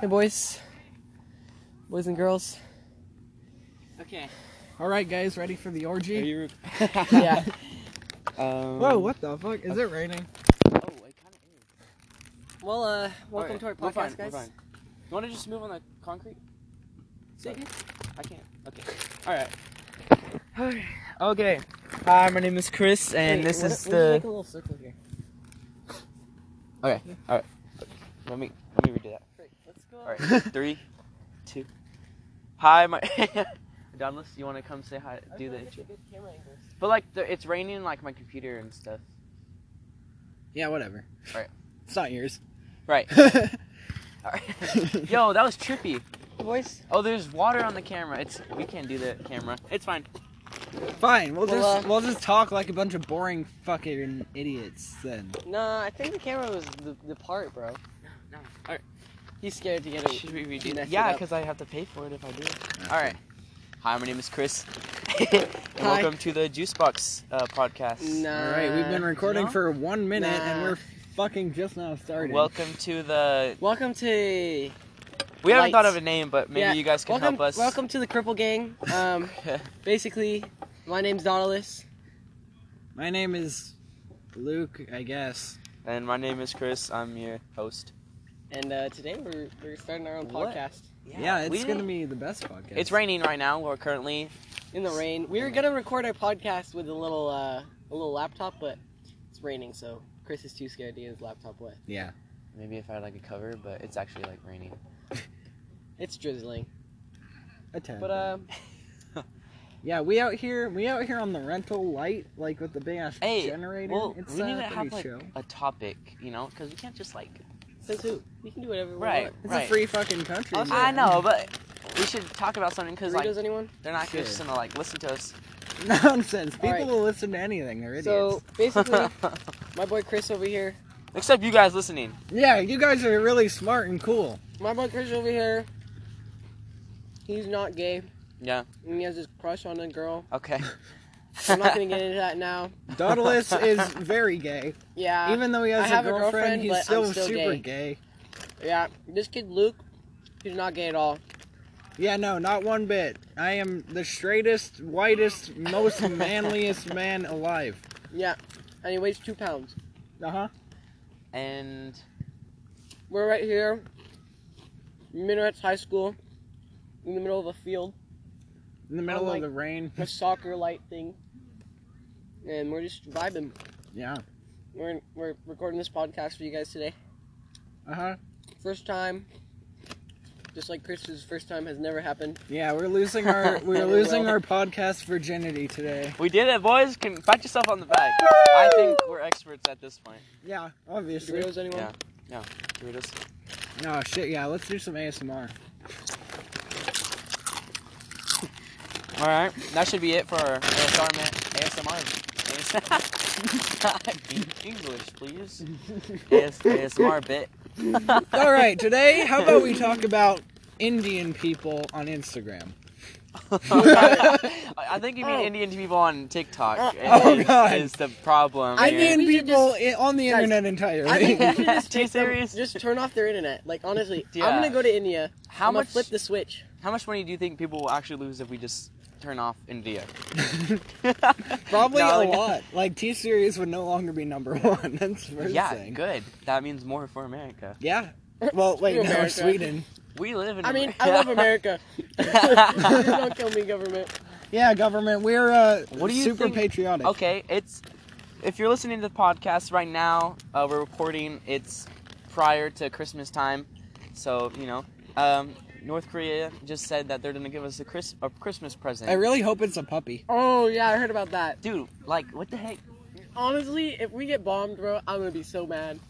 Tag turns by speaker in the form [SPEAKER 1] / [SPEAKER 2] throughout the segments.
[SPEAKER 1] Hey, boys, boys and girls.
[SPEAKER 2] Okay.
[SPEAKER 3] All right, guys, ready for the orgy?
[SPEAKER 2] Are you?
[SPEAKER 1] Yeah.
[SPEAKER 2] Um,
[SPEAKER 3] Whoa, what the fuck? Is it raining?
[SPEAKER 2] Oh, it kind of is.
[SPEAKER 1] well, uh, welcome
[SPEAKER 2] Alright,
[SPEAKER 1] to our podcast,
[SPEAKER 2] we're fine, we're
[SPEAKER 1] guys.
[SPEAKER 2] fine. You want to just move on the concrete?
[SPEAKER 1] Say again?
[SPEAKER 2] I can't. Okay. All right. Okay. Hi, my name is Chris, and
[SPEAKER 1] Wait,
[SPEAKER 2] this
[SPEAKER 1] what-
[SPEAKER 2] is
[SPEAKER 1] we should
[SPEAKER 2] the.
[SPEAKER 1] make a little circle here.
[SPEAKER 2] Okay. All right. Let me let me redo that.
[SPEAKER 1] Great. Let's go.
[SPEAKER 2] All right. Three, two. Hi, my. Donless, you want to come say hi? Do the intro. But like, the, it's raining like my computer and stuff.
[SPEAKER 3] Yeah, whatever.
[SPEAKER 2] All right.
[SPEAKER 3] It's not yours.
[SPEAKER 2] Right. All right. Yo, that was trippy.
[SPEAKER 1] Boys.
[SPEAKER 2] Oh, there's water on the camera. It's we can't do the camera. It's fine.
[SPEAKER 3] Fine, we'll,
[SPEAKER 1] Well,
[SPEAKER 3] just
[SPEAKER 1] uh,
[SPEAKER 3] we'll just talk like a bunch of boring fucking idiots then.
[SPEAKER 1] Nah, I think the camera was the, the part, bro.
[SPEAKER 2] no. Alright.
[SPEAKER 1] He's scared to get
[SPEAKER 2] Should
[SPEAKER 1] it.
[SPEAKER 2] we
[SPEAKER 1] You
[SPEAKER 2] redo
[SPEAKER 1] messed it
[SPEAKER 2] that? Yeah,
[SPEAKER 1] up.
[SPEAKER 2] because I have to pay for it if I do. All right. Hi, my name is Chris. And
[SPEAKER 1] Hi.
[SPEAKER 2] Welcome to the Juice Box uh, podcast.
[SPEAKER 1] Nah.
[SPEAKER 3] All right, we've been recording
[SPEAKER 2] Uh, no.
[SPEAKER 3] for one minute and
[SPEAKER 1] Nah.
[SPEAKER 3] we're fucking just now starting.
[SPEAKER 2] Welcome to the.
[SPEAKER 1] Welcome to.
[SPEAKER 2] We haven't thought
[SPEAKER 1] Lights.
[SPEAKER 2] of a name, but maybe
[SPEAKER 1] Yeah,
[SPEAKER 2] you guys can
[SPEAKER 1] welcome,
[SPEAKER 2] help us.
[SPEAKER 1] Welcome to the Cripple Gang. Um, basically, my name's Nautilus.
[SPEAKER 3] My name is Luke, I guess.
[SPEAKER 2] and my name is Chris. I'm your host.
[SPEAKER 1] And uh, today we're, we're starting our own
[SPEAKER 2] What?
[SPEAKER 1] podcast
[SPEAKER 3] Yeah, it's gonna be the best podcast.
[SPEAKER 2] It's raining right now. We're currently.
[SPEAKER 1] in the rain. We were gonna record our podcast with a little uh, a little laptop, but it's raining, so Chris is too scared to get his laptop wet.
[SPEAKER 3] Yeah.
[SPEAKER 2] Maybe if I had like a cover, but it's actually like raining.
[SPEAKER 1] It's drizzling,
[SPEAKER 3] A ten.
[SPEAKER 1] but uh,
[SPEAKER 3] yeah, we out here, we out here on the rental light, like with the big ass
[SPEAKER 2] Hey,
[SPEAKER 3] generator.
[SPEAKER 2] Well,
[SPEAKER 3] it's
[SPEAKER 2] we
[SPEAKER 3] uh,
[SPEAKER 2] need to
[SPEAKER 3] pretty
[SPEAKER 2] have like
[SPEAKER 3] chill.
[SPEAKER 2] a topic, you know, because we can't just like.
[SPEAKER 1] says who? We can do whatever we
[SPEAKER 2] Right. Oh,
[SPEAKER 1] want.
[SPEAKER 3] It's a free fucking country.
[SPEAKER 1] Also-
[SPEAKER 2] I
[SPEAKER 3] man.
[SPEAKER 2] know, but we should talk about something because like
[SPEAKER 1] Burritos, anyone?
[SPEAKER 2] they're not
[SPEAKER 3] Sure.
[SPEAKER 2] just gonna like listen to us.
[SPEAKER 3] Nonsense. People
[SPEAKER 1] Alright.
[SPEAKER 3] will listen to anything. They're idiots.
[SPEAKER 1] So basically, my boy Chris over here.
[SPEAKER 2] Except you guys listening.
[SPEAKER 3] yeah, you guys are really smart and cool.
[SPEAKER 1] My boy Chris over here. He's not gay,
[SPEAKER 2] Yeah.
[SPEAKER 1] and he has his crush on a girl.
[SPEAKER 2] Okay.
[SPEAKER 1] I'm not gonna get into that now.
[SPEAKER 3] Daedalus is very gay.
[SPEAKER 1] Yeah.
[SPEAKER 3] Even though he has
[SPEAKER 1] I have a
[SPEAKER 3] girlfriend,
[SPEAKER 1] girlfriend,
[SPEAKER 3] he's
[SPEAKER 1] but I'm
[SPEAKER 3] still,
[SPEAKER 1] still
[SPEAKER 3] super
[SPEAKER 1] gay.
[SPEAKER 3] gay.
[SPEAKER 1] Yeah, this kid Luke, he's not gay at all.
[SPEAKER 3] Yeah, no, not one bit. I am the straightest, whitest, most manliest man alive.
[SPEAKER 1] Yeah, and he weighs two pounds.
[SPEAKER 3] Uh huh.
[SPEAKER 2] and
[SPEAKER 1] We're right here, Minarets High School, in the middle of a field,
[SPEAKER 3] In the middle
[SPEAKER 1] Unlike-
[SPEAKER 3] of the rain.
[SPEAKER 1] a soccer light thing, and we're just vibing.
[SPEAKER 3] Yeah.
[SPEAKER 1] We're we're recording this podcast for you guys today.
[SPEAKER 3] Uh huh.
[SPEAKER 1] First time, just like Chris's first time has never happened.
[SPEAKER 3] Yeah, we're losing our we're
[SPEAKER 1] Never
[SPEAKER 3] losing
[SPEAKER 1] will.
[SPEAKER 3] our podcast virginity today.
[SPEAKER 2] we did it, boys. Can pat yourself on the back. I think we're experts at this point.
[SPEAKER 3] Yeah, obviously.
[SPEAKER 1] Burritos, anyone?
[SPEAKER 2] Yeah. We're just-
[SPEAKER 3] Oh shit, yeah. Let's do some ASMR.
[SPEAKER 2] All right. That should be it for our ASMR. Man. ASMR. Be English, please. AS, ASMR bit.
[SPEAKER 3] All right, today, how about we talk about Indian people on Instagram?
[SPEAKER 2] I I think you mean
[SPEAKER 1] Oh.
[SPEAKER 2] Indian people on TikTok.
[SPEAKER 3] oh,
[SPEAKER 2] is,
[SPEAKER 3] God.
[SPEAKER 2] is the problem.
[SPEAKER 3] I
[SPEAKER 2] here.
[SPEAKER 3] mean
[SPEAKER 1] We should
[SPEAKER 3] people i on the
[SPEAKER 1] Guys,
[SPEAKER 3] internet entirely.
[SPEAKER 1] I think we should just
[SPEAKER 2] Too
[SPEAKER 1] take them-
[SPEAKER 2] serious?
[SPEAKER 1] Just turn off their internet. Like honestly,
[SPEAKER 2] Yeah.
[SPEAKER 1] I'm gonna go to India.
[SPEAKER 2] How
[SPEAKER 1] I'm gonna
[SPEAKER 2] much-
[SPEAKER 1] flip the switch?
[SPEAKER 2] How much money do you think people will actually lose if we just turn off India?
[SPEAKER 3] Probably
[SPEAKER 2] No,
[SPEAKER 3] a
[SPEAKER 2] like-
[SPEAKER 3] lot. Like T series would no longer be number one. That's the first
[SPEAKER 2] yeah,
[SPEAKER 3] thing.
[SPEAKER 2] good. That means more for America.
[SPEAKER 3] Yeah. Well, wait,
[SPEAKER 1] Screw
[SPEAKER 3] no,
[SPEAKER 1] America.
[SPEAKER 3] Sweden.
[SPEAKER 2] We live in.
[SPEAKER 1] I mean,
[SPEAKER 2] Amer-
[SPEAKER 1] I love America. Please don't kill me, government.
[SPEAKER 3] Yeah, government. We're uh,
[SPEAKER 2] What do you
[SPEAKER 3] super
[SPEAKER 2] think-
[SPEAKER 3] patriotic.
[SPEAKER 2] okay, it's. If you're listening to the podcast right now, uh, we're recording. It's prior to Christmas time, so you know. Um, North Korea just said that they're gonna give us a, Chris- a Christmas present.
[SPEAKER 3] I really hope it's a puppy.
[SPEAKER 1] Oh yeah, I heard about that.
[SPEAKER 2] Dude, like, what the heck?
[SPEAKER 1] Honestly, if we get bombed, bro, I'm gonna be so mad.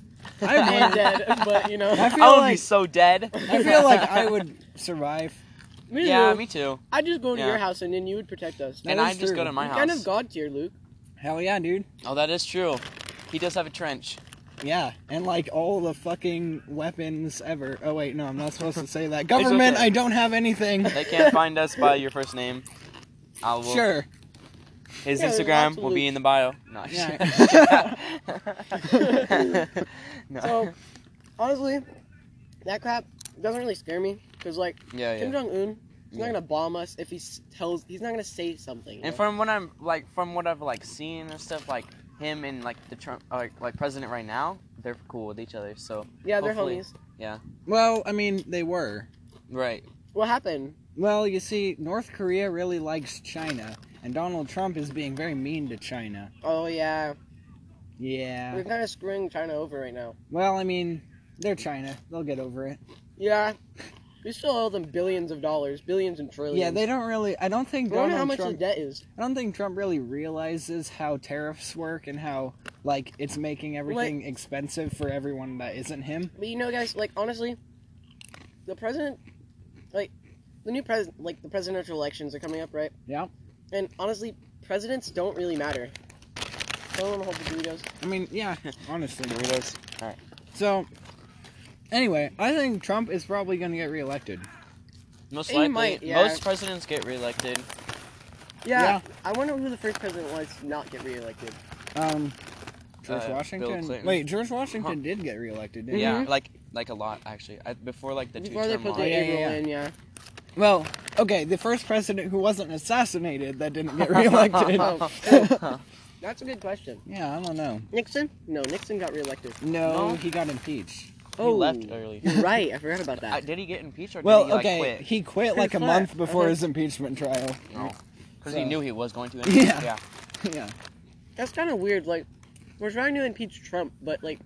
[SPEAKER 1] I
[SPEAKER 3] I
[SPEAKER 1] am
[SPEAKER 3] would.
[SPEAKER 1] dead, but you know.
[SPEAKER 3] I
[SPEAKER 2] I
[SPEAKER 3] feel
[SPEAKER 2] would be
[SPEAKER 3] like
[SPEAKER 2] so dead.
[SPEAKER 3] I feel like I would survive.
[SPEAKER 1] Me
[SPEAKER 2] yeah,
[SPEAKER 1] too.
[SPEAKER 2] me too.
[SPEAKER 1] I'd just go to
[SPEAKER 2] Yeah.
[SPEAKER 1] your house and then you would protect us.
[SPEAKER 3] That
[SPEAKER 2] and
[SPEAKER 3] is
[SPEAKER 2] I just
[SPEAKER 3] true.
[SPEAKER 2] go to my
[SPEAKER 1] You're
[SPEAKER 2] house.
[SPEAKER 1] kind of god tier, Luke.
[SPEAKER 3] Hell yeah, dude.
[SPEAKER 2] oh, that is true. He does have a trench.
[SPEAKER 3] Yeah, and like all the fucking weapons ever. Oh wait, no, I'm not supposed to say that. Government,
[SPEAKER 2] okay.
[SPEAKER 3] I don't have anything.
[SPEAKER 2] They can't find us by your first name. I will.
[SPEAKER 3] Sure.
[SPEAKER 2] His
[SPEAKER 1] Yeah,
[SPEAKER 2] Instagram will be in the bio. No, I'm just-
[SPEAKER 3] Yeah.
[SPEAKER 2] no.
[SPEAKER 1] So, honestly, that crap doesn't really scare me because like
[SPEAKER 2] Oh, Yeah, yeah.
[SPEAKER 1] Kim Jong Un, he's
[SPEAKER 2] Yeah.
[SPEAKER 1] not gonna bomb us if he s- tells. He's not gonna say something. you
[SPEAKER 2] And
[SPEAKER 1] know?
[SPEAKER 2] from what I'm like, from what I've like seen and stuff, like him and like the Trump, like like president right now, they're cool with each other. So
[SPEAKER 1] yeah, they're
[SPEAKER 2] hopefully-
[SPEAKER 1] homies.
[SPEAKER 3] Well, I mean, they were.
[SPEAKER 2] right,
[SPEAKER 1] What happened?
[SPEAKER 3] Well, you see, North Korea really likes China, and Donald Trump is being very mean to China.
[SPEAKER 1] Oh yeah,
[SPEAKER 3] Yeah.
[SPEAKER 1] we're kind of screwing China over right now.
[SPEAKER 3] Well, I mean, they're China. They'll get over it.
[SPEAKER 1] Yeah, we still owe them billions of dollars, billions and trillions.
[SPEAKER 3] Yeah, they don't really. I don't think
[SPEAKER 1] I wonder how
[SPEAKER 3] Donald
[SPEAKER 1] much
[SPEAKER 3] Trump.
[SPEAKER 1] the debt is.
[SPEAKER 3] I don't think Trump really realizes how tariffs work and how like it's making everything expensive for everyone that isn't him.
[SPEAKER 1] But you know, guys, like honestly, the president, like the new president, like the presidential elections are coming up, right?
[SPEAKER 3] Yeah.
[SPEAKER 1] And honestly, presidents don't really matter. Someone hold the Doritos.
[SPEAKER 3] I mean, yeah, honestly.
[SPEAKER 2] Doritos.
[SPEAKER 3] So, anyway, I think Trump is probably going to get reelected.
[SPEAKER 2] Most
[SPEAKER 1] He
[SPEAKER 2] likely,
[SPEAKER 1] might, yeah.
[SPEAKER 2] most presidents get reelected.
[SPEAKER 3] Mm-hmm.
[SPEAKER 1] Yeah,
[SPEAKER 3] Yeah.
[SPEAKER 1] I wonder who the first president was to not get reelected.
[SPEAKER 3] Um, George
[SPEAKER 2] Uh, Bill
[SPEAKER 3] Washington.
[SPEAKER 2] Clinton.
[SPEAKER 3] Wait, George Washington
[SPEAKER 2] Huh.
[SPEAKER 3] did get reelected, didn't
[SPEAKER 2] Yeah,
[SPEAKER 1] Mhm.
[SPEAKER 2] like like a lot actually. I, before like the
[SPEAKER 1] Before
[SPEAKER 2] two
[SPEAKER 1] they
[SPEAKER 2] term
[SPEAKER 1] put
[SPEAKER 2] law.
[SPEAKER 1] the
[SPEAKER 3] Oh, yeah,
[SPEAKER 1] egg roll
[SPEAKER 3] yeah, yeah.
[SPEAKER 1] in, yeah.
[SPEAKER 3] he? Well, okay, the first president who wasn't assassinated that didn't get reelected.
[SPEAKER 1] Oh, That's a good question.
[SPEAKER 3] yeah, I don't know.
[SPEAKER 1] Nixon? No, Nixon got reelected. Oh.
[SPEAKER 3] No,
[SPEAKER 2] No?
[SPEAKER 3] he got impeached.
[SPEAKER 2] he left early.
[SPEAKER 1] You're right. I forgot about
[SPEAKER 2] Uh,
[SPEAKER 1] that.
[SPEAKER 2] did he get impeached or did
[SPEAKER 3] Well,
[SPEAKER 2] he like
[SPEAKER 3] okay,
[SPEAKER 2] quit?
[SPEAKER 3] he quit
[SPEAKER 1] He
[SPEAKER 3] like a
[SPEAKER 1] quit.
[SPEAKER 3] month before
[SPEAKER 1] Okay.
[SPEAKER 3] his impeachment trial.
[SPEAKER 2] Because
[SPEAKER 3] So-
[SPEAKER 2] he knew he was going to.
[SPEAKER 3] Yeah.
[SPEAKER 2] yeah.
[SPEAKER 3] yeah.
[SPEAKER 1] That's kind of weird. Like, we're trying to impeach Trump, but like,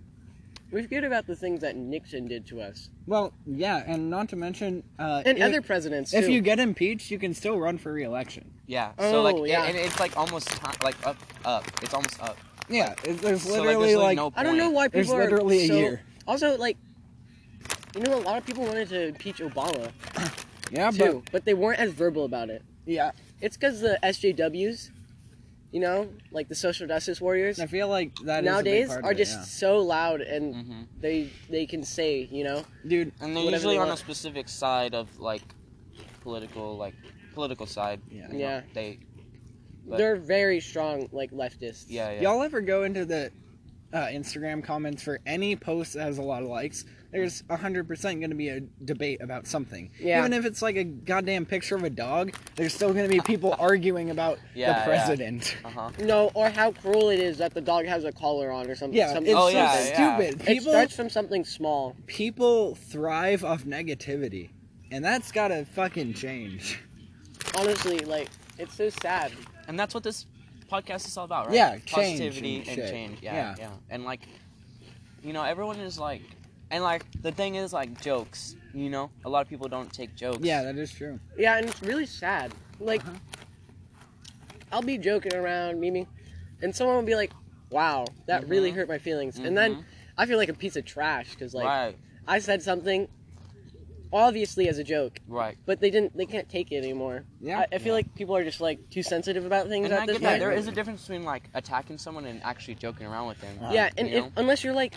[SPEAKER 1] we forget about the things that Nixon did to us
[SPEAKER 3] Well, yeah, and not to mention, uh,
[SPEAKER 1] and
[SPEAKER 3] if,
[SPEAKER 1] other presidents too.
[SPEAKER 3] if you get impeached, you can still run for re-election.
[SPEAKER 2] Yeah.
[SPEAKER 1] Oh,
[SPEAKER 2] so like,
[SPEAKER 1] yeah.
[SPEAKER 2] and it's like almost ti like up, up. It's almost up.
[SPEAKER 3] Yeah, it, there's
[SPEAKER 2] So, like,
[SPEAKER 3] literally
[SPEAKER 2] there's really
[SPEAKER 3] like,
[SPEAKER 2] no
[SPEAKER 1] I don't know
[SPEAKER 2] point.
[SPEAKER 1] why
[SPEAKER 3] there's
[SPEAKER 1] people are
[SPEAKER 3] literally
[SPEAKER 1] so.
[SPEAKER 3] a year.
[SPEAKER 1] Also, like, you know, a lot of people wanted to impeach Obama
[SPEAKER 3] Yeah, but
[SPEAKER 1] too, but they weren't as verbal about it.
[SPEAKER 3] yeah,
[SPEAKER 1] It's because the SJWs, you know, like the social justice warriors,
[SPEAKER 3] I feel like that is a big
[SPEAKER 1] nowadays
[SPEAKER 3] part of
[SPEAKER 1] are
[SPEAKER 3] it,
[SPEAKER 1] just
[SPEAKER 3] yeah. Mm.
[SPEAKER 1] so loud and
[SPEAKER 2] hmm
[SPEAKER 1] they they can say, you know,
[SPEAKER 3] dude.
[SPEAKER 2] And they're
[SPEAKER 1] Whatever
[SPEAKER 2] usually
[SPEAKER 1] they
[SPEAKER 2] on a
[SPEAKER 1] want.
[SPEAKER 2] specific side of like political, like political side.
[SPEAKER 3] Yeah.
[SPEAKER 2] you know,
[SPEAKER 1] Yeah.
[SPEAKER 2] They. But-
[SPEAKER 1] they're very strong like leftists.
[SPEAKER 2] Yeah. Yeah.
[SPEAKER 3] Y'all ever go into the uh, Instagram comments for any post that has a lot of likes? There's 100% going to be a debate about something.
[SPEAKER 1] Yeah.
[SPEAKER 3] Even if it's like a goddamn picture of a dog, there's still going to be people arguing about
[SPEAKER 2] Yeah,
[SPEAKER 3] the
[SPEAKER 2] yeah.
[SPEAKER 3] president.
[SPEAKER 2] Uh huh.
[SPEAKER 1] No, or how cruel it is that the dog has a collar on or something.
[SPEAKER 3] Yeah,
[SPEAKER 1] something
[SPEAKER 3] it's
[SPEAKER 2] Oh,
[SPEAKER 3] so
[SPEAKER 2] yeah,
[SPEAKER 1] stupid.
[SPEAKER 2] yeah.
[SPEAKER 3] stupid.
[SPEAKER 1] It
[SPEAKER 3] People
[SPEAKER 1] starts from something small.
[SPEAKER 3] people thrive off negativity, and that's got to fucking change.
[SPEAKER 1] Honestly, like it's so sad.
[SPEAKER 2] And that's what this podcast is all about, right?
[SPEAKER 3] Yeah, change
[SPEAKER 2] positivity
[SPEAKER 3] and
[SPEAKER 2] and,
[SPEAKER 3] shit.
[SPEAKER 2] change.
[SPEAKER 3] Yeah.
[SPEAKER 2] Yeah, yeah, And like, you know, everyone is like, and like the thing is like jokes. You know, a lot of people don't take jokes.
[SPEAKER 3] Yeah, that is true.
[SPEAKER 1] Yeah, and it's really sad. Like
[SPEAKER 3] Uh-huh.
[SPEAKER 1] I'll be joking around, Mimi, and someone will be like, "Wow, that really
[SPEAKER 2] Mhm.
[SPEAKER 1] hurt my feelings," and then
[SPEAKER 2] Mhm.
[SPEAKER 1] I feel like a piece of trash because like
[SPEAKER 2] right,
[SPEAKER 1] I said something obviously as a joke,
[SPEAKER 2] right.
[SPEAKER 1] but they didn't. They can't take it anymore.
[SPEAKER 3] Yeah.
[SPEAKER 1] I, I feel like people are just like too sensitive about things
[SPEAKER 2] And
[SPEAKER 1] at
[SPEAKER 2] I
[SPEAKER 1] this
[SPEAKER 2] get that.
[SPEAKER 1] point.
[SPEAKER 2] There is a difference between like attacking someone and actually joking around with them.
[SPEAKER 3] Uh-huh.
[SPEAKER 1] yeah, and
[SPEAKER 2] uh, you
[SPEAKER 1] if,
[SPEAKER 2] know?
[SPEAKER 1] unless you're like,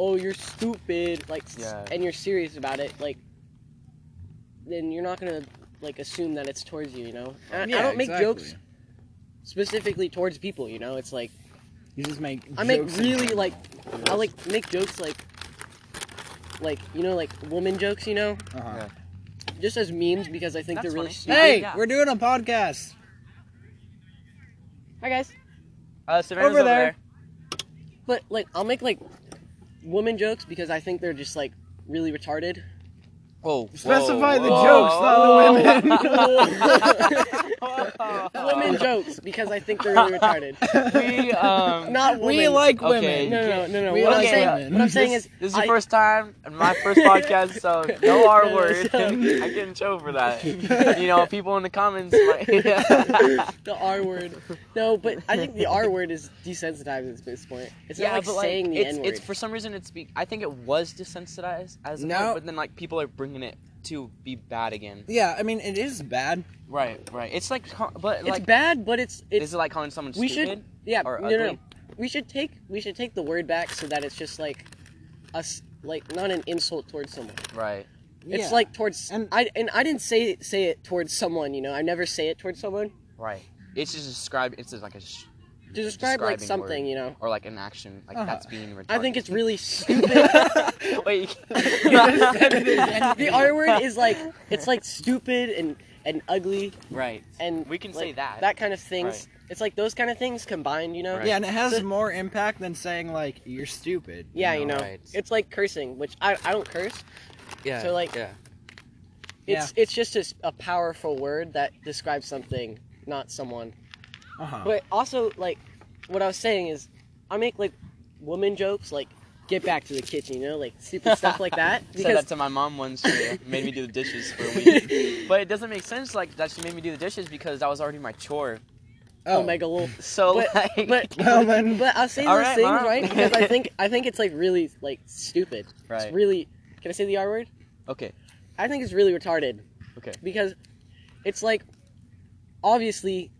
[SPEAKER 1] oh, you're stupid, like, s-
[SPEAKER 2] Yeah.
[SPEAKER 1] and you're serious about it, like, then you're not gonna like assume that it's towards you. You know, I, I
[SPEAKER 3] Yeah,
[SPEAKER 1] don't make
[SPEAKER 3] exactly.
[SPEAKER 1] jokes specifically towards people. You know, it's like
[SPEAKER 3] You just make.
[SPEAKER 1] I make
[SPEAKER 3] jokes in
[SPEAKER 1] really,
[SPEAKER 3] general.
[SPEAKER 1] like, I like make jokes like, like you know, like woman jokes. You know,
[SPEAKER 3] Uh-huh.
[SPEAKER 1] just as memes because I think
[SPEAKER 2] That's
[SPEAKER 1] they're really
[SPEAKER 2] funny.
[SPEAKER 1] stupid.
[SPEAKER 3] Hey,
[SPEAKER 2] Yeah.
[SPEAKER 3] we're doing a podcast.
[SPEAKER 1] Hi guys.
[SPEAKER 2] Uh, Savannah's
[SPEAKER 3] Over
[SPEAKER 2] over, there.
[SPEAKER 3] there.
[SPEAKER 1] But like, I'll make like woman jokes because I think they're just like really retarded.
[SPEAKER 2] Whoa.
[SPEAKER 3] Specify the
[SPEAKER 2] whoa,
[SPEAKER 3] jokes,
[SPEAKER 2] whoa.
[SPEAKER 3] not the women.
[SPEAKER 1] women jokes because I think they're really retarded.
[SPEAKER 2] we um.
[SPEAKER 1] Not women.
[SPEAKER 3] We like
[SPEAKER 2] Okay.
[SPEAKER 3] women.
[SPEAKER 1] No, no, no, no. no.
[SPEAKER 3] We
[SPEAKER 1] What,
[SPEAKER 3] like
[SPEAKER 1] I'm saying,
[SPEAKER 3] women.
[SPEAKER 1] what I'm saying
[SPEAKER 3] This-
[SPEAKER 1] is,
[SPEAKER 2] This is the
[SPEAKER 1] I-
[SPEAKER 2] first time and my first podcast, so no R
[SPEAKER 1] No,
[SPEAKER 2] word.
[SPEAKER 1] so-
[SPEAKER 2] I get in trouble for that. You know, people in the comments might.
[SPEAKER 1] the R word. No, but I think the R word is desensitized at this point. It's not like saying the
[SPEAKER 2] it's,
[SPEAKER 1] N word.
[SPEAKER 2] it's for some reason it's be, I think it was desensitized as a
[SPEAKER 3] No.
[SPEAKER 2] word, but then like people are bringing it to be bad again.
[SPEAKER 3] Yeah, I mean it is bad.
[SPEAKER 2] Right, right. It's like, ca- but
[SPEAKER 1] It's
[SPEAKER 2] like,
[SPEAKER 1] bad, but it's it's
[SPEAKER 2] is it like calling someone
[SPEAKER 1] we should-
[SPEAKER 2] stupid?
[SPEAKER 1] yeah.
[SPEAKER 2] or
[SPEAKER 1] no, no, no.
[SPEAKER 2] ugly?
[SPEAKER 1] We should take we should take the word back so that it's just like us like not an insult towards someone.
[SPEAKER 2] Right.
[SPEAKER 1] It's
[SPEAKER 3] Yeah.
[SPEAKER 1] like towards
[SPEAKER 3] And-
[SPEAKER 1] and I and I didn't say say it towards someone. You know, I never say it towards someone.
[SPEAKER 2] Right. It's just described. It's just like a sh-
[SPEAKER 1] to describe like
[SPEAKER 2] describing
[SPEAKER 1] something,
[SPEAKER 2] word.
[SPEAKER 1] you know.
[SPEAKER 2] or like an action, like
[SPEAKER 3] Uh-huh.
[SPEAKER 2] that's being retarded.
[SPEAKER 1] I think it's really stupid.
[SPEAKER 2] Wait,
[SPEAKER 3] You just said it is anything.
[SPEAKER 1] the R word is like it's like stupid and and ugly
[SPEAKER 2] right.
[SPEAKER 1] and
[SPEAKER 2] We can
[SPEAKER 1] like,
[SPEAKER 2] say that.
[SPEAKER 1] that kind of things.
[SPEAKER 2] Right.
[SPEAKER 1] It's like those kind of things combined, you know.
[SPEAKER 2] Right.
[SPEAKER 3] Yeah, and it has
[SPEAKER 1] So-
[SPEAKER 3] more impact than saying like you're stupid.
[SPEAKER 1] Yeah, you know.
[SPEAKER 2] Right.
[SPEAKER 1] It's like cursing, which I, I don't curse.
[SPEAKER 2] yeah.
[SPEAKER 1] so, like-
[SPEAKER 2] yeah.
[SPEAKER 1] It's it's just a, s- a powerful word that describes something, not someone.
[SPEAKER 3] Uh-huh.
[SPEAKER 1] But also like what I was saying is I make like woman jokes like get back to the kitchen, you know, like stupid stuff like that
[SPEAKER 2] said
[SPEAKER 1] because
[SPEAKER 2] that to my mom once. She made me do the dishes for a week. but it doesn't make sense like that she made me do the dishes because that was already my chore.
[SPEAKER 1] oh my god, well,
[SPEAKER 2] So
[SPEAKER 1] But-
[SPEAKER 2] like
[SPEAKER 1] but
[SPEAKER 3] Well, then-
[SPEAKER 1] but I'll say
[SPEAKER 2] All
[SPEAKER 1] those
[SPEAKER 2] right,
[SPEAKER 1] things
[SPEAKER 2] Mom.
[SPEAKER 1] right because I think I think it's like really like stupid.
[SPEAKER 2] right.
[SPEAKER 1] It's really can I say the R word?
[SPEAKER 2] okay.
[SPEAKER 1] I think it's really retarded.
[SPEAKER 2] Okay.
[SPEAKER 1] Because it's like obviously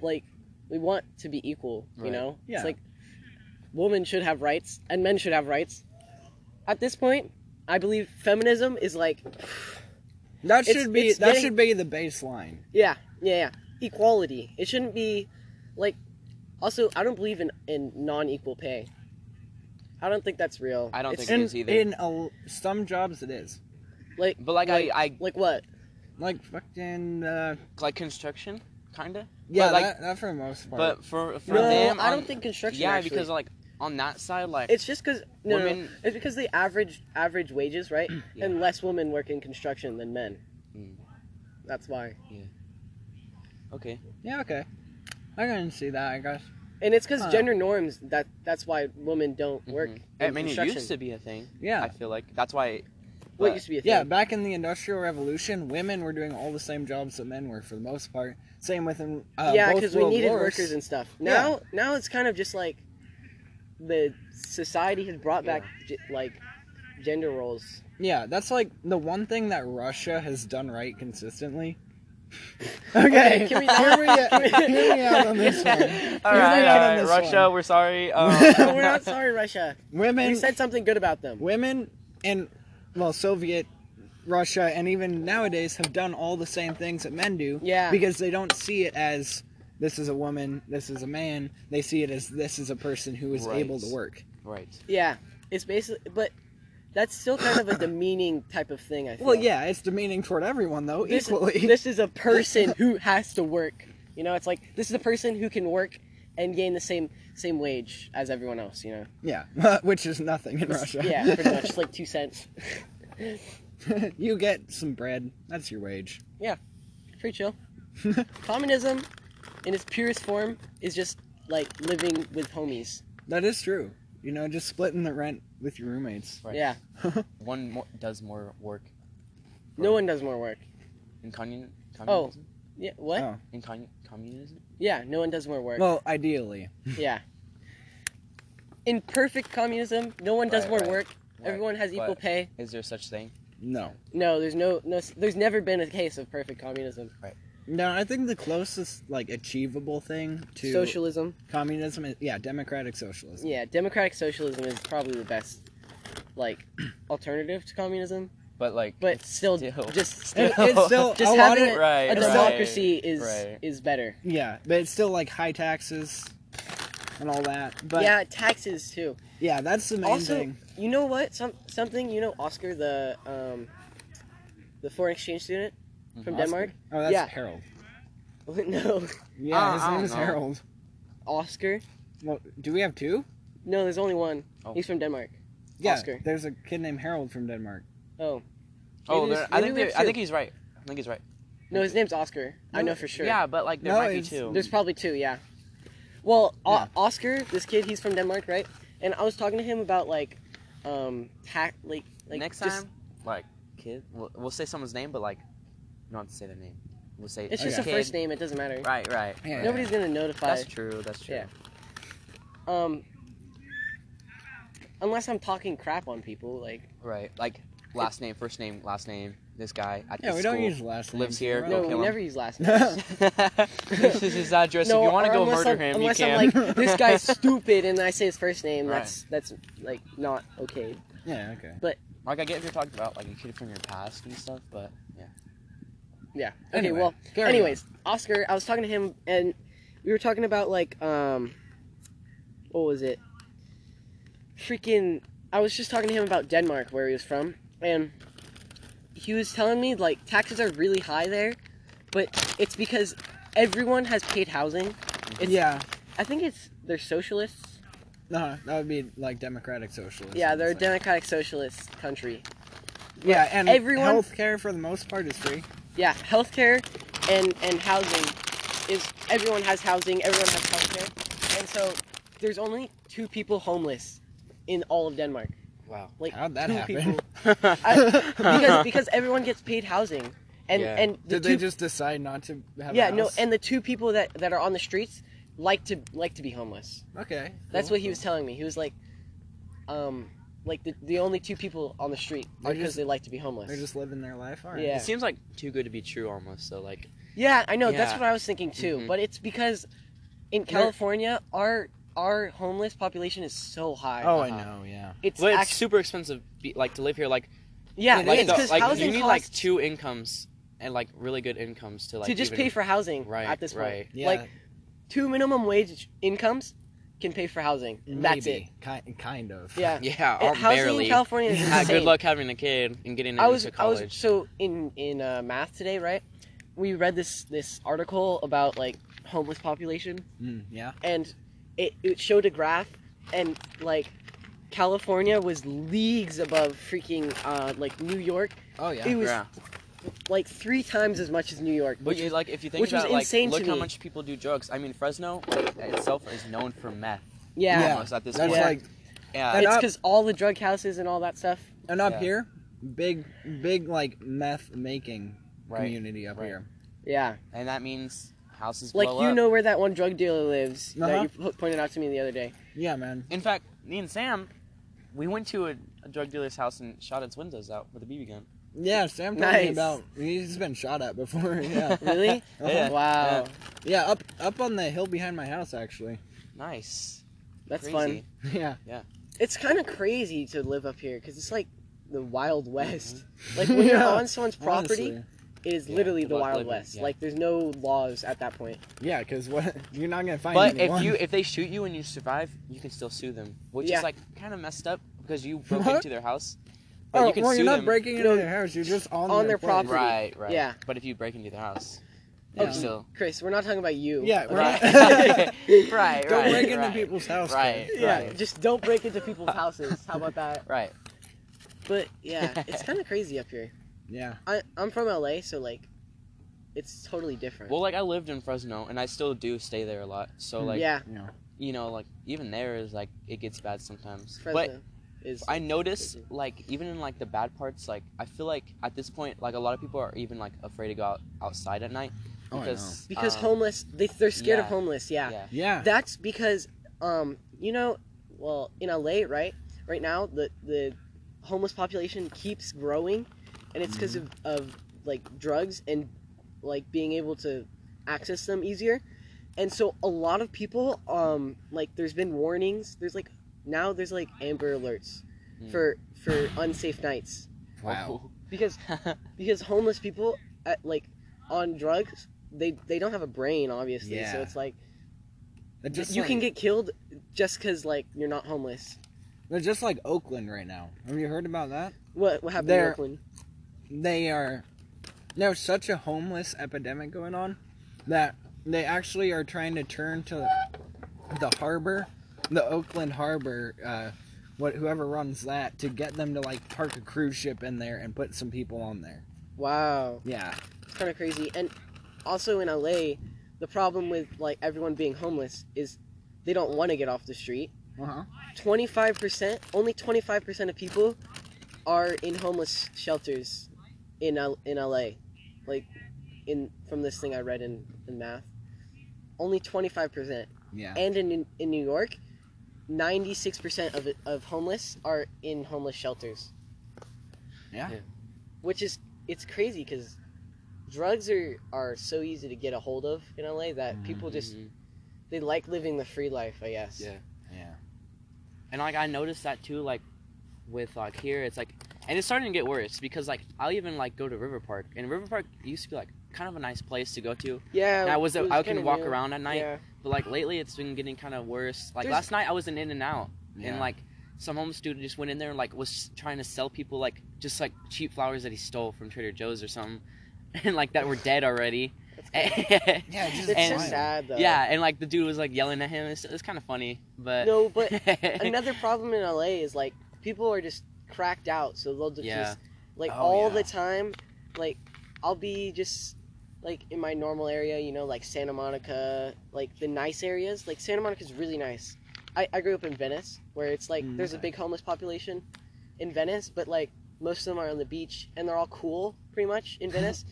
[SPEAKER 1] like we want to be equal, you
[SPEAKER 2] Right.
[SPEAKER 1] know?
[SPEAKER 3] Yeah.
[SPEAKER 1] It's like women should have rights and men should have rights. At this point, I believe feminism is like
[SPEAKER 3] that
[SPEAKER 1] it's-
[SPEAKER 3] should be
[SPEAKER 1] it's
[SPEAKER 3] that
[SPEAKER 1] getting-
[SPEAKER 3] should be the baseline.
[SPEAKER 1] yeah, yeah, yeah. Equality. It shouldn't be like also I don't believe in, in non equal pay. I don't think that's real.
[SPEAKER 2] I don't
[SPEAKER 1] It's-
[SPEAKER 2] think it
[SPEAKER 3] in
[SPEAKER 2] is either.
[SPEAKER 3] in a, some jobs it is.
[SPEAKER 1] like
[SPEAKER 2] But like, I, I
[SPEAKER 1] like what?
[SPEAKER 3] Like fucking uh,
[SPEAKER 2] like construction, kinda.
[SPEAKER 3] yeah,
[SPEAKER 2] but like
[SPEAKER 3] that, that for the most part.
[SPEAKER 2] but for for
[SPEAKER 3] No,
[SPEAKER 2] them,
[SPEAKER 1] I don't
[SPEAKER 2] on-
[SPEAKER 1] think construction.
[SPEAKER 2] Yeah,
[SPEAKER 1] actually.
[SPEAKER 2] because like on that side, like
[SPEAKER 1] It's just because no, no, no.
[SPEAKER 2] Women-
[SPEAKER 1] it's because the average average wages, right?
[SPEAKER 2] Yeah.
[SPEAKER 1] And less women work in construction than men.
[SPEAKER 2] Mm.
[SPEAKER 1] That's why.
[SPEAKER 2] okay,
[SPEAKER 3] yeah, okay. I can see that. I guess.
[SPEAKER 1] And it's because
[SPEAKER 3] Huh.
[SPEAKER 1] gender norms that that's why women don't work.
[SPEAKER 2] Mhm.
[SPEAKER 1] In
[SPEAKER 2] I mean, it
[SPEAKER 1] construction.
[SPEAKER 2] used to be a thing. I
[SPEAKER 3] Yeah.
[SPEAKER 2] feel like that's why.
[SPEAKER 1] What
[SPEAKER 2] but-
[SPEAKER 1] used to be a thing.
[SPEAKER 3] Yeah, back in the Industrial Revolution, women were doing all the same jobs that men were for the most part. Same with um, uh,
[SPEAKER 1] yeah,
[SPEAKER 3] both
[SPEAKER 1] because we
[SPEAKER 3] World
[SPEAKER 1] needed
[SPEAKER 3] Wars.
[SPEAKER 1] workers and stuff.
[SPEAKER 3] Yeah.
[SPEAKER 1] Now, now it's kind of just like the society has brought back g- like gender roles.
[SPEAKER 3] Yeah, that's like the one thing that Russia has done right consistently. okay,
[SPEAKER 1] Okay, can we-
[SPEAKER 3] hear me out, hear me out on this one.
[SPEAKER 2] all
[SPEAKER 3] You're
[SPEAKER 2] right,
[SPEAKER 3] right
[SPEAKER 2] all
[SPEAKER 3] on
[SPEAKER 2] right,
[SPEAKER 3] this
[SPEAKER 2] Russia,
[SPEAKER 3] one.
[SPEAKER 2] we're sorry. Um,
[SPEAKER 1] Oh, we're not sorry, Russia. We
[SPEAKER 3] Women,
[SPEAKER 1] said something good about them.
[SPEAKER 3] women, and well, Soviet, Russia, and even nowadays have done all the same things that men do.
[SPEAKER 1] Yeah.
[SPEAKER 3] because they don't see it as this is a woman, this is a man. They see it as this is a person who is
[SPEAKER 2] Right.
[SPEAKER 3] able to work.
[SPEAKER 2] Right.
[SPEAKER 1] Yeah, it's basically, but that's still kind of a demeaning type of thing. I feel.
[SPEAKER 3] Well, yeah, it's demeaning toward everyone though,
[SPEAKER 1] this,
[SPEAKER 3] equally.
[SPEAKER 1] this is a person who has to work. You know, it's like this is a person who can work and gain the same same wage as everyone else. You know,
[SPEAKER 3] yeah, which is nothing in Russia.
[SPEAKER 1] yeah, pretty much it's like two cents.
[SPEAKER 3] you get some bread. That's your wage.
[SPEAKER 1] Pretty chill. Communism, in its purest form, is just like living with homies.
[SPEAKER 3] That is true. You know, just splitting the rent with your roommates.
[SPEAKER 2] Right.
[SPEAKER 1] Yeah,
[SPEAKER 2] One more, does more work
[SPEAKER 1] no one does more work.
[SPEAKER 2] in commun-
[SPEAKER 1] Oh.
[SPEAKER 2] communism.
[SPEAKER 1] Yeah, what?
[SPEAKER 3] Oh.
[SPEAKER 2] In con- communism.
[SPEAKER 1] Yeah, no one does more work.
[SPEAKER 3] Well, ideally.
[SPEAKER 1] Yeah. In perfect communism, no one does
[SPEAKER 2] Right,
[SPEAKER 1] more
[SPEAKER 2] right,
[SPEAKER 1] work.
[SPEAKER 2] Right.
[SPEAKER 1] Everyone has equal
[SPEAKER 2] but-
[SPEAKER 1] pay.
[SPEAKER 2] Is there such thing?
[SPEAKER 3] No.
[SPEAKER 1] No, there's no, no, there's never been a case of perfect communism.
[SPEAKER 3] No, I think the closest like achievable thing to
[SPEAKER 1] Socialism.
[SPEAKER 3] communism is yeah, democratic socialism.
[SPEAKER 1] Yeah, democratic socialism is probably the best, like, alternative to communism.
[SPEAKER 2] But like,
[SPEAKER 1] But still,
[SPEAKER 2] Still.
[SPEAKER 1] just
[SPEAKER 3] It- it's still
[SPEAKER 1] just
[SPEAKER 3] a lot
[SPEAKER 1] having
[SPEAKER 3] of
[SPEAKER 1] a,
[SPEAKER 2] Right,
[SPEAKER 1] a
[SPEAKER 2] right,
[SPEAKER 1] democracy is
[SPEAKER 2] right.
[SPEAKER 1] is better.
[SPEAKER 3] yeah, but it's still like high taxes and all that. But yeah,
[SPEAKER 1] yeah, taxes too.
[SPEAKER 3] that's the main
[SPEAKER 1] Also-
[SPEAKER 3] thing.
[SPEAKER 1] You know what? Some something. You know, Oscar the um, the foreign exchange student from
[SPEAKER 2] Mhm.
[SPEAKER 1] Denmark.
[SPEAKER 3] Oh, that's
[SPEAKER 1] yeah. Ah,
[SPEAKER 3] Harold.
[SPEAKER 1] no,
[SPEAKER 3] Yeah,
[SPEAKER 2] Uh,
[SPEAKER 3] his
[SPEAKER 2] I
[SPEAKER 3] name
[SPEAKER 2] don't
[SPEAKER 3] is
[SPEAKER 2] know.
[SPEAKER 3] Harold.
[SPEAKER 1] Oscar.
[SPEAKER 3] Well, do we have two?
[SPEAKER 1] No, there's only one.
[SPEAKER 2] Oh.
[SPEAKER 1] He's from Denmark.
[SPEAKER 3] Yeah,
[SPEAKER 1] Oscar.
[SPEAKER 3] there's a kid named Harold from Denmark.
[SPEAKER 1] Oh.
[SPEAKER 2] oh,
[SPEAKER 1] Maybe
[SPEAKER 2] there,
[SPEAKER 1] there's-
[SPEAKER 2] I
[SPEAKER 1] maybe
[SPEAKER 2] think
[SPEAKER 1] we
[SPEAKER 2] there,
[SPEAKER 1] have
[SPEAKER 2] I
[SPEAKER 1] two.
[SPEAKER 2] think he's right. I think he's right.
[SPEAKER 1] No, his name's Oscar. I know for sure.
[SPEAKER 2] Yeah, but like there
[SPEAKER 3] No,
[SPEAKER 2] might be
[SPEAKER 3] it's-
[SPEAKER 2] two.
[SPEAKER 1] There's probably two, yeah. Well, O-
[SPEAKER 3] Yeah.
[SPEAKER 1] Oscar, this kid, he's from Denmark, right? And I was talking to him about like, um, tax, like, like
[SPEAKER 2] Next
[SPEAKER 1] just-
[SPEAKER 2] time, like kid, we'll, we'll say someone's name, but like, you don't have to say their name. We'll say
[SPEAKER 1] It's just
[SPEAKER 3] Okay.
[SPEAKER 1] a
[SPEAKER 2] kid.
[SPEAKER 1] first name. It doesn't matter.
[SPEAKER 2] Right, right.
[SPEAKER 3] Yeah.
[SPEAKER 2] right.
[SPEAKER 1] Nobody's gonna notify.
[SPEAKER 2] That's true. That's true.
[SPEAKER 1] Yeah. Um, unless I'm talking crap on people, like
[SPEAKER 2] Right. Like last name, first name, last name. This guy at
[SPEAKER 3] Yeah,
[SPEAKER 2] this
[SPEAKER 3] we don't
[SPEAKER 2] school.
[SPEAKER 3] use last names.
[SPEAKER 2] lives here.
[SPEAKER 3] We're
[SPEAKER 1] no,
[SPEAKER 3] all-
[SPEAKER 1] we
[SPEAKER 2] kill him.
[SPEAKER 1] never use last names.
[SPEAKER 2] this is his address. if you want to
[SPEAKER 1] or
[SPEAKER 2] go
[SPEAKER 1] unless
[SPEAKER 2] murder
[SPEAKER 1] I'm-
[SPEAKER 2] him, you
[SPEAKER 1] unless
[SPEAKER 2] can.
[SPEAKER 1] I'm like this guy's stupid, and I say his first name,
[SPEAKER 2] Right.
[SPEAKER 1] that's that's like not okay.
[SPEAKER 3] yeah, okay.
[SPEAKER 2] Like I get if you're talking about like a kid from your past and stuff, but yeah.
[SPEAKER 1] Yeah. Okay.
[SPEAKER 3] Anyway,
[SPEAKER 1] well,
[SPEAKER 3] carry on.
[SPEAKER 1] anyways, Oscar, I was talking to him, and we were talking about like um what was it? Freaking I was just talking to him about Denmark where he was from and he was telling me like taxes are really high there, but it's because everyone has paid housing. It's,
[SPEAKER 3] yeah,
[SPEAKER 1] I think it's they're socialists.
[SPEAKER 3] uh that would be like democratic socialism.
[SPEAKER 1] Yeah, they're a
[SPEAKER 3] It's like-
[SPEAKER 1] democratic socialist country.
[SPEAKER 3] Yeah, and
[SPEAKER 1] everyone-
[SPEAKER 3] healthcare for the most part is free.
[SPEAKER 1] Yeah, healthcare and and housing is everyone has housing, everyone has healthcare, and so there's only two people homeless in all of Denmark.
[SPEAKER 2] Wow.
[SPEAKER 1] Like
[SPEAKER 3] How'd that
[SPEAKER 1] two
[SPEAKER 3] happen?
[SPEAKER 1] people. I- because because everyone gets paid housing, and
[SPEAKER 2] Yeah.
[SPEAKER 1] and the
[SPEAKER 3] Did
[SPEAKER 1] two,
[SPEAKER 3] they just decide not to have? a
[SPEAKER 1] yeah no,
[SPEAKER 3] house?
[SPEAKER 1] and the two people that that are on the streets like to like to be homeless.
[SPEAKER 3] okay,
[SPEAKER 1] That's
[SPEAKER 3] cool.
[SPEAKER 1] what he was telling me. He was like, um, like the the only two people on the street are
[SPEAKER 3] They're
[SPEAKER 1] because
[SPEAKER 3] just-
[SPEAKER 1] they like to be homeless.
[SPEAKER 3] They're just living their life. All right.
[SPEAKER 1] Yeah.
[SPEAKER 2] It seems like too good to be true almost. So like
[SPEAKER 1] Yeah, I know. That's
[SPEAKER 2] Yeah.
[SPEAKER 1] what I was thinking too.
[SPEAKER 2] Mhm.
[SPEAKER 1] But it's because in
[SPEAKER 3] They're-
[SPEAKER 1] California, our our homeless population is so high.
[SPEAKER 3] Oh, I
[SPEAKER 2] Uh-huh.
[SPEAKER 3] know. Yeah.
[SPEAKER 1] it's,
[SPEAKER 2] well, it's
[SPEAKER 1] actually
[SPEAKER 2] super expensive be, like to live here like
[SPEAKER 1] yeah,
[SPEAKER 3] It
[SPEAKER 2] like,
[SPEAKER 1] it's
[SPEAKER 3] is.
[SPEAKER 2] the-
[SPEAKER 1] because
[SPEAKER 2] like,
[SPEAKER 1] housing
[SPEAKER 2] you need like
[SPEAKER 1] costs
[SPEAKER 2] two incomes and like really good incomes to like
[SPEAKER 1] to just
[SPEAKER 2] even-
[SPEAKER 1] pay for housing
[SPEAKER 2] right
[SPEAKER 1] at this point.
[SPEAKER 2] right.
[SPEAKER 3] Yeah.
[SPEAKER 1] Like two minimum wage incomes can pay for housing. That's it.
[SPEAKER 3] maybe, ki- kind of.
[SPEAKER 1] Yeah.
[SPEAKER 2] Yeah,
[SPEAKER 1] It-
[SPEAKER 2] or
[SPEAKER 1] housing
[SPEAKER 2] barely.
[SPEAKER 1] in California is
[SPEAKER 2] Ah,
[SPEAKER 1] insane.
[SPEAKER 2] good luck having a kid and getting
[SPEAKER 1] I
[SPEAKER 2] into
[SPEAKER 1] was I
[SPEAKER 2] college.
[SPEAKER 1] was so in in uh, math today, right? We read this this article about like homeless population
[SPEAKER 3] Mm, yeah.
[SPEAKER 1] and it, it showed a graph and like California was leagues above freaking uh, like New York.
[SPEAKER 3] Oh yeah.
[SPEAKER 1] It was
[SPEAKER 2] Yeah.
[SPEAKER 1] like three times as much as New York.
[SPEAKER 2] But
[SPEAKER 1] Which
[SPEAKER 2] you,
[SPEAKER 1] is,
[SPEAKER 2] like, if you think
[SPEAKER 1] which was
[SPEAKER 2] about it, like,
[SPEAKER 1] insane
[SPEAKER 2] look
[SPEAKER 1] to
[SPEAKER 2] how
[SPEAKER 1] me.
[SPEAKER 2] much people do drugs. I mean, Fresno like, itself is known for meth.
[SPEAKER 1] yeah,
[SPEAKER 3] Yeah.
[SPEAKER 2] almost at this
[SPEAKER 3] That's
[SPEAKER 2] point.
[SPEAKER 3] like,
[SPEAKER 2] Yeah,
[SPEAKER 3] And
[SPEAKER 1] it's
[SPEAKER 3] up-
[SPEAKER 1] because all the drug houses and all that stuff.
[SPEAKER 3] and up
[SPEAKER 2] Yeah.
[SPEAKER 3] here, big, big like meth making
[SPEAKER 2] right.
[SPEAKER 3] community up
[SPEAKER 2] right.
[SPEAKER 3] here.
[SPEAKER 1] Yeah,
[SPEAKER 2] And that means houses
[SPEAKER 1] like
[SPEAKER 2] blow
[SPEAKER 1] you
[SPEAKER 2] up.
[SPEAKER 1] know where that one drug dealer lives that
[SPEAKER 3] Uh-huh.
[SPEAKER 1] you po- pointed out to me the other day.
[SPEAKER 3] Yeah, man.
[SPEAKER 2] In fact, me and Sam, we went to a, a drug dealer's house and shot its windows out with a BB gun.
[SPEAKER 3] Yeah, Sam told me
[SPEAKER 1] Nice.
[SPEAKER 3] about. He's been shot at before. Yeah.
[SPEAKER 1] Really?
[SPEAKER 3] Uh-huh.
[SPEAKER 2] Yeah.
[SPEAKER 1] Wow,
[SPEAKER 3] yeah. Up, up on the hill behind my house, actually.
[SPEAKER 2] Nice.
[SPEAKER 1] that's
[SPEAKER 2] Crazy.
[SPEAKER 1] fun.
[SPEAKER 3] Yeah.
[SPEAKER 1] It's kind of crazy to live up here because it's like the Wild West.
[SPEAKER 2] Mm-hmm.
[SPEAKER 1] Like when you're
[SPEAKER 3] Yeah.
[SPEAKER 1] on someone's property,
[SPEAKER 3] Honestly.
[SPEAKER 1] it is
[SPEAKER 2] Yeah,
[SPEAKER 1] literally
[SPEAKER 2] good
[SPEAKER 1] the
[SPEAKER 2] luck
[SPEAKER 1] Wild
[SPEAKER 2] living,
[SPEAKER 1] West.
[SPEAKER 2] yeah.
[SPEAKER 1] Like there's no laws at that point.
[SPEAKER 3] Yeah, because what you're not gonna find.
[SPEAKER 2] But if
[SPEAKER 3] anyone.
[SPEAKER 2] you if they shoot you and you survive, you can still sue them, which
[SPEAKER 1] Yeah.
[SPEAKER 2] is like kind of messed up because you broke
[SPEAKER 3] What?
[SPEAKER 2] into their house. But
[SPEAKER 3] oh,
[SPEAKER 2] you can
[SPEAKER 3] well,
[SPEAKER 2] sue
[SPEAKER 3] you're not
[SPEAKER 2] them.
[SPEAKER 3] breaking into
[SPEAKER 1] No,
[SPEAKER 3] their house. You're just on,
[SPEAKER 1] on their
[SPEAKER 3] place.
[SPEAKER 1] property.
[SPEAKER 2] Right, right.
[SPEAKER 1] Yeah.
[SPEAKER 2] But if you break into their house,
[SPEAKER 3] Yeah.
[SPEAKER 2] you still
[SPEAKER 1] Chris, we're not talking about you.
[SPEAKER 3] Yeah, we're
[SPEAKER 2] Right.
[SPEAKER 3] not-
[SPEAKER 2] right, right.
[SPEAKER 3] Don't break into
[SPEAKER 2] right.
[SPEAKER 3] people's house.
[SPEAKER 2] Right,
[SPEAKER 3] man.
[SPEAKER 1] Yeah,
[SPEAKER 2] right.
[SPEAKER 1] just don't break into people's houses. How about that?
[SPEAKER 2] Right.
[SPEAKER 1] But yeah, it's kind of crazy up here.
[SPEAKER 3] Yeah.
[SPEAKER 1] I, I'm from LA, so like, it's totally different.
[SPEAKER 2] Well, like I lived in Fresno, and I still do stay there a lot. So like,
[SPEAKER 1] yeah,
[SPEAKER 3] You know.
[SPEAKER 2] you know, like even there is like it gets bad sometimes.
[SPEAKER 1] Fresno is.
[SPEAKER 2] But I notice like even in like the bad parts, like I feel like at this point, like a lot of people are even like afraid to go out, outside at night
[SPEAKER 3] Oh, I
[SPEAKER 2] because
[SPEAKER 1] because
[SPEAKER 2] um,
[SPEAKER 1] homeless, they they're scared of
[SPEAKER 2] yeah,
[SPEAKER 1] homeless. Yeah.
[SPEAKER 2] Yeah.
[SPEAKER 3] Yeah.
[SPEAKER 1] that's because um you know, well in LA right right now the the homeless population keeps growing, and it's because of of like drugs and like being able to access them easier, and so a lot of people um like there's been warnings. There's like now there's like Amber Alerts
[SPEAKER 2] Mm.
[SPEAKER 1] for for unsafe nights. because because homeless people at, like on drugs they they don't have a brain obviously so
[SPEAKER 3] Yeah.
[SPEAKER 1] it's like
[SPEAKER 3] They're just
[SPEAKER 1] you can
[SPEAKER 3] like-
[SPEAKER 1] get killed just because like you're not homeless
[SPEAKER 3] They're just like Oakland right now. Have you heard about that?
[SPEAKER 1] what what happened in
[SPEAKER 3] They're-
[SPEAKER 1] Oakland
[SPEAKER 3] They are. There's such a homeless epidemic going on that they actually are trying to turn to the harbor, the Oakland harbor. Uh, what whoever runs that to get them to like park a cruise ship in there and put some people on there.
[SPEAKER 1] wow
[SPEAKER 3] Yeah.
[SPEAKER 1] it's kind of crazy and also in LA the problem with like everyone being homeless is they don't want to get off the street
[SPEAKER 3] Uh huh.
[SPEAKER 1] 25% only 25% of people are in homeless shelters in L- in LA like in from this thing I read in, in math only 25%
[SPEAKER 3] Yeah.
[SPEAKER 1] and in in New York 96% of it, of homeless are in homeless shelters
[SPEAKER 3] Yeah.
[SPEAKER 2] Yeah.
[SPEAKER 1] which is it's crazy cuz drugs are are so easy to get a hold of in LA that people just
[SPEAKER 2] Mhm.
[SPEAKER 1] they like living the free life I guess
[SPEAKER 2] Yeah.
[SPEAKER 3] Yeah.
[SPEAKER 2] And like I noticed that too, like with like here, it's like, and it's starting to get worse because like I'll even like go to River Park, and River Park used to be like kind of a nice place to go to.
[SPEAKER 1] Yeah.
[SPEAKER 2] And I was,
[SPEAKER 1] Oh, it
[SPEAKER 2] I can
[SPEAKER 1] kinda
[SPEAKER 2] walk
[SPEAKER 1] new.
[SPEAKER 2] around at night,
[SPEAKER 1] Yeah.
[SPEAKER 2] but like lately it's been getting kind of worse. Like
[SPEAKER 1] There's-
[SPEAKER 2] last night I was in In and Out,
[SPEAKER 3] Yeah.
[SPEAKER 2] and like some homeless dude just went in there and like was trying to sell people like just like cheap flowers that he stole from Trader Joe's or something, and like that were dead already.
[SPEAKER 1] That's kinda-
[SPEAKER 2] yeah,
[SPEAKER 3] Yeah, just
[SPEAKER 1] It's
[SPEAKER 2] and-
[SPEAKER 1] so sad though.
[SPEAKER 2] and like the dude was like yelling at him. It's, it's kind of funny, but
[SPEAKER 1] No, but Another problem in LA is like people are just cracked out, so they'll just,
[SPEAKER 2] Yeah.
[SPEAKER 1] just, like
[SPEAKER 3] Oh,
[SPEAKER 1] all
[SPEAKER 3] yeah.
[SPEAKER 1] the time. Like I'll be just like in my normal area, you know, like Santa Monica, like the nice areas. Like Santa Monica's really nice. I, I grew up in Venice, where it's like
[SPEAKER 3] Mm,
[SPEAKER 1] there's a
[SPEAKER 3] okay.
[SPEAKER 1] big homeless population in Venice, but like most of them are on the beach and they're all cool pretty much in Venice.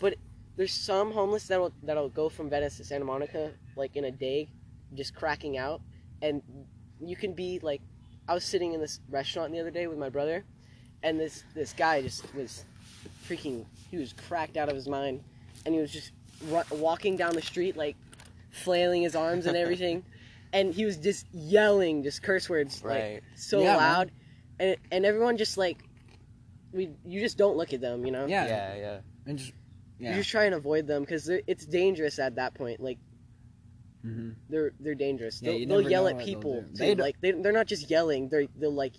[SPEAKER 1] but there's some homeless that'll that'll go from Venice to Santa Monica like in a day, just cracking out, and you can be like, I was sitting in this restaurant the other day with my brother, and this this guy just was freaking he was cracked out of his mind, and he was just ru- walking down the street like flailing his arms and everything, and he was just yelling just curse words like
[SPEAKER 2] right.
[SPEAKER 1] so
[SPEAKER 3] Yeah, man.
[SPEAKER 1] loud, and and everyone just like, we you just don't look at them, you know.
[SPEAKER 3] Yeah.
[SPEAKER 2] yeah, yeah.
[SPEAKER 3] And just
[SPEAKER 1] You
[SPEAKER 3] yeah.
[SPEAKER 1] just try and avoid them because it's dangerous at that point. Like
[SPEAKER 3] hmm
[SPEAKER 1] they're they're dangerous.
[SPEAKER 3] Yeah,
[SPEAKER 1] They'll,
[SPEAKER 3] you
[SPEAKER 1] they'll
[SPEAKER 3] never
[SPEAKER 1] yell
[SPEAKER 3] know
[SPEAKER 1] at
[SPEAKER 3] what they'll
[SPEAKER 1] people.
[SPEAKER 3] do.
[SPEAKER 1] too.
[SPEAKER 3] They don't-
[SPEAKER 1] like they they're not just yelling. They they'll like,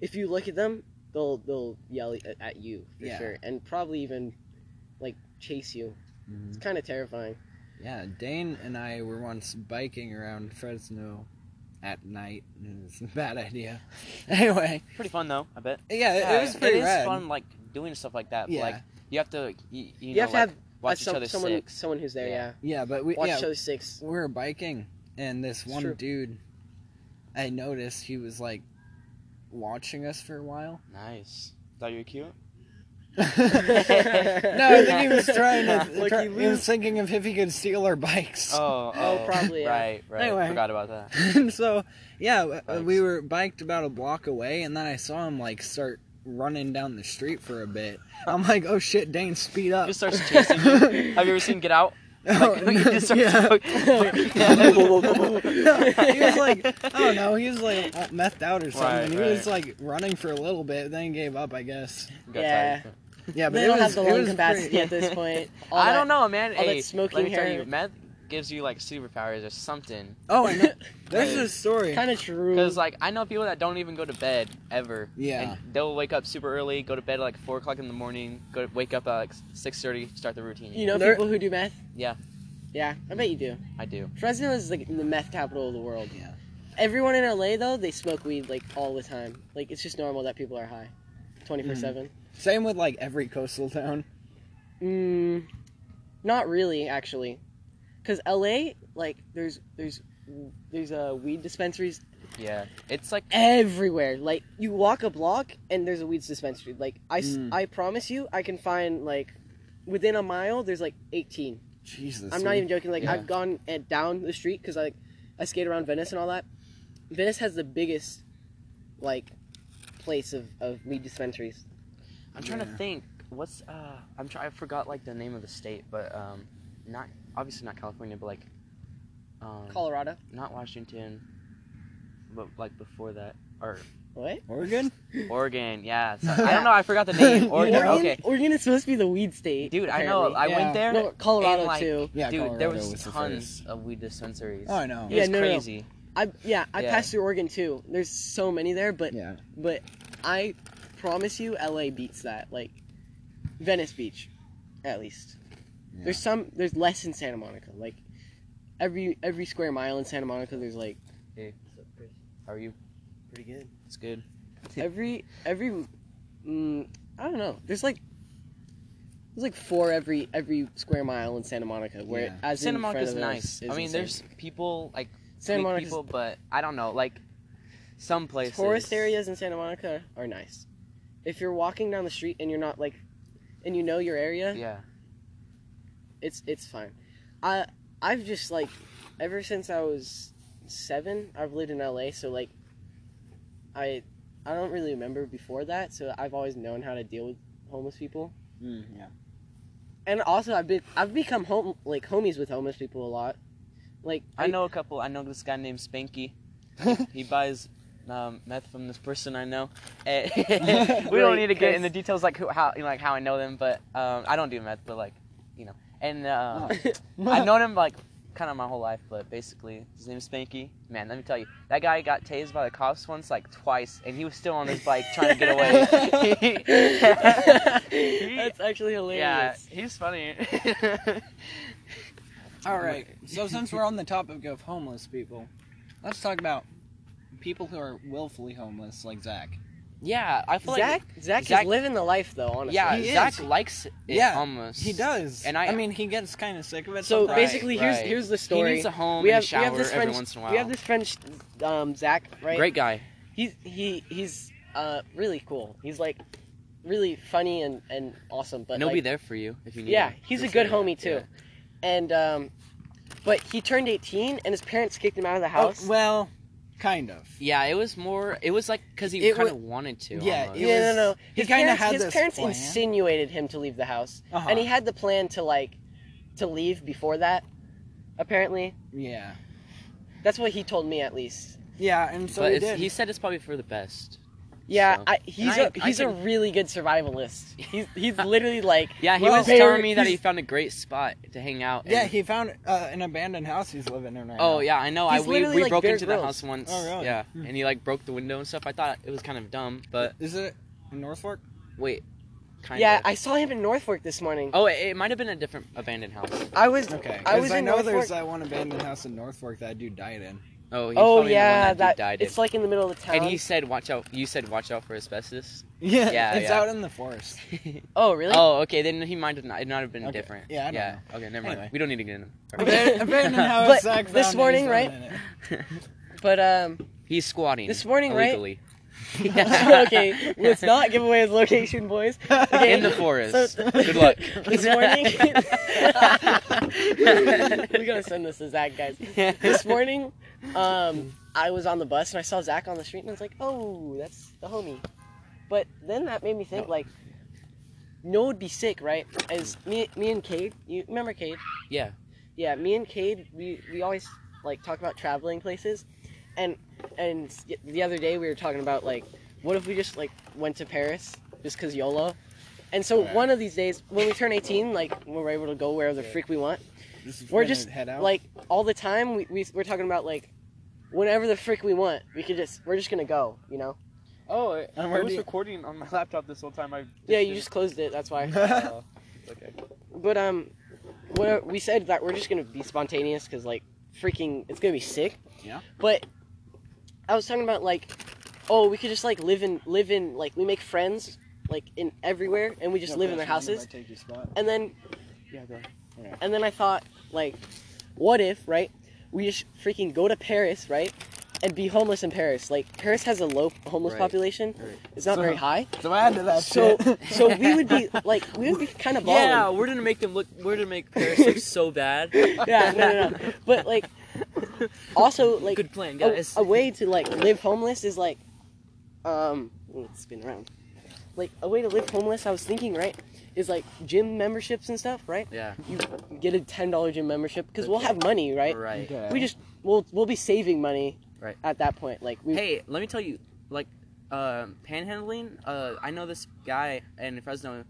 [SPEAKER 1] if you look at them, they'll they'll yell at- at you for
[SPEAKER 3] Yeah.
[SPEAKER 1] sure, and probably even like chase you.
[SPEAKER 3] Mhm.
[SPEAKER 1] It's kind of terrifying.
[SPEAKER 3] Yeah, Dane and I were once biking around Fresno at night. It was a bad idea. Anyway,
[SPEAKER 2] Pretty fun though, I bet.
[SPEAKER 3] yeah, it- it was pretty
[SPEAKER 2] Uh, it is
[SPEAKER 3] rad.
[SPEAKER 2] fun, like doing stuff like that. but,
[SPEAKER 3] Yeah.
[SPEAKER 2] Like you have to, you, you,
[SPEAKER 1] You,
[SPEAKER 2] know,
[SPEAKER 1] have to
[SPEAKER 2] like,
[SPEAKER 1] have uh,
[SPEAKER 2] watch each
[SPEAKER 1] some,
[SPEAKER 2] other
[SPEAKER 1] someone
[SPEAKER 2] sick.
[SPEAKER 1] someone who's there.
[SPEAKER 2] Yeah.
[SPEAKER 1] Yeah,
[SPEAKER 3] Yeah, but we
[SPEAKER 1] watch
[SPEAKER 3] yeah,
[SPEAKER 1] each other six.
[SPEAKER 3] we were biking, and this one
[SPEAKER 1] true.
[SPEAKER 3] dude, I noticed he was like watching us for a while.
[SPEAKER 2] Nice. Thought you were cute.
[SPEAKER 3] no, I think he was trying to.
[SPEAKER 1] Lucky
[SPEAKER 3] try- he
[SPEAKER 1] Luke.
[SPEAKER 3] was thinking of if he could steal our bikes.
[SPEAKER 2] Oh,
[SPEAKER 1] Oh, probably, yeah.
[SPEAKER 2] Right, right.
[SPEAKER 3] Anyway.
[SPEAKER 2] Forgot about that.
[SPEAKER 3] and so yeah w- uh,
[SPEAKER 2] Bikes.
[SPEAKER 3] we were biked about a block away and then i saw him like start running down the street for a bit i'm like oh shit dane speed up
[SPEAKER 2] He starts chasing you. Have you ever seen Get Out?
[SPEAKER 3] Oh,
[SPEAKER 2] Like, he just starts
[SPEAKER 3] yeah.
[SPEAKER 2] fucking-
[SPEAKER 3] he was like i don't know he was like all methed out or something
[SPEAKER 2] Right,
[SPEAKER 3] and he
[SPEAKER 2] right.
[SPEAKER 3] was like running for a little bit then he gave up i guess
[SPEAKER 2] Got
[SPEAKER 1] Yeah.
[SPEAKER 2] tired.
[SPEAKER 3] yeah but
[SPEAKER 1] they
[SPEAKER 3] it
[SPEAKER 1] don't have
[SPEAKER 3] was,
[SPEAKER 1] the
[SPEAKER 3] it
[SPEAKER 1] lung
[SPEAKER 3] was
[SPEAKER 1] capacity
[SPEAKER 3] pretty-
[SPEAKER 1] at this point. All
[SPEAKER 2] I
[SPEAKER 1] that-
[SPEAKER 2] don't know, man.
[SPEAKER 1] all that
[SPEAKER 2] hey,
[SPEAKER 1] smoking
[SPEAKER 2] let me tell
[SPEAKER 1] hair.
[SPEAKER 2] you, meth gives you like superpowers or something.
[SPEAKER 3] oh i know there's
[SPEAKER 2] Right.
[SPEAKER 3] this story
[SPEAKER 1] Kind of true.
[SPEAKER 2] Because like I know people that don't even go to bed ever.
[SPEAKER 3] Yeah.
[SPEAKER 2] And they'll wake up super early, go to bed at like four o'clock in the morning, go to, wake up at like six thirty, start the routine.
[SPEAKER 1] you know
[SPEAKER 3] There-
[SPEAKER 1] people who do meth.
[SPEAKER 2] Yeah.
[SPEAKER 1] Yeah, I bet you do.
[SPEAKER 2] I do.
[SPEAKER 1] Fresno is like the meth capital of the world.
[SPEAKER 3] Yeah.
[SPEAKER 1] Everyone in LA though, they smoke weed like all the time. Like it's just normal that people are high, twenty four seven.
[SPEAKER 3] same with like every coastal town
[SPEAKER 1] Mm, not really actually, because LA like there's there's there's uh, weed dispensaries
[SPEAKER 2] Yeah. It's like
[SPEAKER 1] everywhere. Like you walk a block and there's a weed dispensary. Like I s-
[SPEAKER 3] Mm.
[SPEAKER 1] I promise you, I can find like within a mile there's like eighteen.
[SPEAKER 3] jesus
[SPEAKER 1] I'm not even joking. Like
[SPEAKER 2] Yeah.
[SPEAKER 1] I've gone and down the street because like I skate around Venice and all that. Venice has the biggest like place of, of weed dispensaries.
[SPEAKER 2] I'm trying
[SPEAKER 3] Yeah.
[SPEAKER 2] to think. What's uh? I'm trying. I forgot like the name of the state, but um, not obviously not California, but like um,
[SPEAKER 1] Colorado.
[SPEAKER 2] not Washington, but like before that, or
[SPEAKER 1] What?
[SPEAKER 3] oregon
[SPEAKER 2] Oregon. Yeah. So, I don't know. I forgot the name. Oregon.
[SPEAKER 1] Oregon,
[SPEAKER 2] Okay.
[SPEAKER 1] Oregon is supposed to be the weed state.
[SPEAKER 2] Dude, I know.
[SPEAKER 1] apparently.
[SPEAKER 2] I
[SPEAKER 3] Yeah.
[SPEAKER 2] went there.
[SPEAKER 1] no, Colorado
[SPEAKER 2] and, like,
[SPEAKER 1] too.
[SPEAKER 3] yeah
[SPEAKER 2] Dude,
[SPEAKER 3] Colorado
[SPEAKER 2] there was,
[SPEAKER 3] the
[SPEAKER 2] tons
[SPEAKER 3] first.
[SPEAKER 2] of weed dispensaries.
[SPEAKER 3] oh i know
[SPEAKER 2] It
[SPEAKER 1] Yeah,
[SPEAKER 2] was
[SPEAKER 1] no, no, no.
[SPEAKER 2] crazy.
[SPEAKER 1] I yeah, I
[SPEAKER 2] Yeah.
[SPEAKER 1] passed through Oregon too. There's so many there, but
[SPEAKER 3] yeah
[SPEAKER 1] but I promise you, LA beats that. Like Venice Beach, at least.
[SPEAKER 3] Yeah.
[SPEAKER 1] There's some. There's less in Santa Monica. Like every every square mile in Santa Monica, there's like
[SPEAKER 2] How are you?
[SPEAKER 1] pretty good.
[SPEAKER 2] It's good.
[SPEAKER 1] Every every, mm, I don't know. There's like. There's like four every every square mile in Santa Monica. Where
[SPEAKER 3] Yeah.
[SPEAKER 1] as
[SPEAKER 2] Santa
[SPEAKER 1] in front
[SPEAKER 2] Monica's
[SPEAKER 1] of us is
[SPEAKER 2] nice. I mean,
[SPEAKER 1] insane.
[SPEAKER 2] there's people like
[SPEAKER 1] Santa
[SPEAKER 2] big
[SPEAKER 1] Monica's
[SPEAKER 2] people, but I don't know. Like some places.
[SPEAKER 1] Tourist areas in Santa Monica are nice. If you're walking down the street and you're not like, and you know your area,
[SPEAKER 2] Yeah.
[SPEAKER 1] it's it's fine. I I've just like ever since I was seven, I've lived in LA, so like I I don't really remember before that, so I've always known how to deal with homeless people.
[SPEAKER 3] Mm, yeah
[SPEAKER 1] And also I've been I've become home like homies with homeless people a lot. Like
[SPEAKER 2] I know a couple. I know this guy named Spanky. he buys um, meth from this person I know. Eh, we don't
[SPEAKER 1] Right,
[SPEAKER 2] need to get in
[SPEAKER 1] cause-
[SPEAKER 2] the details like who, how you know, like how I know them, but um, I don't do meth. But like you know, and uh, I've known him like kind of my whole life, but basically his name is Spanky. Man, let me tell you, that guy got tased by the cops once, like twice, and he was still on his bike trying to get away.
[SPEAKER 1] That's actually
[SPEAKER 2] yeah,
[SPEAKER 1] hilarious.
[SPEAKER 2] he's funny.
[SPEAKER 3] All right. So since we're on the topic of homeless people, let's talk about people who are willfully homeless, like Zach.
[SPEAKER 2] yeah, I feel
[SPEAKER 1] Zach, Zach,
[SPEAKER 2] Zach-
[SPEAKER 1] is living the life though,
[SPEAKER 2] like
[SPEAKER 1] honestly.
[SPEAKER 2] yeah,
[SPEAKER 3] He
[SPEAKER 2] Zach
[SPEAKER 3] is.
[SPEAKER 2] likes it
[SPEAKER 3] Yeah,
[SPEAKER 2] almost.
[SPEAKER 3] He does.
[SPEAKER 2] And
[SPEAKER 3] And
[SPEAKER 2] I-
[SPEAKER 3] I, I mean, he gets kind of sick of it.
[SPEAKER 1] So
[SPEAKER 3] sometimes.
[SPEAKER 1] basically, here's
[SPEAKER 2] right.
[SPEAKER 1] here's the
[SPEAKER 2] He
[SPEAKER 1] story.
[SPEAKER 2] needs a home
[SPEAKER 1] we
[SPEAKER 2] and
[SPEAKER 1] have
[SPEAKER 2] a shower
[SPEAKER 1] we have this
[SPEAKER 2] every
[SPEAKER 1] friend
[SPEAKER 2] once in a while.
[SPEAKER 1] we have this French um, Zach right.
[SPEAKER 2] Great guy.
[SPEAKER 1] He's he he's uh really cool. He's like really funny and and awesome. But
[SPEAKER 2] and he'll
[SPEAKER 1] like,
[SPEAKER 2] be there for you if you need
[SPEAKER 1] Yeah,
[SPEAKER 2] him.
[SPEAKER 1] he's a
[SPEAKER 2] He'll
[SPEAKER 1] good
[SPEAKER 2] show you.
[SPEAKER 1] homie too.
[SPEAKER 2] Yeah.
[SPEAKER 1] And um, but he turned 18 and his parents kicked him out of the
[SPEAKER 3] Oh,
[SPEAKER 1] house.
[SPEAKER 3] well, kind of.
[SPEAKER 2] Yeah, it was more. It was like because he
[SPEAKER 1] It
[SPEAKER 2] kind
[SPEAKER 1] wa-
[SPEAKER 2] of wanted to.
[SPEAKER 3] Yeah,
[SPEAKER 2] almost.
[SPEAKER 3] it
[SPEAKER 1] yeah,
[SPEAKER 3] was-
[SPEAKER 1] no, no.
[SPEAKER 3] he
[SPEAKER 1] His
[SPEAKER 3] kinda
[SPEAKER 1] parents,
[SPEAKER 3] had
[SPEAKER 1] his
[SPEAKER 3] this
[SPEAKER 1] parents
[SPEAKER 3] plan.
[SPEAKER 1] insinuated him to leave the house,
[SPEAKER 3] Uh-huh.
[SPEAKER 1] and he had the plan to like to leave before that. Apparently,
[SPEAKER 3] yeah.
[SPEAKER 1] that's what he told me at least.
[SPEAKER 3] Yeah, and so
[SPEAKER 2] but
[SPEAKER 3] he
[SPEAKER 2] it's-
[SPEAKER 3] did.
[SPEAKER 2] he said it's probably for the best.
[SPEAKER 1] Yeah,
[SPEAKER 2] So-
[SPEAKER 1] I, he's
[SPEAKER 2] And I-
[SPEAKER 1] a
[SPEAKER 2] I
[SPEAKER 1] he's a
[SPEAKER 2] can-
[SPEAKER 1] really good survivalist. He's he's literally like
[SPEAKER 2] Yeah, he
[SPEAKER 3] Well,
[SPEAKER 2] was telling
[SPEAKER 1] parent-
[SPEAKER 2] me that he
[SPEAKER 1] he's-
[SPEAKER 2] found a great spot to hang out.
[SPEAKER 3] yeah,
[SPEAKER 2] and-
[SPEAKER 3] he found uh, an abandoned house he's living in right now.
[SPEAKER 2] oh yeah, I know. I
[SPEAKER 1] He's
[SPEAKER 2] we,
[SPEAKER 1] literally
[SPEAKER 2] we
[SPEAKER 1] like
[SPEAKER 2] broke
[SPEAKER 1] Bear
[SPEAKER 2] into the
[SPEAKER 1] Grylls.
[SPEAKER 2] house once.
[SPEAKER 3] Oh, really?
[SPEAKER 2] Yeah,
[SPEAKER 3] Hmm.
[SPEAKER 2] and he like broke the window and stuff. I thought it was kind of dumb, but
[SPEAKER 3] Is it in North Fork?
[SPEAKER 2] wait, kind
[SPEAKER 1] yeah.
[SPEAKER 2] of.
[SPEAKER 1] I saw him in Norfolk this morning.
[SPEAKER 2] oh, it, it might have been a different abandoned house.
[SPEAKER 1] I was
[SPEAKER 3] Okay.
[SPEAKER 1] I
[SPEAKER 3] 'cause
[SPEAKER 1] was
[SPEAKER 3] I
[SPEAKER 1] in
[SPEAKER 3] know
[SPEAKER 1] North Fork.
[SPEAKER 3] there's that one abandoned house in North Fork that dude died in.
[SPEAKER 2] Oh, he's
[SPEAKER 1] Oh
[SPEAKER 2] probably
[SPEAKER 1] yeah,
[SPEAKER 2] the one that,
[SPEAKER 1] that,
[SPEAKER 2] dude died. in.
[SPEAKER 1] it's like in the middle of town.
[SPEAKER 2] and he said, "Watch out!" You said, "Watch out for asbestos."
[SPEAKER 3] Yeah,
[SPEAKER 2] Yeah,
[SPEAKER 3] it's
[SPEAKER 2] yeah.
[SPEAKER 3] out in the forest.
[SPEAKER 1] oh really?
[SPEAKER 2] Oh, okay. Then he might have not. It might have been
[SPEAKER 3] Okay,
[SPEAKER 2] different.
[SPEAKER 3] yeah, I don't
[SPEAKER 2] yeah. Okay, never mind.
[SPEAKER 3] Anyway.
[SPEAKER 2] We don't need to get into.
[SPEAKER 3] Abandoned abandoned house.
[SPEAKER 1] But
[SPEAKER 3] Zach
[SPEAKER 1] this
[SPEAKER 3] found it,
[SPEAKER 1] morning,
[SPEAKER 3] he's
[SPEAKER 1] right?
[SPEAKER 3] living in it.
[SPEAKER 1] But um,
[SPEAKER 2] He's squatting.
[SPEAKER 1] This morning, right?
[SPEAKER 2] illegally.
[SPEAKER 1] okay, let's not give away his location, boys. Okay.
[SPEAKER 2] In the forest.
[SPEAKER 1] So-
[SPEAKER 2] Good luck.
[SPEAKER 1] This morning, we gotta send this to Zach, guys. This morning, um, I was on the bus and I saw Zach on the street and I was like, "Oh, that's the homie." But then that made me think, like, no would be sick, right? As me, me and Cade, you remember Cade?
[SPEAKER 2] Yeah.
[SPEAKER 1] Yeah, me and Cade, we, we always like talk about traveling places, and and the other day we were talking about like, what if we just like went to Paris just because YOLO, and so
[SPEAKER 3] Right.
[SPEAKER 1] one of these days when we turn 18, like when we're able to go where the freak we want,
[SPEAKER 3] This is
[SPEAKER 1] we're
[SPEAKER 3] gonna
[SPEAKER 1] just
[SPEAKER 3] head out.
[SPEAKER 1] like all the time we, we we're talking about like, whenever the freak we want, we could just we're just gonna go, you know?
[SPEAKER 2] Oh, I,
[SPEAKER 3] And where do you-
[SPEAKER 2] recording on my laptop this whole time. I
[SPEAKER 1] Yeah, you just closed it, that's why.
[SPEAKER 2] Uh, it's okay.
[SPEAKER 1] But um, what we said that we're just gonna be spontaneous because like freaking, it's gonna be sick.
[SPEAKER 3] Yeah.
[SPEAKER 1] But I was talking about like, oh, we could just like live in live in like we make friends like in everywhere, and we just live in their houses. And then
[SPEAKER 2] Yeah, go ahead.
[SPEAKER 1] and then I thought like, what if right? We just freaking go to Paris right, and be homeless in Paris. Like Paris has a low homeless
[SPEAKER 2] Right.
[SPEAKER 1] population.
[SPEAKER 2] Right.
[SPEAKER 1] It's not
[SPEAKER 3] So-
[SPEAKER 1] very high.
[SPEAKER 3] So add to that
[SPEAKER 1] So
[SPEAKER 3] shit.
[SPEAKER 1] so we would be like we would be kind of balling.
[SPEAKER 2] Yeah, we're gonna make them look. We're gonna make Paris look so bad.
[SPEAKER 1] yeah, no, no, no. But like, also like oh,
[SPEAKER 2] Good plan,
[SPEAKER 1] a,
[SPEAKER 2] guys.
[SPEAKER 1] a way to like live homeless is like, um, ooh, it's spin around. Like a way to live homeless, I was thinking right, is like gym memberships and stuff, right?
[SPEAKER 2] yeah.
[SPEAKER 1] You get a ten dollar gym membership because we'll have money, right?
[SPEAKER 2] Right.
[SPEAKER 3] Okay.
[SPEAKER 1] We just we'll we'll be saving money.
[SPEAKER 2] Right.
[SPEAKER 1] At that point, like we.
[SPEAKER 2] Hey, let me tell you, like, um panhandling. Uh, I know this guy in Fresno.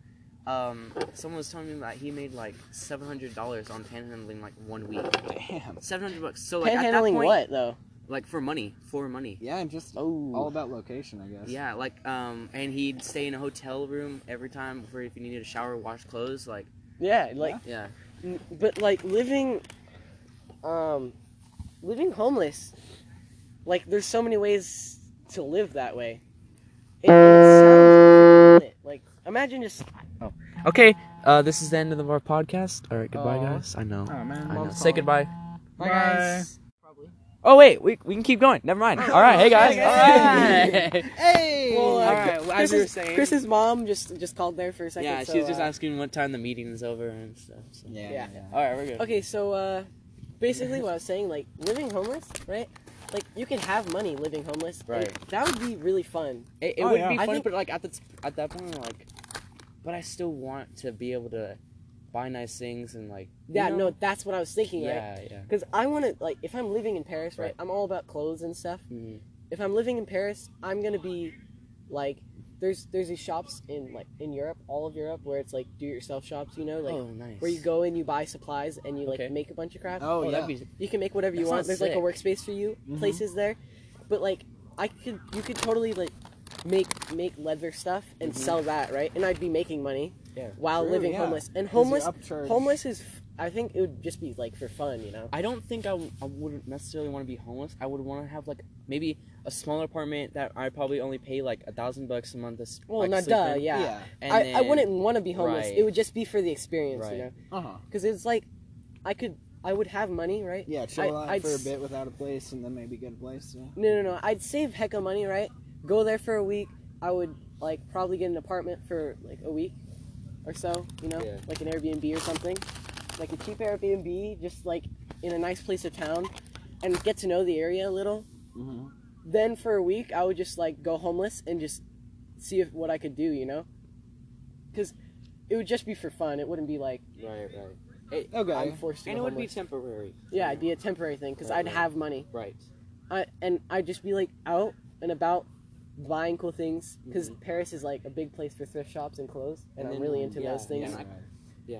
[SPEAKER 2] Um, someone was telling me that he made like seven hundred dollars on panhandling like one week.
[SPEAKER 3] Damn.
[SPEAKER 2] Seven hundred bucks. So like at that
[SPEAKER 1] Panhandling
[SPEAKER 2] point,
[SPEAKER 1] what though?
[SPEAKER 2] like for money, for money.
[SPEAKER 3] Yeah, just
[SPEAKER 1] Oh,
[SPEAKER 3] all about location, I guess.
[SPEAKER 2] Yeah, like um, and he'd stay in a hotel room every time for if he needed a shower, wash clothes, like
[SPEAKER 1] yeah, like
[SPEAKER 2] yeah.
[SPEAKER 1] N- but like living um living homeless like there's so many ways to live that way it, it sounds infinite. like imagine just
[SPEAKER 2] Okay, uh, this is the end of our podcast. All right,
[SPEAKER 3] goodbye, Aw. guys.
[SPEAKER 2] I know.
[SPEAKER 3] Oh man.
[SPEAKER 2] Say goodbye.
[SPEAKER 3] Bye, guys.
[SPEAKER 1] probably
[SPEAKER 2] Oh wait, we, we can keep going. Never mind. All right, hey guys. All right.
[SPEAKER 3] Hey.
[SPEAKER 1] well, uh,
[SPEAKER 2] All right, well, as
[SPEAKER 1] Chris's,
[SPEAKER 2] you were saying-
[SPEAKER 1] Chris's mom just just called there for a second
[SPEAKER 2] yeah,
[SPEAKER 1] so,
[SPEAKER 2] she was just
[SPEAKER 1] uh,
[SPEAKER 2] asking what time the meeting is over and stuff. So.
[SPEAKER 3] yeah.
[SPEAKER 1] yeah.
[SPEAKER 2] All right, we're good.
[SPEAKER 1] okay so uh basically what i was saying like living homeless right like you can have money living homeless and
[SPEAKER 2] Right.
[SPEAKER 1] that would be really fun
[SPEAKER 2] It, it
[SPEAKER 3] Oh,
[SPEAKER 2] would
[SPEAKER 3] yeah.
[SPEAKER 2] be
[SPEAKER 1] I
[SPEAKER 2] funny,
[SPEAKER 1] think-
[SPEAKER 2] but like at the t- at that point, like, but I still want to be able to buy nice things and like. you
[SPEAKER 1] yeah
[SPEAKER 2] know?
[SPEAKER 1] no that's what i was thinking right
[SPEAKER 2] Yeah, yeah.
[SPEAKER 1] Because I want to, like, if I'm living in Paris, right,
[SPEAKER 2] Right.
[SPEAKER 1] I'm all about clothes and stuff.
[SPEAKER 2] Mhm.
[SPEAKER 1] If I'm living in Paris, I'm going to be, like, there's there's these shops in like in Europe, all of Europe, where it's like do-it-yourself shops. You know, like
[SPEAKER 2] oh, nice.
[SPEAKER 1] where you go and you buy supplies and you like
[SPEAKER 2] Okay.
[SPEAKER 1] make a bunch of crap.
[SPEAKER 3] Oh, yeah.
[SPEAKER 2] that'd be
[SPEAKER 1] You can make whatever
[SPEAKER 2] That
[SPEAKER 1] you want.
[SPEAKER 2] sounds
[SPEAKER 1] There's like a workspace for you.
[SPEAKER 2] Mm-hmm.
[SPEAKER 3] Mhm.
[SPEAKER 1] Places there, but like I could, you could totally like make make leather stuff and
[SPEAKER 2] Mhm.
[SPEAKER 1] sell that, right? And I'd be making money
[SPEAKER 2] Yeah.
[SPEAKER 1] while
[SPEAKER 3] True,
[SPEAKER 1] living
[SPEAKER 3] yeah.
[SPEAKER 1] homeless. And
[SPEAKER 3] 'Cause you
[SPEAKER 1] homeless,
[SPEAKER 3] upcharge.
[SPEAKER 1] homeless is, f- I think it would just be like for fun, you know.
[SPEAKER 2] I don't think I, w- I wouldn't necessarily want to be homeless. I would want to have like maybe a smaller apartment that I probably only pay like a thousand bucks a month. To, s-
[SPEAKER 1] Well,
[SPEAKER 2] like,
[SPEAKER 1] no,
[SPEAKER 2] sleep
[SPEAKER 1] duh,
[SPEAKER 2] in.
[SPEAKER 1] yeah.
[SPEAKER 3] Yeah.
[SPEAKER 2] And
[SPEAKER 1] I, I
[SPEAKER 2] then-
[SPEAKER 1] wouldn't want to be homeless.
[SPEAKER 2] Right.
[SPEAKER 1] It would just be for the experience,
[SPEAKER 2] Right.
[SPEAKER 1] you know.
[SPEAKER 3] Uh huh.
[SPEAKER 1] Because it's like, I could, I would have money, right?
[SPEAKER 3] Yeah, chill
[SPEAKER 1] I-
[SPEAKER 3] out
[SPEAKER 1] I'd
[SPEAKER 3] for a
[SPEAKER 1] s-
[SPEAKER 3] bit without a place, and then maybe get a place. Yeah.
[SPEAKER 1] No, no, no. I'd save heck of money, right? Go there for a week. I would like probably get an apartment for like a week or so, you know,
[SPEAKER 2] Yeah.
[SPEAKER 1] like an Airbnb or something, like a cheap Airbnb, just like in a nice place of town, and get to know the area a little.
[SPEAKER 3] Mm-hmm.
[SPEAKER 1] Then for a week, I would just like go homeless and just see if what I could do, you know, because it would just be for fun. It wouldn't be like
[SPEAKER 2] Right, right.
[SPEAKER 3] Okay.
[SPEAKER 1] I'm forced to.
[SPEAKER 2] And
[SPEAKER 1] go
[SPEAKER 2] it would be
[SPEAKER 1] homeless.
[SPEAKER 2] temporary.
[SPEAKER 1] yeah, it'd be a temporary thing because
[SPEAKER 2] Right,
[SPEAKER 1] I'd
[SPEAKER 2] right.
[SPEAKER 1] have money.
[SPEAKER 2] Right.
[SPEAKER 1] I, and I'd just be like out and about buying cool things because
[SPEAKER 2] Mm-hmm.
[SPEAKER 1] Paris is like a big place for thrift shops and clothes, and I'm
[SPEAKER 2] then-
[SPEAKER 1] really into
[SPEAKER 2] Mm-hmm. yeah,
[SPEAKER 1] those things.
[SPEAKER 2] and I- Yeah.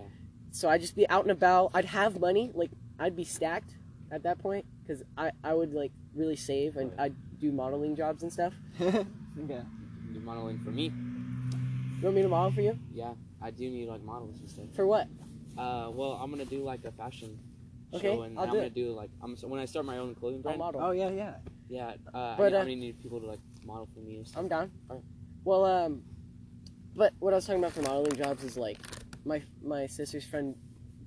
[SPEAKER 1] So I'd just be out and about. I'd have money, like I'd be stacked at that point because I, I would like really save and
[SPEAKER 2] Right.
[SPEAKER 1] I'd do modeling jobs and stuff.
[SPEAKER 3] okay.
[SPEAKER 2] You're modeling for me.
[SPEAKER 1] You want me to model for you?
[SPEAKER 2] Yeah. I do need like models and stuff.
[SPEAKER 1] For what?
[SPEAKER 2] Uh, well, I'm gonna do like a fashion
[SPEAKER 1] Okay,
[SPEAKER 2] show, and
[SPEAKER 1] I'll
[SPEAKER 2] I'm
[SPEAKER 1] do
[SPEAKER 2] gonna
[SPEAKER 1] it.
[SPEAKER 2] do like I'm so, when I start my own clothing
[SPEAKER 1] I'll
[SPEAKER 2] brand.
[SPEAKER 1] model.
[SPEAKER 3] Oh yeah, yeah.
[SPEAKER 2] Yeah. Uh,
[SPEAKER 1] But,
[SPEAKER 2] I,
[SPEAKER 1] uh,
[SPEAKER 2] I really need people to like model for me and stuff.
[SPEAKER 1] I'm down.
[SPEAKER 2] Alright.
[SPEAKER 1] Well, um, but what I was talking about for modeling jobs is like, my my sister's friend,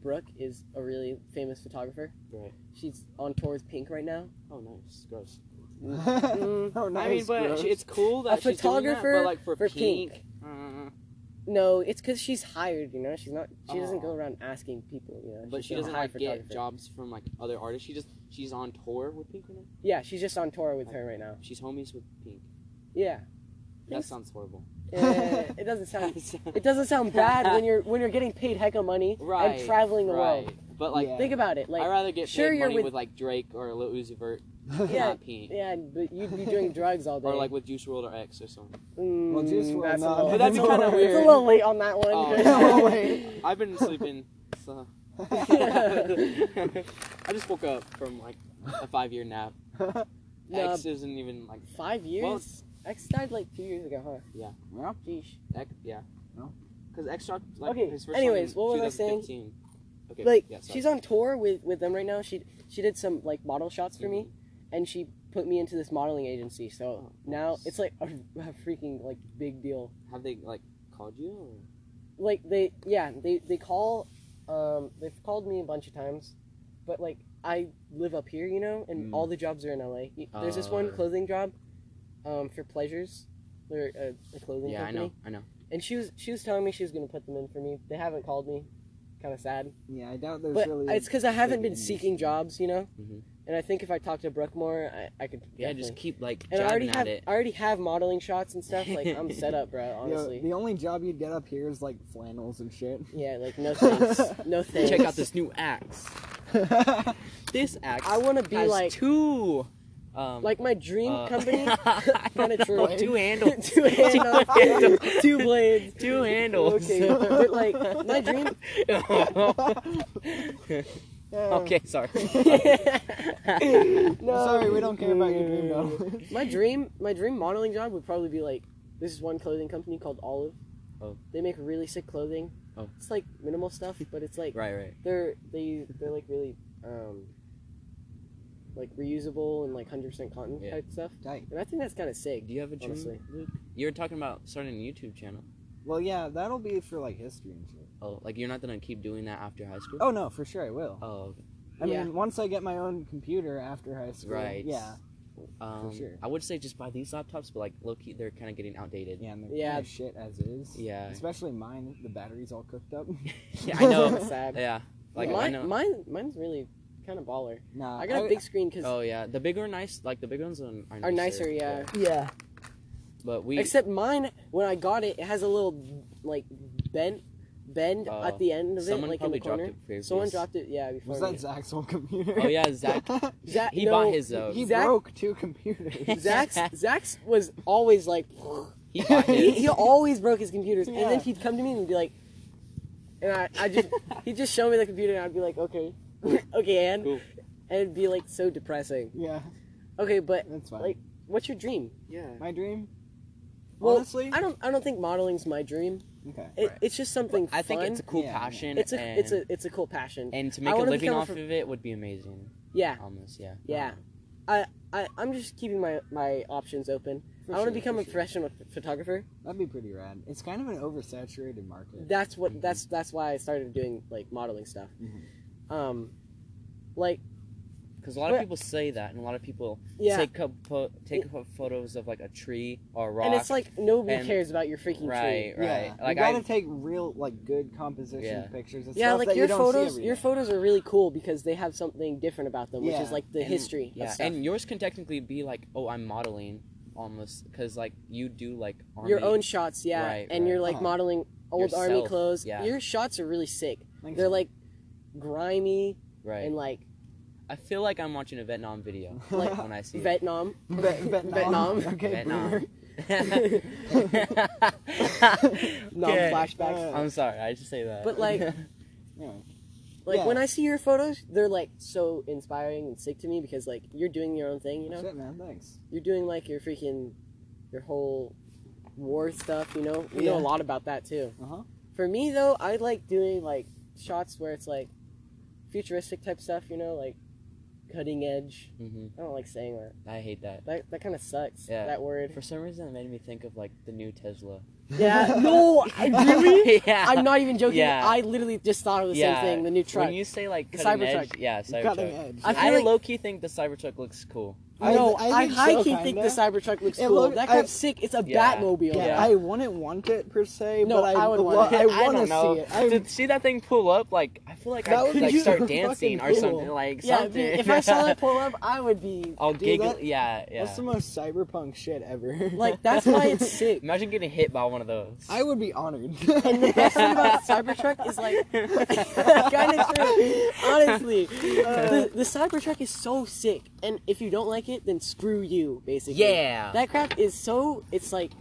[SPEAKER 1] Brooke, is a really famous photographer.
[SPEAKER 2] Right.
[SPEAKER 1] She's on tour with Pink right now.
[SPEAKER 2] Oh, nice. Gross.
[SPEAKER 1] Mm.
[SPEAKER 3] oh, nice,
[SPEAKER 2] I mean, but
[SPEAKER 3] bro.
[SPEAKER 2] she- it's cool that
[SPEAKER 1] A
[SPEAKER 2] she's doing that,
[SPEAKER 1] photographer
[SPEAKER 2] but like for,
[SPEAKER 1] for
[SPEAKER 2] pink.
[SPEAKER 1] Pink.
[SPEAKER 2] uh,
[SPEAKER 1] No, it's because she's hired. You know, she's not. She doesn't
[SPEAKER 2] Oh.
[SPEAKER 1] go around asking people. You know,
[SPEAKER 2] but
[SPEAKER 1] She's
[SPEAKER 2] she
[SPEAKER 1] a
[SPEAKER 2] doesn't
[SPEAKER 1] hired
[SPEAKER 2] like get
[SPEAKER 1] photographer.
[SPEAKER 2] jobs from like other artists. She just she's on tour with Pink right now.
[SPEAKER 1] Yeah, she's just on tour with her right now.
[SPEAKER 2] She's homies with Pink.
[SPEAKER 1] Yeah,
[SPEAKER 2] That
[SPEAKER 1] Pink's-
[SPEAKER 2] sounds horrible.
[SPEAKER 1] Eh, it doesn't sound. It doesn't sound bad when you're when you're getting paid heck of money
[SPEAKER 2] right.
[SPEAKER 1] and traveling the
[SPEAKER 2] right.
[SPEAKER 1] world.
[SPEAKER 2] But like,
[SPEAKER 3] Yeah.
[SPEAKER 1] Think about it.
[SPEAKER 2] I'd
[SPEAKER 1] Like,
[SPEAKER 2] rather get
[SPEAKER 1] sure,
[SPEAKER 2] paid
[SPEAKER 1] you're
[SPEAKER 2] money with...
[SPEAKER 1] with-
[SPEAKER 2] like Drake or Lil Uzi Vert,
[SPEAKER 1] Yeah.
[SPEAKER 2] not Pink,
[SPEAKER 1] yeah, but you'd be doing drugs all day.
[SPEAKER 2] or like with Juice WRLD or X or something.
[SPEAKER 1] Mm,
[SPEAKER 3] Well, Juice WRLD,
[SPEAKER 1] that's a
[SPEAKER 3] no,
[SPEAKER 1] little-
[SPEAKER 2] But that's
[SPEAKER 1] it's a
[SPEAKER 2] kinda
[SPEAKER 1] little-
[SPEAKER 2] weird.
[SPEAKER 1] It's a little late on that one.
[SPEAKER 2] Oh,
[SPEAKER 3] wait.
[SPEAKER 2] I've been sleeping, so I just woke up from like a five-year nap.
[SPEAKER 1] No.
[SPEAKER 2] X isn't even like
[SPEAKER 1] Uh, Five years.
[SPEAKER 2] Well-
[SPEAKER 1] X died like two years ago, huh?
[SPEAKER 3] well,
[SPEAKER 1] Geesh.
[SPEAKER 2] X, yeah.
[SPEAKER 3] No.
[SPEAKER 2] Because X dropped like
[SPEAKER 1] Okay,
[SPEAKER 2] his first
[SPEAKER 1] anyways,
[SPEAKER 2] song in
[SPEAKER 1] what was I saying?
[SPEAKER 2] 2015. Okay.
[SPEAKER 1] like
[SPEAKER 2] yeah, sorry.
[SPEAKER 1] she's on tour with with them right now. She she did some like model shots for me, and she put me into this modeling agency. So
[SPEAKER 2] Oh,
[SPEAKER 1] now
[SPEAKER 2] nice.
[SPEAKER 1] it's like a, a freaking like big deal.
[SPEAKER 2] Have they like called you? Or?
[SPEAKER 1] Like they yeah they they call, um they've called me a bunch of times, but like I live up here, you know, and
[SPEAKER 3] Mm.
[SPEAKER 1] all the jobs are in LA. Y- There's this one
[SPEAKER 2] Uh.
[SPEAKER 1] clothing job, um for pleasures, or uh, a clothing
[SPEAKER 2] Yeah, I
[SPEAKER 1] company.
[SPEAKER 2] know, I know.
[SPEAKER 1] And she was she was telling me she was gonna put them in for me. They haven't called me. Kind of sad.
[SPEAKER 3] yeah. I doubt there's
[SPEAKER 1] but
[SPEAKER 3] really.
[SPEAKER 1] it's because I haven't been
[SPEAKER 3] big
[SPEAKER 1] seeking jobs, you know.
[SPEAKER 2] Mhm.
[SPEAKER 1] And I think if I talked to Brooke more, I, I could.
[SPEAKER 2] Yeah,
[SPEAKER 1] definitely-
[SPEAKER 2] just keep like
[SPEAKER 1] And I already
[SPEAKER 2] jabbing at
[SPEAKER 1] have
[SPEAKER 2] it.
[SPEAKER 1] I already have modeling shots and stuff. Like I'm set up, bro.
[SPEAKER 3] You know,
[SPEAKER 1] Honestly.
[SPEAKER 3] the only job you'd get up here is like flannels and shit.
[SPEAKER 1] Yeah, like no thanks, no thanks.
[SPEAKER 2] Check out this new axe. This axe.
[SPEAKER 1] I want to be
[SPEAKER 2] has
[SPEAKER 1] like
[SPEAKER 2] two. Um,
[SPEAKER 1] like my dream
[SPEAKER 2] uh,
[SPEAKER 1] company.
[SPEAKER 2] I don't
[SPEAKER 1] Kinda true.
[SPEAKER 2] know, Two handles.
[SPEAKER 1] two handles,
[SPEAKER 2] handles.
[SPEAKER 1] two blades.
[SPEAKER 2] Two handles.
[SPEAKER 1] Okay, but like my dream.
[SPEAKER 2] okay, sorry.
[SPEAKER 1] no,
[SPEAKER 3] Sorry, we don't care about your dream job.
[SPEAKER 1] My dream, my dream modeling job would probably be like this is one clothing company called Olive.
[SPEAKER 2] Oh.
[SPEAKER 1] They make really sick clothing.
[SPEAKER 2] Oh.
[SPEAKER 1] It's like minimal stuff, but it's like
[SPEAKER 2] right, right.
[SPEAKER 1] they're they they're like really um like reusable and like hundred percent cotton
[SPEAKER 2] Yeah.
[SPEAKER 1] type stuff.
[SPEAKER 3] Tight.
[SPEAKER 1] And I think that's kind of sick.
[SPEAKER 2] Do you have a dream?
[SPEAKER 1] Honestly.
[SPEAKER 2] Luke? You were talking about starting a YouTube channel.
[SPEAKER 3] Well, yeah, that'll be for like history and shit.
[SPEAKER 2] Oh, like you're not gonna keep doing that after high school?
[SPEAKER 3] Oh no, for sure I will.
[SPEAKER 2] Oh, okay.
[SPEAKER 3] I
[SPEAKER 1] Yeah.
[SPEAKER 3] mean, once I get my own computer after high school,
[SPEAKER 2] right.
[SPEAKER 3] Yeah,
[SPEAKER 2] Um,
[SPEAKER 3] sure.
[SPEAKER 2] I would say just buy these laptops, but like low key, they're kind of getting outdated.
[SPEAKER 3] yeah, and they're
[SPEAKER 1] Yeah.
[SPEAKER 3] kind of shit as is.
[SPEAKER 2] Yeah.
[SPEAKER 3] especially mine. The battery's all cooked up.
[SPEAKER 2] Yeah, I know.
[SPEAKER 1] Kinda sad.
[SPEAKER 2] yeah. Like I
[SPEAKER 1] mine,
[SPEAKER 2] know.
[SPEAKER 1] mine, mine's really kind of baller.
[SPEAKER 3] nah,
[SPEAKER 1] I got a big screen because
[SPEAKER 2] Oh yeah, the bigger nice, like the big ones are nicer.
[SPEAKER 1] are nicer, yeah.
[SPEAKER 3] yeah.
[SPEAKER 2] But we
[SPEAKER 1] Except mine, when I got it, it has a little like bent bend
[SPEAKER 2] Oh.
[SPEAKER 1] at the end of it,
[SPEAKER 2] someone
[SPEAKER 1] like in
[SPEAKER 2] probably
[SPEAKER 1] the
[SPEAKER 2] dropped
[SPEAKER 1] corner.
[SPEAKER 2] it. Previous.
[SPEAKER 1] Someone dropped it, yeah, before
[SPEAKER 3] Was
[SPEAKER 1] me.
[SPEAKER 3] that Zach's old computer?
[SPEAKER 2] Oh yeah, Zach.
[SPEAKER 1] Zach-
[SPEAKER 2] he
[SPEAKER 1] no,
[SPEAKER 2] bought his though.
[SPEAKER 3] he
[SPEAKER 1] Zach-
[SPEAKER 3] broke two computers.
[SPEAKER 1] Zach's Zach's was always like
[SPEAKER 2] He bought
[SPEAKER 1] he,
[SPEAKER 2] his.
[SPEAKER 1] he always broke his computers, and
[SPEAKER 3] Yeah.
[SPEAKER 1] then he'd come to me and he'd be like, and I, I just he'd just show me the computer, and I'd be like, okay, okay, and
[SPEAKER 2] Cool.
[SPEAKER 1] and it'd be like so depressing.
[SPEAKER 3] Yeah,
[SPEAKER 1] Okay, but
[SPEAKER 3] that's fine.
[SPEAKER 1] Like- what's your dream?
[SPEAKER 2] yeah.
[SPEAKER 3] my dream.
[SPEAKER 1] Well,
[SPEAKER 3] Honestly,
[SPEAKER 1] I don't I don't think modeling's my dream.
[SPEAKER 3] okay.
[SPEAKER 1] It,
[SPEAKER 2] Right.
[SPEAKER 1] It's just something
[SPEAKER 2] I think
[SPEAKER 1] fun.
[SPEAKER 2] it's a cool
[SPEAKER 3] Yeah.
[SPEAKER 2] passion.
[SPEAKER 1] it's a
[SPEAKER 2] and,
[SPEAKER 1] it's a it's a cool passion.
[SPEAKER 2] and to
[SPEAKER 1] I
[SPEAKER 2] make a
[SPEAKER 1] wanna
[SPEAKER 2] living
[SPEAKER 1] become a
[SPEAKER 2] off
[SPEAKER 1] fr-
[SPEAKER 2] of it would be amazing.
[SPEAKER 1] yeah,
[SPEAKER 2] Almost, yeah.
[SPEAKER 1] yeah. I, I I'm just keeping my my options open.
[SPEAKER 3] For
[SPEAKER 1] I want to
[SPEAKER 3] sure,
[SPEAKER 1] become
[SPEAKER 3] for
[SPEAKER 1] a
[SPEAKER 3] sure.
[SPEAKER 1] professional ph- photographer.
[SPEAKER 3] That'd be pretty rad. It's kind of an oversaturated market.
[SPEAKER 1] That's what
[SPEAKER 2] Mhm.
[SPEAKER 1] that's that's why I started doing like modeling stuff.
[SPEAKER 3] Mhm.
[SPEAKER 2] Mm-hmm.
[SPEAKER 1] Um, like
[SPEAKER 2] Because a lot of
[SPEAKER 1] But-
[SPEAKER 2] people say that, and a lot of people
[SPEAKER 1] yeah.
[SPEAKER 2] take a, po- take a photos of like a tree or a rock.
[SPEAKER 1] and it's like nobody
[SPEAKER 2] and-
[SPEAKER 1] cares about your freaking
[SPEAKER 2] right,
[SPEAKER 1] tree.
[SPEAKER 2] right.
[SPEAKER 3] Yeah.
[SPEAKER 2] Like
[SPEAKER 3] you gotta
[SPEAKER 2] I,
[SPEAKER 3] take real, like, good composition
[SPEAKER 2] Yeah.
[SPEAKER 3] pictures. Of
[SPEAKER 1] Yeah,
[SPEAKER 3] stuff
[SPEAKER 1] like
[SPEAKER 3] that
[SPEAKER 1] your
[SPEAKER 3] you don't
[SPEAKER 1] photos,
[SPEAKER 3] See
[SPEAKER 1] your photos are really cool because they have something different about them, which
[SPEAKER 3] Yeah.
[SPEAKER 1] is like the
[SPEAKER 2] And-
[SPEAKER 1] history.
[SPEAKER 2] yeah,
[SPEAKER 1] of stuff.
[SPEAKER 2] and yours can technically be like, oh, I'm modeling almost, because like you do like army.
[SPEAKER 1] your own shots, yeah,
[SPEAKER 2] Right,
[SPEAKER 1] and you're
[SPEAKER 3] right.
[SPEAKER 1] like
[SPEAKER 3] Uh-huh.
[SPEAKER 1] modeling old army
[SPEAKER 2] Yourself,
[SPEAKER 1] clothes.
[SPEAKER 2] yeah.
[SPEAKER 1] Your shots are really sick.
[SPEAKER 3] Thanks.
[SPEAKER 1] They're like grimy
[SPEAKER 2] Right.
[SPEAKER 1] and like
[SPEAKER 2] I feel like I'm watching a Vietnam video
[SPEAKER 1] like,
[SPEAKER 2] when I see it.
[SPEAKER 1] Vietnam.
[SPEAKER 3] Ve- Vietnam.
[SPEAKER 1] Vietnam.
[SPEAKER 3] Okay,
[SPEAKER 2] Vietnam.
[SPEAKER 3] boomer.
[SPEAKER 1] No
[SPEAKER 2] Okay.
[SPEAKER 1] flashbacks.
[SPEAKER 2] I'm sorry, I just say that.
[SPEAKER 1] But, like,
[SPEAKER 3] Anyway,
[SPEAKER 1] Like
[SPEAKER 3] Yeah.
[SPEAKER 1] when I see your photos, they're like so inspiring and sick to me because like you're doing your own thing, you know.
[SPEAKER 3] shit, man. Thanks.
[SPEAKER 1] You're doing like your freaking your whole war stuff, you know. We know a
[SPEAKER 3] Yeah.
[SPEAKER 1] lot about that too.
[SPEAKER 3] Uh-huh.
[SPEAKER 1] For me though, I like doing like shots where it's like futuristic type stuff, you know, like cutting edge.
[SPEAKER 2] hmm
[SPEAKER 1] I don't like saying that.
[SPEAKER 2] I hate that.
[SPEAKER 1] That that kind of sucks.
[SPEAKER 2] Yeah.
[SPEAKER 1] That word.
[SPEAKER 2] For some reason, it made me think of like the new Tesla.
[SPEAKER 1] Yeah. no, I, really.
[SPEAKER 2] yeah.
[SPEAKER 1] I'm not even joking.
[SPEAKER 2] Yeah.
[SPEAKER 1] I literally just thought of the
[SPEAKER 2] yeah.
[SPEAKER 1] same thing. The new truck.
[SPEAKER 2] When you say like
[SPEAKER 1] The
[SPEAKER 2] cutting edge,
[SPEAKER 1] Cybertruck.
[SPEAKER 2] yeah,
[SPEAKER 3] Cutting
[SPEAKER 2] Cybertruck.
[SPEAKER 3] edge.
[SPEAKER 1] I
[SPEAKER 2] I,
[SPEAKER 1] feel like-
[SPEAKER 2] low key think the Cybertruck looks cool.
[SPEAKER 3] I-
[SPEAKER 1] no,
[SPEAKER 3] I
[SPEAKER 1] I,
[SPEAKER 3] think
[SPEAKER 1] high
[SPEAKER 3] so,
[SPEAKER 1] key think the
[SPEAKER 3] kinda.
[SPEAKER 1] Cybertruck looks
[SPEAKER 3] It
[SPEAKER 1] cool.
[SPEAKER 3] look-
[SPEAKER 1] that
[SPEAKER 3] I-
[SPEAKER 1] crap's sick. It's a
[SPEAKER 2] Yeah.
[SPEAKER 1] Batmobile.
[SPEAKER 3] Yeah,
[SPEAKER 2] Yeah.
[SPEAKER 3] I wouldn't want it per se,
[SPEAKER 1] No,
[SPEAKER 3] but
[SPEAKER 1] I
[SPEAKER 3] I,
[SPEAKER 1] would
[SPEAKER 3] lo-
[SPEAKER 1] want it.
[SPEAKER 3] I want
[SPEAKER 2] don't
[SPEAKER 3] to
[SPEAKER 2] know.
[SPEAKER 3] see it. I,
[SPEAKER 2] to see that thing pull up, like I feel like
[SPEAKER 3] That
[SPEAKER 2] I
[SPEAKER 3] would
[SPEAKER 2] could like
[SPEAKER 3] be
[SPEAKER 2] start
[SPEAKER 3] fucking
[SPEAKER 2] dancing or
[SPEAKER 3] cool.
[SPEAKER 2] something like
[SPEAKER 1] Yeah,
[SPEAKER 2] something.
[SPEAKER 1] if I saw that pull up, I would be
[SPEAKER 2] I'll
[SPEAKER 3] Dude,
[SPEAKER 2] giggle.
[SPEAKER 3] that-
[SPEAKER 2] yeah, yeah.
[SPEAKER 3] That's the most cyberpunk shit ever.
[SPEAKER 1] like, that's why it's sick.
[SPEAKER 2] Imagine getting hit by one of those.
[SPEAKER 3] I would be honored.
[SPEAKER 1] And the best thing about the Cybertruck is like kind of true. Honestly,
[SPEAKER 3] uh,
[SPEAKER 1] the, the Cybertruck is so sick, and if you don't like it, then screw you, basically.
[SPEAKER 2] yeah.
[SPEAKER 1] That crap is so. It's like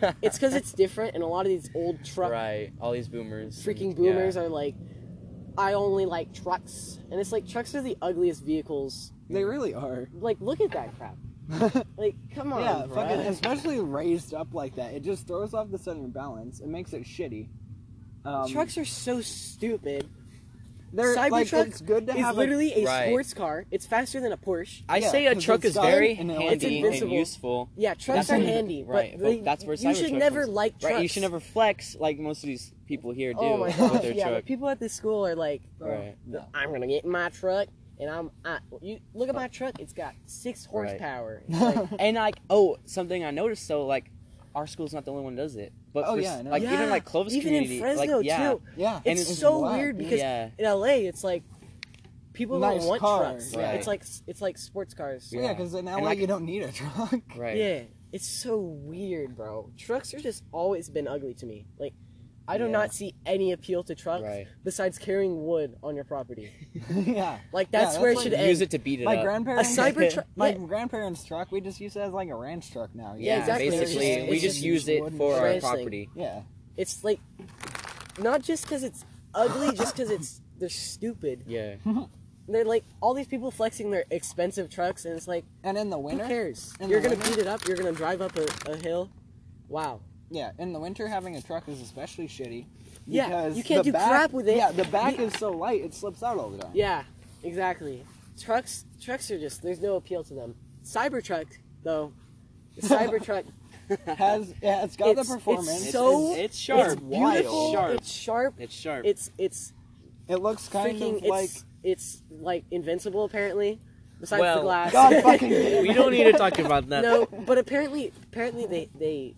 [SPEAKER 1] it's because it's different, and a lot of these old truck
[SPEAKER 2] right. All these boomers.
[SPEAKER 1] freaking boomers are like, I only like trucks, and it's like trucks are the ugliest vehicles.
[SPEAKER 3] they really are.
[SPEAKER 1] Like, look at that crap. Like, come on,
[SPEAKER 3] yeah,
[SPEAKER 1] bruh.
[SPEAKER 3] fucking, especially raised up like that. It just throws off the center balance. It makes it shitty. Um,
[SPEAKER 1] Trucks are so stupid.
[SPEAKER 3] they're like
[SPEAKER 1] Cybertruck
[SPEAKER 3] it's good to
[SPEAKER 1] It's
[SPEAKER 3] have.
[SPEAKER 1] literally a
[SPEAKER 2] Right.
[SPEAKER 1] sports car. It's faster than a Porsche.
[SPEAKER 2] I
[SPEAKER 3] Yeah,
[SPEAKER 2] say a
[SPEAKER 3] 'cause
[SPEAKER 2] truck
[SPEAKER 3] it's
[SPEAKER 2] is very
[SPEAKER 3] solid and it- It's
[SPEAKER 2] handy and
[SPEAKER 1] invincible.
[SPEAKER 2] useful.
[SPEAKER 1] Yeah, trucks
[SPEAKER 2] That's
[SPEAKER 1] are
[SPEAKER 2] what-
[SPEAKER 1] handy, but
[SPEAKER 2] right, but
[SPEAKER 1] they-
[SPEAKER 2] that's where
[SPEAKER 1] you should
[SPEAKER 2] Cybertruck
[SPEAKER 1] never
[SPEAKER 2] comes-
[SPEAKER 1] like trucks.
[SPEAKER 2] Right. You should never flex like most of these people here do
[SPEAKER 1] Oh my
[SPEAKER 2] with
[SPEAKER 1] gosh,
[SPEAKER 2] their
[SPEAKER 1] yeah.
[SPEAKER 2] truck.
[SPEAKER 1] But people at this school are like, oh,
[SPEAKER 2] Right.
[SPEAKER 3] No.
[SPEAKER 1] I'm gonna get in my truck, and I'm. I, you look at my truck; it's got six
[SPEAKER 2] Right.
[SPEAKER 1] horsepower. It's like-
[SPEAKER 2] And like, oh, something I noticed. So like, our school's not the only one that does it. But
[SPEAKER 3] Oh,
[SPEAKER 2] for,
[SPEAKER 3] yeah, I
[SPEAKER 2] s-
[SPEAKER 3] know.
[SPEAKER 2] like
[SPEAKER 1] Yeah,
[SPEAKER 2] even like Clovis
[SPEAKER 1] even
[SPEAKER 2] community,
[SPEAKER 1] in Fresno
[SPEAKER 2] like yeah,
[SPEAKER 1] too.
[SPEAKER 3] yeah,
[SPEAKER 1] It's,
[SPEAKER 2] it's
[SPEAKER 1] so
[SPEAKER 3] wild.
[SPEAKER 1] weird because
[SPEAKER 2] yeah,
[SPEAKER 1] in LA, it's like people
[SPEAKER 3] Nice
[SPEAKER 1] don't want
[SPEAKER 3] car,
[SPEAKER 1] trucks.
[SPEAKER 2] right.
[SPEAKER 1] It's like it's like sports cars.
[SPEAKER 3] yeah, because in LA
[SPEAKER 2] like-
[SPEAKER 3] you don't need a truck.
[SPEAKER 2] right.
[SPEAKER 1] Yeah, it's so weird, bro. Trucks are just always been ugly to me. Like, I do
[SPEAKER 3] Yeah.
[SPEAKER 1] not see any appeal to trucks
[SPEAKER 2] Right.
[SPEAKER 1] besides carrying wood on your property.
[SPEAKER 3] yeah,
[SPEAKER 1] Like that's,
[SPEAKER 3] Yeah, that's
[SPEAKER 1] where it
[SPEAKER 3] like-
[SPEAKER 1] should
[SPEAKER 3] Use
[SPEAKER 2] Use
[SPEAKER 1] end.
[SPEAKER 2] it to beat it
[SPEAKER 3] my
[SPEAKER 2] up.
[SPEAKER 1] A
[SPEAKER 3] grandparents.
[SPEAKER 1] cyber truck.
[SPEAKER 3] My
[SPEAKER 1] yeah,
[SPEAKER 3] grandparents' truck, we just use it as like a ranch truck now.
[SPEAKER 2] yeah,
[SPEAKER 1] Yeah, exactly. It's
[SPEAKER 2] basically,
[SPEAKER 1] just-
[SPEAKER 2] we
[SPEAKER 1] it's
[SPEAKER 2] just,
[SPEAKER 1] just
[SPEAKER 2] use it
[SPEAKER 3] wooden
[SPEAKER 2] for our
[SPEAKER 1] Precisely.
[SPEAKER 2] property.
[SPEAKER 3] Yeah,
[SPEAKER 1] it's like not just because it's ugly, just because it's they're stupid.
[SPEAKER 2] Yeah,
[SPEAKER 1] They're like all these people flexing their expensive trucks, and it's like
[SPEAKER 3] and in the
[SPEAKER 1] who
[SPEAKER 3] winter,
[SPEAKER 1] cares?
[SPEAKER 3] In
[SPEAKER 1] you're
[SPEAKER 3] the
[SPEAKER 1] gonna
[SPEAKER 3] winter?
[SPEAKER 1] beat it up. You're gonna drive up a, a hill. Wow.
[SPEAKER 3] Yeah, in the winter having a truck is especially shitty.
[SPEAKER 1] Yeah,
[SPEAKER 3] because
[SPEAKER 1] you can't do
[SPEAKER 3] the
[SPEAKER 1] crap with it.
[SPEAKER 3] Yeah, the back
[SPEAKER 1] You-
[SPEAKER 3] is so light it slips out all the time.
[SPEAKER 1] Yeah, exactly. Trucks, trucks are just there's no appeal to them. Cybertruck though, the Cybertruck,
[SPEAKER 3] has yeah, it's got
[SPEAKER 1] It's-
[SPEAKER 3] the
[SPEAKER 1] it's
[SPEAKER 3] performance.
[SPEAKER 1] so-
[SPEAKER 2] it's, it's sharp.
[SPEAKER 1] it's
[SPEAKER 3] Wild.
[SPEAKER 1] beautiful.
[SPEAKER 2] Sharp.
[SPEAKER 1] It's sharp.
[SPEAKER 2] It's sharp.
[SPEAKER 1] It's it's
[SPEAKER 3] it looks kind
[SPEAKER 1] freaking
[SPEAKER 3] of like
[SPEAKER 1] it's it's like invincible apparently. Besides
[SPEAKER 2] Well,
[SPEAKER 1] the glass.
[SPEAKER 3] God fucking damn
[SPEAKER 2] we don't need to talk about that.
[SPEAKER 1] no, but apparently apparently they they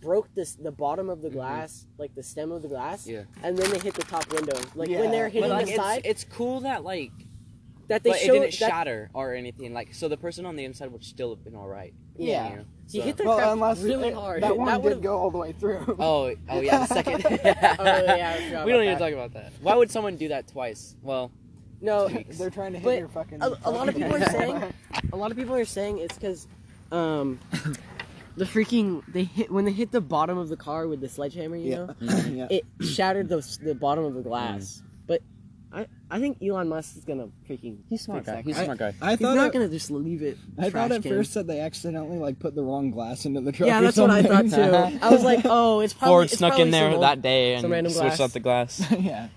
[SPEAKER 1] broke this the bottom of the glass, like the stem of the glass,
[SPEAKER 2] Yeah.
[SPEAKER 1] and then they hit the top window. Like
[SPEAKER 3] Yeah.
[SPEAKER 1] when they're
[SPEAKER 3] But,
[SPEAKER 1] hitting
[SPEAKER 2] But like,
[SPEAKER 1] the
[SPEAKER 2] it's,
[SPEAKER 1] side,
[SPEAKER 2] it's cool that like,
[SPEAKER 1] that they
[SPEAKER 2] but it
[SPEAKER 1] showed
[SPEAKER 2] didn't
[SPEAKER 1] that
[SPEAKER 2] shatter or anything. Like, so the person on the inside would still have been all right.
[SPEAKER 3] Yeah.
[SPEAKER 2] you know?
[SPEAKER 1] he
[SPEAKER 2] So-
[SPEAKER 1] hit the crap
[SPEAKER 3] well, unless
[SPEAKER 1] really
[SPEAKER 3] it-
[SPEAKER 1] hard.
[SPEAKER 3] That one
[SPEAKER 1] would've- Oh,
[SPEAKER 3] did go all the way through.
[SPEAKER 2] Oh, oh yeah, the second.
[SPEAKER 1] yeah, I forgot
[SPEAKER 2] we don't
[SPEAKER 1] about
[SPEAKER 2] need to
[SPEAKER 1] that.
[SPEAKER 2] talk about that. Why would someone do that twice? Well,
[SPEAKER 1] no,
[SPEAKER 3] They're trying to hit
[SPEAKER 1] But
[SPEAKER 3] your fucking.
[SPEAKER 1] a- a lot of
[SPEAKER 3] fucking-
[SPEAKER 1] people are saying- a lot of people are saying it's because um, the freaking they hit when they hit the bottom of the car with the sledgehammer. You know,
[SPEAKER 3] yeah.
[SPEAKER 1] it shattered the s- the bottom of the glass. But I I think Elon Musk is gonna freaking
[SPEAKER 3] He's a smart
[SPEAKER 1] fix
[SPEAKER 3] guy.
[SPEAKER 1] that
[SPEAKER 3] He's a
[SPEAKER 1] car.
[SPEAKER 3] smart guy.
[SPEAKER 4] I
[SPEAKER 1] He's
[SPEAKER 4] thought
[SPEAKER 1] not
[SPEAKER 4] it-
[SPEAKER 1] gonna just leave it.
[SPEAKER 3] I
[SPEAKER 1] trash
[SPEAKER 3] thought at
[SPEAKER 1] can.
[SPEAKER 3] first that they accidentally like put the wrong glass into the truck.
[SPEAKER 1] Yeah,
[SPEAKER 3] or
[SPEAKER 1] that's what I thought
[SPEAKER 3] something.
[SPEAKER 1] too. I was like, oh, it's probably
[SPEAKER 2] Ford
[SPEAKER 1] it's
[SPEAKER 2] snuck
[SPEAKER 1] probably
[SPEAKER 2] in there
[SPEAKER 1] some old-
[SPEAKER 2] that day
[SPEAKER 1] some
[SPEAKER 2] and
[SPEAKER 1] random
[SPEAKER 2] switched
[SPEAKER 1] glass.
[SPEAKER 2] up the glass.
[SPEAKER 1] oh.
[SPEAKER 3] yeah.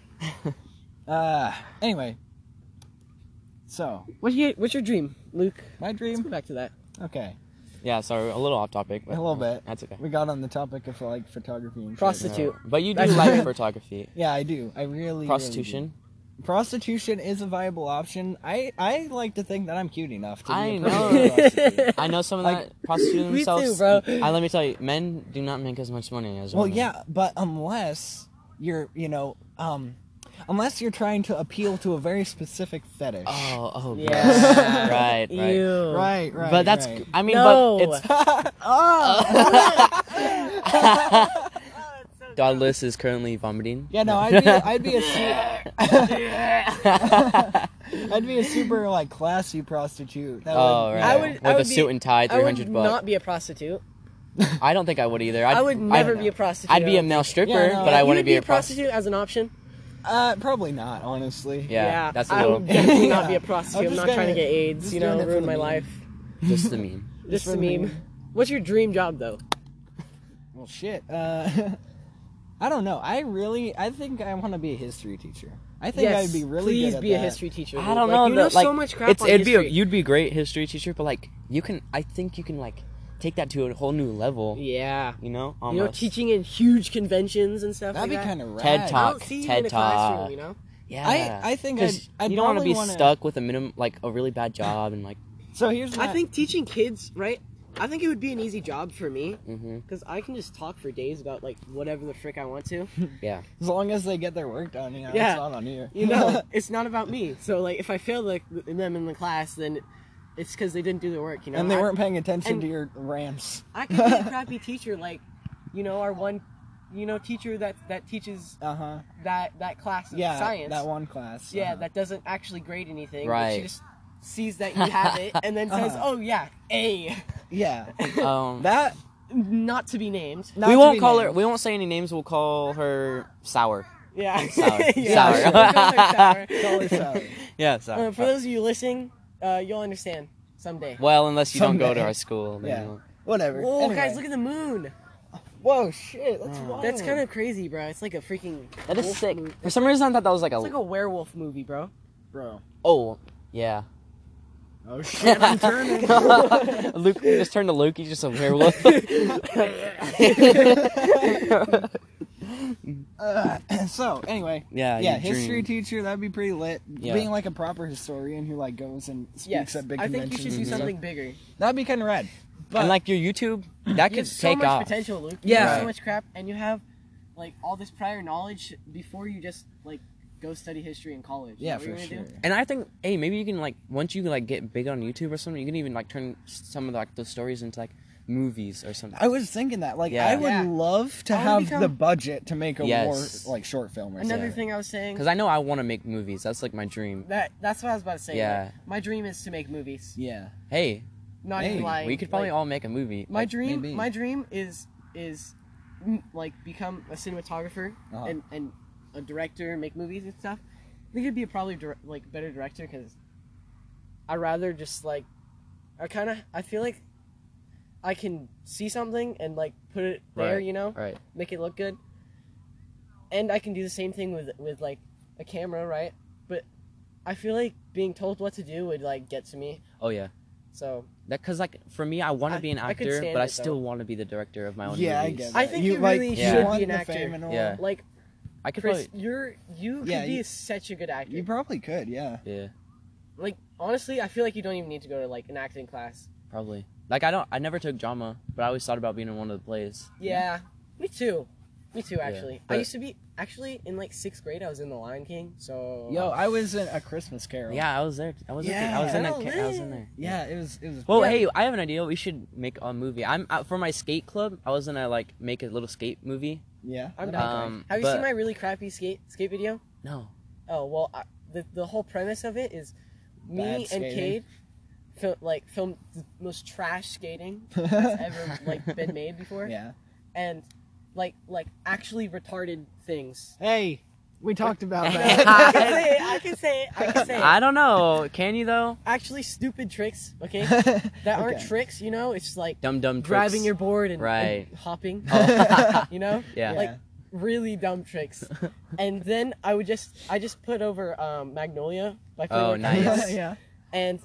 [SPEAKER 3] Uh, anyway. So,
[SPEAKER 1] What's your What's your dream, Luke?
[SPEAKER 3] my
[SPEAKER 1] Let's
[SPEAKER 3] dream.
[SPEAKER 1] go back to that.
[SPEAKER 3] Okay,
[SPEAKER 2] yeah, sorry, a little off topic.
[SPEAKER 3] a
[SPEAKER 2] But
[SPEAKER 3] little bit.
[SPEAKER 2] That's okay.
[SPEAKER 3] We got on the topic of like photography and shit.
[SPEAKER 1] Prostitute.
[SPEAKER 2] But you do
[SPEAKER 1] That's-
[SPEAKER 2] like photography.
[SPEAKER 3] Yeah, I do. I really, really do.
[SPEAKER 2] Prostitution?
[SPEAKER 3] Prostitution is a viable option. I I like to think that I'm cute enough to be
[SPEAKER 2] I
[SPEAKER 3] a
[SPEAKER 2] know.
[SPEAKER 3] prostitute.
[SPEAKER 2] Oh, I know some of
[SPEAKER 3] Like-
[SPEAKER 2] that prostitute
[SPEAKER 1] Me too,
[SPEAKER 2] themselves.
[SPEAKER 1] bro.
[SPEAKER 2] I, let me tell you, men do not make as much money as
[SPEAKER 3] well,
[SPEAKER 2] women.
[SPEAKER 3] yeah, but unless you're, you know, um, unless you're trying to appeal to a very specific fetish.
[SPEAKER 2] Oh, oh,
[SPEAKER 1] Yeah.
[SPEAKER 2] yeah. right, right.
[SPEAKER 1] Ew.
[SPEAKER 3] Right, right.
[SPEAKER 2] But that's, Oh!
[SPEAKER 3] right.
[SPEAKER 2] I mean,
[SPEAKER 1] No.
[SPEAKER 2] but it's. Douglas is currently vomiting.
[SPEAKER 3] yeah, no, I'd be, I'd be a, su- I'd be a super like classy prostitute. That
[SPEAKER 2] Oh,
[SPEAKER 3] would-
[SPEAKER 2] right.
[SPEAKER 1] I would-
[SPEAKER 2] With
[SPEAKER 1] I
[SPEAKER 2] a
[SPEAKER 1] would
[SPEAKER 2] suit
[SPEAKER 1] be-
[SPEAKER 2] and tie,
[SPEAKER 1] I
[SPEAKER 2] 300
[SPEAKER 1] would
[SPEAKER 2] bucks.
[SPEAKER 1] not be a prostitute.
[SPEAKER 2] I don't think I would either. I'd,
[SPEAKER 1] I would never
[SPEAKER 2] I'd,
[SPEAKER 1] be a prostitute. Uh,
[SPEAKER 2] I'd be a male stripper,
[SPEAKER 3] Yeah, no,
[SPEAKER 2] but I
[SPEAKER 1] You
[SPEAKER 2] wouldn't
[SPEAKER 1] would
[SPEAKER 2] be, a prostitute.
[SPEAKER 1] prostitute as an option.
[SPEAKER 3] Uh, probably not, honestly.
[SPEAKER 2] Yeah, that's a
[SPEAKER 1] I
[SPEAKER 2] little.
[SPEAKER 1] would definitely not
[SPEAKER 3] Yeah.
[SPEAKER 1] be a
[SPEAKER 3] I'm
[SPEAKER 1] prostitute. I'm not
[SPEAKER 3] just
[SPEAKER 1] trying to get
[SPEAKER 3] gonna-
[SPEAKER 1] AIDS.
[SPEAKER 3] just
[SPEAKER 1] You
[SPEAKER 3] doing
[SPEAKER 1] know,
[SPEAKER 3] it for
[SPEAKER 1] ruin
[SPEAKER 3] the
[SPEAKER 1] my
[SPEAKER 3] meme.
[SPEAKER 1] life.
[SPEAKER 2] just the meme.
[SPEAKER 1] Just
[SPEAKER 3] for
[SPEAKER 1] a
[SPEAKER 3] the
[SPEAKER 1] meme.
[SPEAKER 3] meme.
[SPEAKER 1] What's your dream job though?
[SPEAKER 3] Well, shit. Uh, I don't know. I really, I think I want to be a history teacher. I think I'd be really
[SPEAKER 1] please
[SPEAKER 3] good at
[SPEAKER 1] be a
[SPEAKER 3] that.
[SPEAKER 1] history teacher.
[SPEAKER 2] I
[SPEAKER 1] dude.
[SPEAKER 2] don't
[SPEAKER 1] Like,
[SPEAKER 2] know.
[SPEAKER 1] You
[SPEAKER 2] though,
[SPEAKER 1] know
[SPEAKER 2] like,
[SPEAKER 1] so much crap
[SPEAKER 2] It's
[SPEAKER 1] on
[SPEAKER 2] it'd be a,
[SPEAKER 1] history.
[SPEAKER 2] you'd be a great history teacher, but like you can, I think you can like take that to a whole new level.
[SPEAKER 1] yeah.
[SPEAKER 2] You know, almost.
[SPEAKER 1] You know, teaching in huge conventions and stuff.
[SPEAKER 3] That'd
[SPEAKER 1] like
[SPEAKER 3] be
[SPEAKER 1] that.
[SPEAKER 3] kind of rad.
[SPEAKER 2] TED
[SPEAKER 1] I
[SPEAKER 2] Talk.
[SPEAKER 1] don't see you
[SPEAKER 2] TED
[SPEAKER 1] in a classroom.
[SPEAKER 2] Talk.
[SPEAKER 1] You know.
[SPEAKER 2] yeah,
[SPEAKER 3] I- I think
[SPEAKER 2] 'Cause
[SPEAKER 3] I'd- I'd
[SPEAKER 2] you don't wanna
[SPEAKER 3] probably
[SPEAKER 2] be
[SPEAKER 3] wanna-
[SPEAKER 2] stuck with a minimum, like a really bad job, and like
[SPEAKER 3] So here's my,
[SPEAKER 1] I think teaching kids, right? I think it would be an easy job for me
[SPEAKER 2] mhm.
[SPEAKER 1] because I can just talk for days about like whatever the frick I want to.
[SPEAKER 3] as long as they get their work done, you know,
[SPEAKER 1] Yeah.
[SPEAKER 3] it's not on you.
[SPEAKER 1] You know, it's not about me. So like, if I fail like them in the class, then it's because they didn't do their work. You know,
[SPEAKER 3] and they
[SPEAKER 1] I-
[SPEAKER 3] weren't paying attention
[SPEAKER 1] and-
[SPEAKER 3] to your rants.
[SPEAKER 1] I could be a crappy teacher, like, you know, our one, you know, teacher that that teaches
[SPEAKER 3] Uh huh.
[SPEAKER 1] that that class of
[SPEAKER 3] Yeah,
[SPEAKER 1] science.
[SPEAKER 3] that one class.
[SPEAKER 1] Yeah,
[SPEAKER 3] uh-huh.
[SPEAKER 1] that doesn't actually grade anything. But she
[SPEAKER 2] Right.
[SPEAKER 1] just sees that you have it and then says,
[SPEAKER 3] Uh-huh.
[SPEAKER 1] "Oh yeah, A,
[SPEAKER 3] yeah.
[SPEAKER 2] um.
[SPEAKER 3] That
[SPEAKER 1] not to be named."
[SPEAKER 3] not
[SPEAKER 2] we
[SPEAKER 3] to
[SPEAKER 2] won't
[SPEAKER 3] be
[SPEAKER 2] call her.
[SPEAKER 3] named.
[SPEAKER 2] We won't say any names. We'll call her Sour.
[SPEAKER 1] Yeah.
[SPEAKER 2] Sour.
[SPEAKER 1] yeah,
[SPEAKER 3] Sour.
[SPEAKER 1] sure, we'll call her sour.
[SPEAKER 3] Call her sour.
[SPEAKER 2] Yeah, Sour.
[SPEAKER 1] Uh, for those of you listening, uh, you'll understand someday.
[SPEAKER 2] well, unless you don't go to
[SPEAKER 3] Someday.
[SPEAKER 2] our school. Then
[SPEAKER 3] Yeah.
[SPEAKER 2] you won't.
[SPEAKER 3] Whatever.
[SPEAKER 1] Whoa,
[SPEAKER 3] Anyway. Oh.
[SPEAKER 1] guys, look at the moon.
[SPEAKER 3] Whoa, shit. That's wild.
[SPEAKER 1] That's kind of crazy, bro. It's like a freaking.
[SPEAKER 2] That is
[SPEAKER 1] wolf
[SPEAKER 2] sick.
[SPEAKER 1] movie.
[SPEAKER 2] For some reason, I thought that was like a.
[SPEAKER 1] It's like a werewolf movie, bro.
[SPEAKER 3] bro.
[SPEAKER 2] oh, yeah.
[SPEAKER 3] Oh shit. I'm turning.
[SPEAKER 2] Luke we just turned to Luke. He's just a werewolf.
[SPEAKER 3] Uh, so anyway.
[SPEAKER 2] yeah.
[SPEAKER 3] yeah,
[SPEAKER 2] you dream.
[SPEAKER 3] history teacher, that'd be pretty lit.
[SPEAKER 2] Yeah.
[SPEAKER 3] Being like a proper historian who like goes and speaks
[SPEAKER 1] Yes,
[SPEAKER 3] at big
[SPEAKER 1] I think
[SPEAKER 3] conventions.
[SPEAKER 1] you should do
[SPEAKER 3] and stuff.
[SPEAKER 1] something bigger.
[SPEAKER 3] That'd be kind of rad. But
[SPEAKER 2] and like your YouTube, that
[SPEAKER 1] You
[SPEAKER 2] could
[SPEAKER 1] have so
[SPEAKER 2] take
[SPEAKER 1] much
[SPEAKER 2] off.
[SPEAKER 1] potential, Luke. You
[SPEAKER 3] Yeah.
[SPEAKER 1] have so
[SPEAKER 3] Right.
[SPEAKER 1] much crap, and you have like all this prior knowledge before you just like go study history in college. You
[SPEAKER 3] yeah,
[SPEAKER 1] know what
[SPEAKER 3] for
[SPEAKER 1] you're
[SPEAKER 3] sure.
[SPEAKER 1] gonna
[SPEAKER 2] And I think, hey, maybe you can like once you like get big on YouTube or something, you can even like turn some of like those stories into like movies or something.
[SPEAKER 3] I was thinking that like
[SPEAKER 2] Yeah.
[SPEAKER 3] I would
[SPEAKER 1] Yeah.
[SPEAKER 3] love to
[SPEAKER 1] I wanna
[SPEAKER 3] have
[SPEAKER 1] become-
[SPEAKER 3] the budget to make a
[SPEAKER 2] Yes.
[SPEAKER 3] war like short film or
[SPEAKER 1] do? Another
[SPEAKER 3] something.
[SPEAKER 1] thing I was saying
[SPEAKER 2] Because I know I want to make movies. That's like my dream.
[SPEAKER 1] that that's what I was about to say.
[SPEAKER 2] Yeah.
[SPEAKER 1] like, my dream is to make movies.
[SPEAKER 3] Yeah.
[SPEAKER 2] Hey,
[SPEAKER 1] Not
[SPEAKER 3] Hey,
[SPEAKER 1] even lying.
[SPEAKER 2] we could probably
[SPEAKER 1] Like,
[SPEAKER 2] all make a movie.
[SPEAKER 1] my
[SPEAKER 2] Like,
[SPEAKER 1] dream.
[SPEAKER 3] maybe.
[SPEAKER 1] My dream is is mm, like become a cinematographer
[SPEAKER 3] Uh-huh.
[SPEAKER 1] and and a director, make movies and stuff. I think I'd be a probably dir- like better director because I rather just like I kind of I feel like I can see something and like put it there,
[SPEAKER 2] Right.
[SPEAKER 1] you know,
[SPEAKER 2] Right.
[SPEAKER 1] make it look good. And I can do the same thing with with like a camera, right? But I feel like being told what to do would like get to me.
[SPEAKER 2] Oh yeah.
[SPEAKER 1] So
[SPEAKER 2] That because like for me, I want
[SPEAKER 1] I-
[SPEAKER 2] to be an
[SPEAKER 1] I could
[SPEAKER 2] actor,
[SPEAKER 1] stand
[SPEAKER 2] but I
[SPEAKER 1] it, though.
[SPEAKER 2] still want to be the director of my own.
[SPEAKER 3] Yeah, I
[SPEAKER 2] movies.
[SPEAKER 3] get that.
[SPEAKER 1] I think
[SPEAKER 3] you
[SPEAKER 1] you
[SPEAKER 3] like,
[SPEAKER 1] really
[SPEAKER 3] you
[SPEAKER 2] should be
[SPEAKER 3] want
[SPEAKER 1] an
[SPEAKER 3] the
[SPEAKER 1] actor.
[SPEAKER 3] Fame and all.
[SPEAKER 2] Yeah.
[SPEAKER 1] like
[SPEAKER 2] I could
[SPEAKER 1] Chris,
[SPEAKER 2] probably.
[SPEAKER 1] you're you
[SPEAKER 3] Yeah,
[SPEAKER 1] could be
[SPEAKER 3] you-
[SPEAKER 1] such a good actor.
[SPEAKER 3] You probably could, yeah.
[SPEAKER 2] Yeah,
[SPEAKER 1] like honestly, I feel like you don't even need to go to like an acting class.
[SPEAKER 2] probably. Like I don't. I never took drama, but I always thought about being in one of the plays.
[SPEAKER 1] Yeah, me too. Me too. Actually, I
[SPEAKER 2] but-
[SPEAKER 1] used to be actually in like sixth grade. I was in The Lion King. So
[SPEAKER 3] Yo, I was in a Christmas Carol.
[SPEAKER 2] Yeah, I was there. I was. Yeah. I was
[SPEAKER 3] Yeah.
[SPEAKER 2] in that.
[SPEAKER 1] Oh,
[SPEAKER 2] ca- I was in
[SPEAKER 1] really?
[SPEAKER 2] there.
[SPEAKER 3] Yeah, it was it was
[SPEAKER 2] Well,
[SPEAKER 1] Yeah.
[SPEAKER 2] hey, I have an idea. We should make a movie. I'm uh, for my skate club. I was gonna like make a little skate movie.
[SPEAKER 3] yeah.
[SPEAKER 1] I'm
[SPEAKER 3] that'd be
[SPEAKER 1] down.
[SPEAKER 2] Um,
[SPEAKER 1] have you
[SPEAKER 2] but-
[SPEAKER 1] seen my really crappy skate skate video?
[SPEAKER 2] No.
[SPEAKER 1] Oh well, I, the the whole premise of it is me
[SPEAKER 3] Bad
[SPEAKER 1] and
[SPEAKER 3] skating.
[SPEAKER 1] Cade fil- like filmed the most trash skating that's ever like been made before,
[SPEAKER 5] Yeah.
[SPEAKER 1] and like like actually retarded things.
[SPEAKER 5] Hey, we talked about that.
[SPEAKER 1] I can say it. I can say it. I can say it.
[SPEAKER 2] I don't know. Can you though?
[SPEAKER 1] actually stupid tricks, okay? That
[SPEAKER 5] that
[SPEAKER 1] aren't tricks, you know? It's like
[SPEAKER 2] Dumb dumb tricks.
[SPEAKER 1] driving your board and,
[SPEAKER 2] Right.
[SPEAKER 1] and hopping,
[SPEAKER 2] Oh.
[SPEAKER 1] you know?
[SPEAKER 2] yeah.
[SPEAKER 1] Like really dumb tricks. and then I would just I just put over um, Magnolia by
[SPEAKER 2] Oh,
[SPEAKER 1] Fleetwood Mac,
[SPEAKER 2] nice.
[SPEAKER 5] yeah.
[SPEAKER 1] and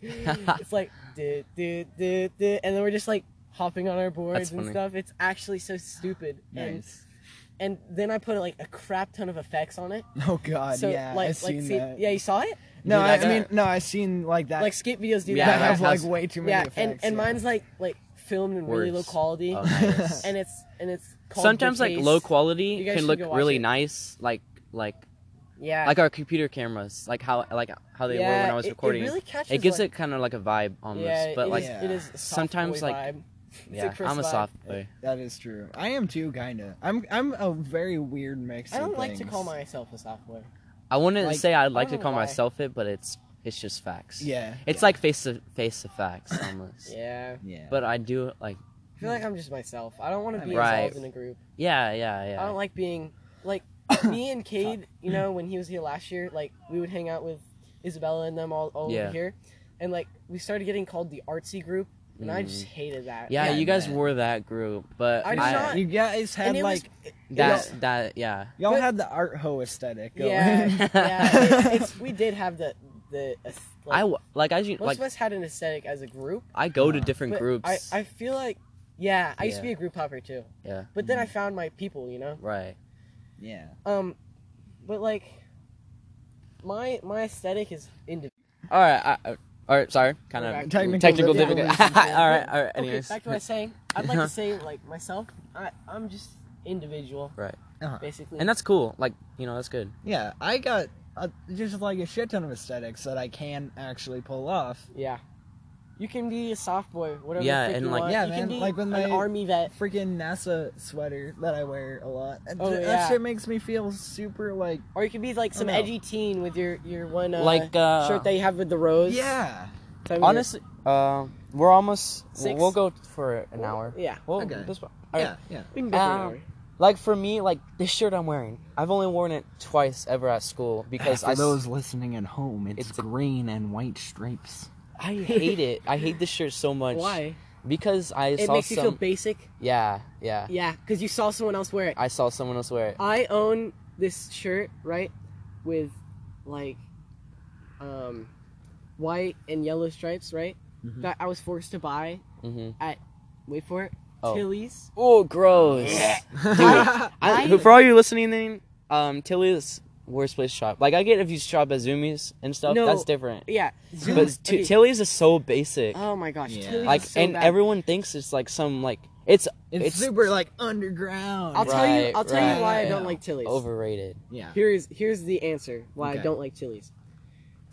[SPEAKER 1] it's like do do do do and then we're just like hopping on our boards
[SPEAKER 2] That's
[SPEAKER 1] and
[SPEAKER 2] funny.
[SPEAKER 1] stuff. It's actually so stupid.
[SPEAKER 5] Nice.
[SPEAKER 1] And, and then I put like a crap ton of effects on it.
[SPEAKER 5] Oh God,
[SPEAKER 1] So
[SPEAKER 5] yeah.
[SPEAKER 1] like
[SPEAKER 5] I've
[SPEAKER 1] like
[SPEAKER 5] seen
[SPEAKER 1] see-
[SPEAKER 5] that.
[SPEAKER 1] yeah, you saw it?
[SPEAKER 5] No,
[SPEAKER 2] Dude,
[SPEAKER 5] I,
[SPEAKER 2] that's
[SPEAKER 5] I mean,
[SPEAKER 2] it.
[SPEAKER 5] no, I've seen like that.
[SPEAKER 1] Like skate videos do
[SPEAKER 2] Yeah,
[SPEAKER 5] that
[SPEAKER 1] that.
[SPEAKER 5] have
[SPEAKER 2] that
[SPEAKER 5] like
[SPEAKER 2] has-
[SPEAKER 5] way too many
[SPEAKER 1] yeah,
[SPEAKER 5] effects.
[SPEAKER 1] and and
[SPEAKER 5] yeah.
[SPEAKER 1] mine's like like filmed in really low
[SPEAKER 2] Words.
[SPEAKER 1] quality,
[SPEAKER 2] Oh, nice.
[SPEAKER 1] and it's and it's called
[SPEAKER 2] Sometimes
[SPEAKER 1] the
[SPEAKER 2] like
[SPEAKER 1] case.
[SPEAKER 2] low
[SPEAKER 1] You
[SPEAKER 2] quality
[SPEAKER 1] guys
[SPEAKER 2] can
[SPEAKER 1] should
[SPEAKER 2] look
[SPEAKER 1] go watch
[SPEAKER 2] really
[SPEAKER 1] it.
[SPEAKER 2] nice, like like
[SPEAKER 1] Yeah,
[SPEAKER 2] like our computer cameras, like how like how they were
[SPEAKER 1] Yeah,
[SPEAKER 2] when I was
[SPEAKER 1] it-
[SPEAKER 2] recording.
[SPEAKER 1] It, really catches,
[SPEAKER 2] It gives
[SPEAKER 1] like,
[SPEAKER 2] it kind of like a vibe almost,
[SPEAKER 1] yeah,
[SPEAKER 2] but
[SPEAKER 1] it
[SPEAKER 2] like
[SPEAKER 1] is-
[SPEAKER 5] Yeah.
[SPEAKER 1] it is a soft
[SPEAKER 2] sometimes,
[SPEAKER 1] boy
[SPEAKER 2] like-
[SPEAKER 1] vibe. It's
[SPEAKER 2] yeah,
[SPEAKER 1] Chris
[SPEAKER 2] I'm a
[SPEAKER 1] vibe.
[SPEAKER 2] soft boy.
[SPEAKER 5] that is true. I am too, kinda. I'm I'm a very weird mix.
[SPEAKER 1] I
[SPEAKER 5] of
[SPEAKER 1] don't like to
[SPEAKER 5] things.
[SPEAKER 1] call myself a soft boy.
[SPEAKER 2] I wouldn't
[SPEAKER 5] Like,
[SPEAKER 2] say I'd like to
[SPEAKER 1] don't know
[SPEAKER 2] call
[SPEAKER 1] why.
[SPEAKER 2] myself it, but it's it's just facts.
[SPEAKER 5] Yeah.
[SPEAKER 2] It's like face to face to facts almost.
[SPEAKER 1] Yeah,
[SPEAKER 5] Yeah.
[SPEAKER 2] But I do like
[SPEAKER 1] I feel like I'm just myself. I don't want to
[SPEAKER 5] I
[SPEAKER 1] be
[SPEAKER 2] mean- Right.
[SPEAKER 1] involved in a group.
[SPEAKER 2] yeah yeah yeah.
[SPEAKER 1] I don't like being like me and Cade. You know, when he was here last year, like we would hang out with Isabella and them all, all
[SPEAKER 2] Yeah.
[SPEAKER 1] over here, and like we started getting called the artsy group, and I
[SPEAKER 2] Mm.
[SPEAKER 1] just hated that.
[SPEAKER 2] yeah,
[SPEAKER 5] Yeah,
[SPEAKER 2] you guys
[SPEAKER 5] man.
[SPEAKER 2] were that group, but
[SPEAKER 1] I
[SPEAKER 2] I
[SPEAKER 1] do not-
[SPEAKER 5] you guys had
[SPEAKER 1] and it
[SPEAKER 5] like
[SPEAKER 1] was,
[SPEAKER 2] that
[SPEAKER 1] was-
[SPEAKER 2] that yeah.
[SPEAKER 5] y'all
[SPEAKER 1] but-
[SPEAKER 5] had the art ho aesthetic going.
[SPEAKER 1] yeah, yeah. It, it's we did have the the. aes-
[SPEAKER 2] I
[SPEAKER 1] Like,
[SPEAKER 2] w- like I ju-
[SPEAKER 1] most
[SPEAKER 2] like
[SPEAKER 1] of us had an aesthetic as a group.
[SPEAKER 2] I go to
[SPEAKER 5] Uh,
[SPEAKER 2] different
[SPEAKER 1] but
[SPEAKER 2] groups.
[SPEAKER 1] I, I feel like, yeah, I used to
[SPEAKER 2] Yeah.
[SPEAKER 1] be a group hopper too.
[SPEAKER 2] Yeah. Mm.
[SPEAKER 1] But then I found my people, you know.
[SPEAKER 2] right.
[SPEAKER 5] yeah.
[SPEAKER 1] Um, but like, my my aesthetic is individual.
[SPEAKER 2] All right. I, I- all right. Sorry. Kind
[SPEAKER 1] Back
[SPEAKER 2] of
[SPEAKER 1] to
[SPEAKER 2] technical,
[SPEAKER 5] technical
[SPEAKER 2] difficulty.
[SPEAKER 5] difficulties.
[SPEAKER 2] all right. All right.
[SPEAKER 1] Okay,
[SPEAKER 2] Anyways. Uh-huh.
[SPEAKER 1] back to what I was saying. I'd like to say like myself. I I'm just individual.
[SPEAKER 2] Right.
[SPEAKER 5] Uh-huh.
[SPEAKER 1] Basically.
[SPEAKER 2] and that's cool. Like you know, that's good.
[SPEAKER 5] Yeah, I got a, just like a shit ton of aesthetics that I can actually pull off.
[SPEAKER 1] yeah. You can be a soft boy, whatever.
[SPEAKER 2] Yeah,
[SPEAKER 1] the frick
[SPEAKER 2] and,
[SPEAKER 1] you
[SPEAKER 2] like-
[SPEAKER 1] want.
[SPEAKER 5] Yeah,
[SPEAKER 1] you
[SPEAKER 5] man,
[SPEAKER 1] can be
[SPEAKER 5] like with my-
[SPEAKER 1] an army vet.
[SPEAKER 5] Freaking NASA sweater that I wear a lot. And
[SPEAKER 1] Oh,
[SPEAKER 5] th-
[SPEAKER 1] yeah.
[SPEAKER 5] That shit makes me feel super like
[SPEAKER 1] Or you could be like some
[SPEAKER 5] no.
[SPEAKER 1] edgy teen with your your one uh,
[SPEAKER 2] Like, uh,
[SPEAKER 1] shirt that you have with the rose.
[SPEAKER 5] yeah.
[SPEAKER 1] Time of
[SPEAKER 2] Honestly, uh, we're almost.
[SPEAKER 1] Six?
[SPEAKER 2] We'll go for an
[SPEAKER 1] year.
[SPEAKER 2] hour.
[SPEAKER 1] Yeah.
[SPEAKER 2] Well,
[SPEAKER 5] Okay.
[SPEAKER 2] this one. All right.
[SPEAKER 5] Yeah, yeah.
[SPEAKER 1] We can go for an
[SPEAKER 2] Um,
[SPEAKER 1] hour.
[SPEAKER 2] Like for me, like this shirt I'm wearing, I've only worn it twice ever at school because I s-
[SPEAKER 5] listening at home,
[SPEAKER 2] It's a-
[SPEAKER 5] green and white stripes.
[SPEAKER 2] I hate it. I hate this shirt so much.
[SPEAKER 1] Why?
[SPEAKER 2] Because I
[SPEAKER 1] It
[SPEAKER 2] saw
[SPEAKER 1] makes you feel
[SPEAKER 2] some.
[SPEAKER 1] basic.
[SPEAKER 2] yeah, yeah.
[SPEAKER 1] Yeah, Uh, because you saw someone else wear it.
[SPEAKER 2] I saw someone else wear it.
[SPEAKER 1] I own this shirt, right, with like um white and yellow stripes, right?
[SPEAKER 5] Mhm.
[SPEAKER 1] That I was forced to buy.
[SPEAKER 2] hmm
[SPEAKER 1] Wait for it.
[SPEAKER 2] Oh.
[SPEAKER 1] Tilly's.
[SPEAKER 2] Oh, gross. I, for all you listening, then, um, Tilly's worst place to shop. Like I get if you shop at Zoomies and stuff,
[SPEAKER 1] No.
[SPEAKER 2] that's different.
[SPEAKER 1] Yeah.
[SPEAKER 2] But t-
[SPEAKER 1] okay.
[SPEAKER 2] Tilly's is so basic.
[SPEAKER 1] Oh my gosh.
[SPEAKER 5] Yeah.
[SPEAKER 1] Tilly's
[SPEAKER 2] like
[SPEAKER 1] is so
[SPEAKER 2] and
[SPEAKER 1] bad.
[SPEAKER 2] everyone thinks it's like some like it's
[SPEAKER 5] It's,
[SPEAKER 2] it's,
[SPEAKER 5] super like underground.
[SPEAKER 1] I'll tell you.
[SPEAKER 2] Right,
[SPEAKER 1] I'll tell you
[SPEAKER 5] right,
[SPEAKER 1] why I
[SPEAKER 5] yeah.
[SPEAKER 1] don't like Tilly's.
[SPEAKER 2] overrated.
[SPEAKER 5] yeah.
[SPEAKER 1] Here's here's the answer why I
[SPEAKER 5] Okay.
[SPEAKER 1] don't like Tilly's.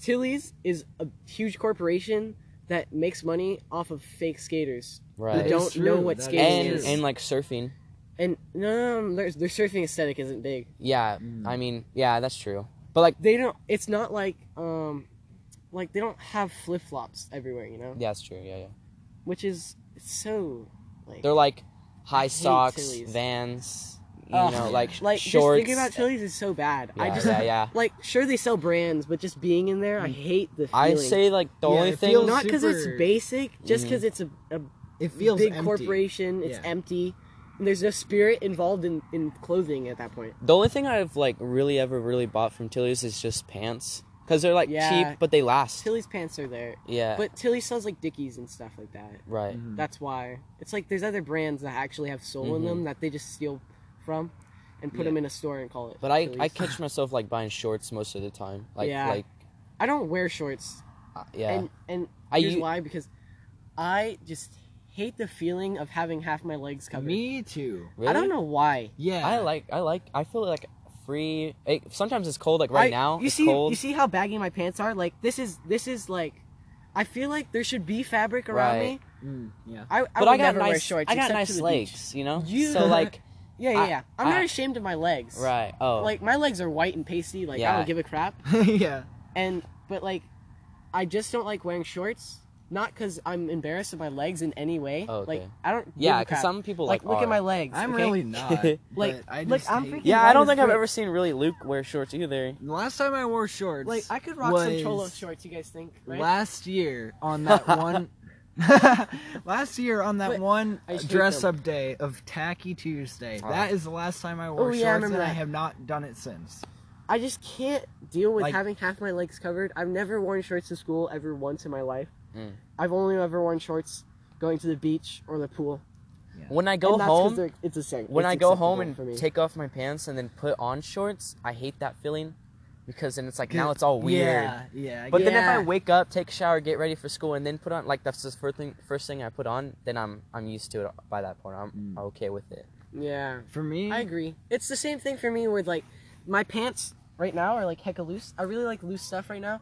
[SPEAKER 1] Tilly's is a huge corporation that makes money off of fake skaters.
[SPEAKER 2] Right.
[SPEAKER 1] Who
[SPEAKER 5] That is
[SPEAKER 1] don't know
[SPEAKER 5] true,
[SPEAKER 1] what
[SPEAKER 5] that is
[SPEAKER 1] skating
[SPEAKER 2] and
[SPEAKER 1] is.
[SPEAKER 2] and like surfing.
[SPEAKER 1] And no, no, no, their, their surfing aesthetic isn't big.
[SPEAKER 2] Yeah,
[SPEAKER 5] Mm.
[SPEAKER 2] I mean, yeah, that's true. But like,
[SPEAKER 1] They don't. It's not like um, like they don't have flip flops everywhere, you know.
[SPEAKER 2] yeah, that's true. Yeah, yeah.
[SPEAKER 1] Which is so like.
[SPEAKER 2] They're like high
[SPEAKER 1] hate
[SPEAKER 2] socks,
[SPEAKER 1] Tilly's.
[SPEAKER 2] Vans, you
[SPEAKER 1] Ugh.
[SPEAKER 2] know, like,
[SPEAKER 1] like
[SPEAKER 2] shorts.
[SPEAKER 1] just thinking about Chili's is so bad.
[SPEAKER 2] yeah,
[SPEAKER 1] I just
[SPEAKER 2] yeah, yeah.
[SPEAKER 1] like sure they sell brands, but just being in there, I hate the feeling.
[SPEAKER 2] I say like the
[SPEAKER 5] Yeah,
[SPEAKER 2] only
[SPEAKER 5] it
[SPEAKER 2] thing.
[SPEAKER 5] feels-
[SPEAKER 1] not because it's
[SPEAKER 5] super-
[SPEAKER 1] basic, just
[SPEAKER 2] Mhm.
[SPEAKER 1] because it's a, a
[SPEAKER 5] It feels
[SPEAKER 1] big
[SPEAKER 5] empty.
[SPEAKER 1] corporation. It's
[SPEAKER 5] Yeah.
[SPEAKER 1] empty. And there's no spirit involved in, in clothing at that point.
[SPEAKER 2] the only thing I've like really ever really bought from Tilly's is just pants because they're like
[SPEAKER 1] Yeah.
[SPEAKER 2] cheap but they last.
[SPEAKER 1] Tilly's pants are there,
[SPEAKER 2] yeah.
[SPEAKER 1] but Tilly sells like Dickies and stuff like that.
[SPEAKER 2] right.
[SPEAKER 5] Mhm.
[SPEAKER 1] That's why. It's like there's other brands that actually have soul in
[SPEAKER 2] Mhm.
[SPEAKER 1] them that they just steal from and put
[SPEAKER 5] Yeah.
[SPEAKER 1] them in a store and call it.
[SPEAKER 2] But I I
[SPEAKER 1] Achilles.
[SPEAKER 2] catch myself like buying shorts most of the time. Like
[SPEAKER 1] Yeah.
[SPEAKER 2] like
[SPEAKER 1] I don't wear shorts.
[SPEAKER 2] uh, yeah.
[SPEAKER 1] And and
[SPEAKER 2] I
[SPEAKER 1] here's
[SPEAKER 2] u-
[SPEAKER 1] why because I just hate the feeling of having half my legs covered.
[SPEAKER 5] Me too.
[SPEAKER 2] really?
[SPEAKER 1] I don't know why.
[SPEAKER 5] Yeah.
[SPEAKER 2] I like I like I feel like free. It, sometimes it's cold. Like right
[SPEAKER 1] I-
[SPEAKER 2] now,
[SPEAKER 1] you
[SPEAKER 2] it's
[SPEAKER 1] see
[SPEAKER 2] cold.
[SPEAKER 1] you see how baggy my pants are? Like this is this is like I feel like there should be fabric around
[SPEAKER 2] Right.
[SPEAKER 1] me.
[SPEAKER 5] Mm, yeah.
[SPEAKER 1] I, I
[SPEAKER 2] but
[SPEAKER 1] would
[SPEAKER 2] I got
[SPEAKER 1] never wear
[SPEAKER 2] nice.
[SPEAKER 1] shorts.
[SPEAKER 2] I
[SPEAKER 1] except
[SPEAKER 2] got
[SPEAKER 1] to
[SPEAKER 2] nice
[SPEAKER 1] the
[SPEAKER 2] legs.
[SPEAKER 1] beach.
[SPEAKER 2] You know.
[SPEAKER 1] You-
[SPEAKER 2] So like
[SPEAKER 1] Yeah, yeah,
[SPEAKER 2] I-
[SPEAKER 1] yeah. I, am
[SPEAKER 2] I-
[SPEAKER 1] not ashamed of my legs.
[SPEAKER 2] right. Oh.
[SPEAKER 1] Like my legs are white and pasty. Like I
[SPEAKER 2] Yeah.
[SPEAKER 1] don't give a crap.
[SPEAKER 5] yeah.
[SPEAKER 1] and but like I just don't like wearing shorts. Not because I'm embarrassed of my legs in any way.
[SPEAKER 2] Oh,
[SPEAKER 1] Like
[SPEAKER 2] okay.
[SPEAKER 1] I don't.
[SPEAKER 2] Yeah,
[SPEAKER 1] give a
[SPEAKER 2] 'cause
[SPEAKER 1] crap.
[SPEAKER 2] some people,
[SPEAKER 1] like
[SPEAKER 2] like,
[SPEAKER 1] look
[SPEAKER 2] are.
[SPEAKER 1] at my legs.
[SPEAKER 3] I'm
[SPEAKER 1] okay?
[SPEAKER 3] really not.
[SPEAKER 1] Like-
[SPEAKER 3] but I
[SPEAKER 1] like,
[SPEAKER 3] just
[SPEAKER 1] I'm
[SPEAKER 3] hate
[SPEAKER 1] freaking-
[SPEAKER 2] Yeah, I don't think I've
[SPEAKER 1] Right.
[SPEAKER 2] ever seen really Luke wear shorts either.
[SPEAKER 3] it. Last time I wore shorts,
[SPEAKER 1] Like I could rock some
[SPEAKER 3] was-
[SPEAKER 1] cholo shorts. You guys think? Right?
[SPEAKER 3] last year on that one last year on that
[SPEAKER 1] But
[SPEAKER 3] one
[SPEAKER 1] I just hate
[SPEAKER 3] dress
[SPEAKER 1] them.
[SPEAKER 3] up day of tacky tuesday
[SPEAKER 2] Oh.
[SPEAKER 3] that is the last time i wore
[SPEAKER 1] Oh,
[SPEAKER 3] shorts
[SPEAKER 1] yeah, I remember
[SPEAKER 3] and i
[SPEAKER 1] that.
[SPEAKER 3] have not done it since
[SPEAKER 1] I just can't deal with
[SPEAKER 3] Like-
[SPEAKER 1] having half my legs covered. I've never worn shorts to school ever once in my life.
[SPEAKER 2] Mm.
[SPEAKER 1] I've only ever worn shorts going to the beach or the pool.
[SPEAKER 2] When I go
[SPEAKER 1] and that's 'cause
[SPEAKER 2] home,
[SPEAKER 1] they're- It's the same.
[SPEAKER 2] when
[SPEAKER 1] it's
[SPEAKER 2] I go home
[SPEAKER 1] acceptable
[SPEAKER 2] and
[SPEAKER 1] for me.
[SPEAKER 2] take off my pants and then put on shorts, I hate that feeling because then it's like now it's all weird.
[SPEAKER 3] yeah yeah I
[SPEAKER 2] But
[SPEAKER 3] get-
[SPEAKER 2] then if I
[SPEAKER 1] Yeah.
[SPEAKER 2] wake up, take a shower, get ready for school, and then put on like that's the first thing first thing I put on, then I'm I'm used to it by that point. I'm
[SPEAKER 3] Mm.
[SPEAKER 2] okay with it.
[SPEAKER 1] yeah.
[SPEAKER 3] for me
[SPEAKER 1] I agree. It's the same thing for me with like my pants right now are like hecka loose. I really like loose stuff right now.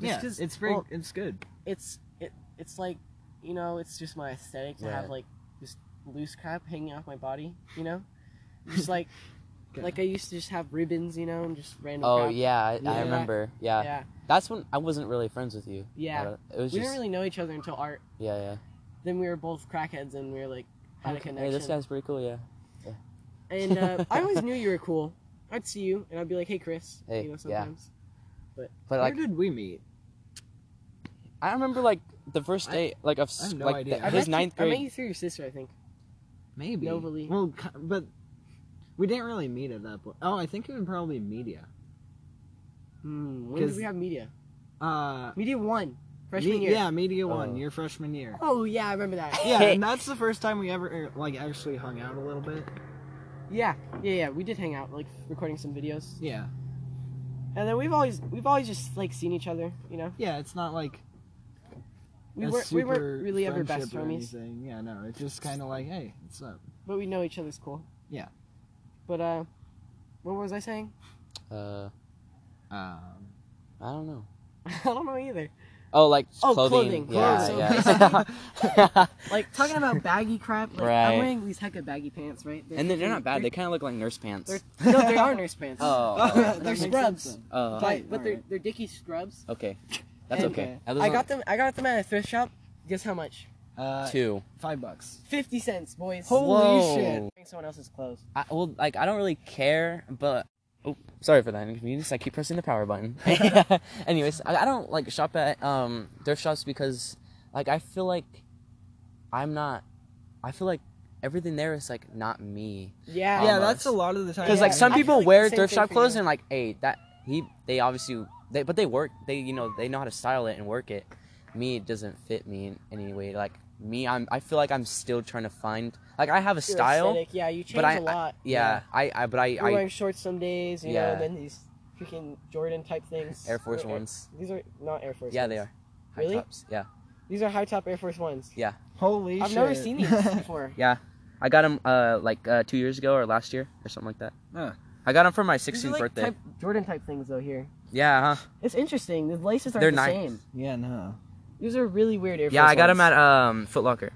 [SPEAKER 1] Just
[SPEAKER 3] yeah
[SPEAKER 1] 'cause-
[SPEAKER 3] it's very
[SPEAKER 1] well,
[SPEAKER 3] it's good
[SPEAKER 1] it's it, it's like you know it's just my aesthetic to have
[SPEAKER 2] Right.
[SPEAKER 1] like just loose crap hanging off my body. You know, just like like I used to just have ribbons. You know, and just random.
[SPEAKER 2] Oh
[SPEAKER 1] crap.
[SPEAKER 2] yeah, I, I
[SPEAKER 1] Yeah.
[SPEAKER 2] remember. Yeah.
[SPEAKER 1] yeah,
[SPEAKER 2] that's when I wasn't really friends with you.
[SPEAKER 1] yeah.
[SPEAKER 2] Uh, It was
[SPEAKER 1] we
[SPEAKER 2] just
[SPEAKER 1] didn't really know each other until art.
[SPEAKER 2] yeah yeah.
[SPEAKER 1] Then we were both crackheads, and we were like had a
[SPEAKER 2] Okay,
[SPEAKER 1] connection.
[SPEAKER 2] Hey, this guy's pretty cool. Yeah.
[SPEAKER 1] And uh, I always knew you were cool. I'd see you, and I'd be like, "Hey, Chris,"
[SPEAKER 2] Hey,
[SPEAKER 1] you know,
[SPEAKER 2] yeah.
[SPEAKER 1] sometimes.
[SPEAKER 2] But like
[SPEAKER 3] where did we meet
[SPEAKER 2] I remember like the first
[SPEAKER 3] I-
[SPEAKER 2] day like of s-
[SPEAKER 3] I have no
[SPEAKER 2] like
[SPEAKER 3] idea.
[SPEAKER 2] the-
[SPEAKER 3] I
[SPEAKER 1] I met
[SPEAKER 2] his
[SPEAKER 1] you-
[SPEAKER 2] ninth
[SPEAKER 1] I
[SPEAKER 2] grade.
[SPEAKER 1] met you through your sister, I think.
[SPEAKER 3] maybe
[SPEAKER 1] Novalee.
[SPEAKER 3] well ki- but we didn't really meet at that point oh i think it was probably media
[SPEAKER 1] Hmm. When did
[SPEAKER 3] 'Cause-
[SPEAKER 1] we have media?
[SPEAKER 3] uh
[SPEAKER 1] Media one, freshman
[SPEAKER 3] me-
[SPEAKER 1] year.
[SPEAKER 3] yeah media
[SPEAKER 2] Oh.
[SPEAKER 3] one your freshman year
[SPEAKER 1] Oh yeah, I remember that.
[SPEAKER 3] yeah and that's the first time we ever like actually hung out a little bit
[SPEAKER 1] Yeah, yeah, yeah. We did hang out, like recording some videos,
[SPEAKER 3] yeah
[SPEAKER 1] and then we've always we've always just like seen each other. You know,
[SPEAKER 3] Yeah, it's not like
[SPEAKER 1] we
[SPEAKER 3] a
[SPEAKER 1] weren't we
[SPEAKER 3] super
[SPEAKER 1] weren't really ever best
[SPEAKER 3] friendship or
[SPEAKER 1] homies,
[SPEAKER 3] anything. Yeah, no, it's just kind of like, hey, what's up?
[SPEAKER 1] but we know each other's cool.
[SPEAKER 3] Yeah.
[SPEAKER 1] But uh, what was I saying?
[SPEAKER 2] Uh,
[SPEAKER 3] Um,
[SPEAKER 2] I don't know.
[SPEAKER 1] I don't know either.
[SPEAKER 2] Oh, like
[SPEAKER 1] Oh, clothing,
[SPEAKER 2] clothing.
[SPEAKER 1] clothing.
[SPEAKER 2] Yeah,
[SPEAKER 1] So
[SPEAKER 2] yeah.
[SPEAKER 1] Like talking about baggy crap. Like,
[SPEAKER 2] Right.
[SPEAKER 1] I'm wearing these hecka baggy pants, right?
[SPEAKER 2] and then they're not bad. They
[SPEAKER 1] They're,
[SPEAKER 2] kind of look like nurse pants.
[SPEAKER 1] they're, no, they are nurse pants.
[SPEAKER 2] Oh.
[SPEAKER 1] That
[SPEAKER 3] They're
[SPEAKER 1] makes
[SPEAKER 3] scrubs.
[SPEAKER 1] sense. But,
[SPEAKER 2] oh.
[SPEAKER 1] but
[SPEAKER 3] Alright,
[SPEAKER 1] they're
[SPEAKER 3] alright.
[SPEAKER 1] they're dicky scrubs.
[SPEAKER 2] Okay, that's
[SPEAKER 1] And-
[SPEAKER 2] okay.
[SPEAKER 1] I got them. I got them at a thrift shop. Guess how much?
[SPEAKER 3] uh,
[SPEAKER 2] two.
[SPEAKER 3] five bucks.
[SPEAKER 1] Fifty cents, boys.
[SPEAKER 3] Holy
[SPEAKER 2] Whoa.
[SPEAKER 3] shit!
[SPEAKER 1] Wearing someone else's clothes.
[SPEAKER 2] I, well, like I don't really care, but oh, sorry for that inconvenience. I keep pressing the power button. Anyways, I, I don't like shop at um thrift shops because like I feel like I'm not. I feel like everything there is like not me.
[SPEAKER 1] Yeah.
[SPEAKER 3] Yeah,
[SPEAKER 2] Almost.
[SPEAKER 3] that's a lot of the time.
[SPEAKER 2] Because like
[SPEAKER 1] Oh, Yeah.
[SPEAKER 2] some
[SPEAKER 1] I feel
[SPEAKER 2] people
[SPEAKER 1] like the
[SPEAKER 2] wear
[SPEAKER 1] same
[SPEAKER 2] thrift
[SPEAKER 1] thing
[SPEAKER 2] shop
[SPEAKER 1] for
[SPEAKER 2] clothes
[SPEAKER 1] you.
[SPEAKER 2] and like, hey, that he they obviously they but they work they you know they know how to style it and work it. Me, it doesn't fit me in any way. Like me, I'm I feel like I'm still trying to find like I have a
[SPEAKER 1] your
[SPEAKER 2] style,
[SPEAKER 1] aesthetic. Yeah, you change
[SPEAKER 2] but I,
[SPEAKER 1] a lot.
[SPEAKER 2] I yeah, I I but I
[SPEAKER 1] You're
[SPEAKER 2] I
[SPEAKER 1] wearing shorts some days, you know,
[SPEAKER 2] Yeah.
[SPEAKER 1] and then these freaking Jordan type things.
[SPEAKER 2] Air Force
[SPEAKER 1] Or Air-
[SPEAKER 2] Ones.
[SPEAKER 1] These are not Air Force
[SPEAKER 2] Yeah,
[SPEAKER 1] Ones.
[SPEAKER 2] they are. High
[SPEAKER 1] Really?
[SPEAKER 2] tops. Yeah,
[SPEAKER 1] These are high top Air Force Ones.
[SPEAKER 3] holy
[SPEAKER 1] I've
[SPEAKER 3] shit!
[SPEAKER 1] never seen these before.
[SPEAKER 2] I got them uh like uh, two years ago or last year or something like that.
[SPEAKER 3] Huh.
[SPEAKER 2] I got them for my
[SPEAKER 1] These are
[SPEAKER 2] 16th
[SPEAKER 1] like
[SPEAKER 2] birthday.
[SPEAKER 1] type Jordan type things though here.
[SPEAKER 2] Yeah, uh-huh. huh?
[SPEAKER 1] It's interesting. The laces aren't
[SPEAKER 2] They're
[SPEAKER 1] the
[SPEAKER 2] nice.
[SPEAKER 1] same.
[SPEAKER 3] yeah, no.
[SPEAKER 1] These are really weird Air
[SPEAKER 2] Yeah,
[SPEAKER 1] Force
[SPEAKER 2] I got
[SPEAKER 1] Ones.
[SPEAKER 2] them at um Foot Locker.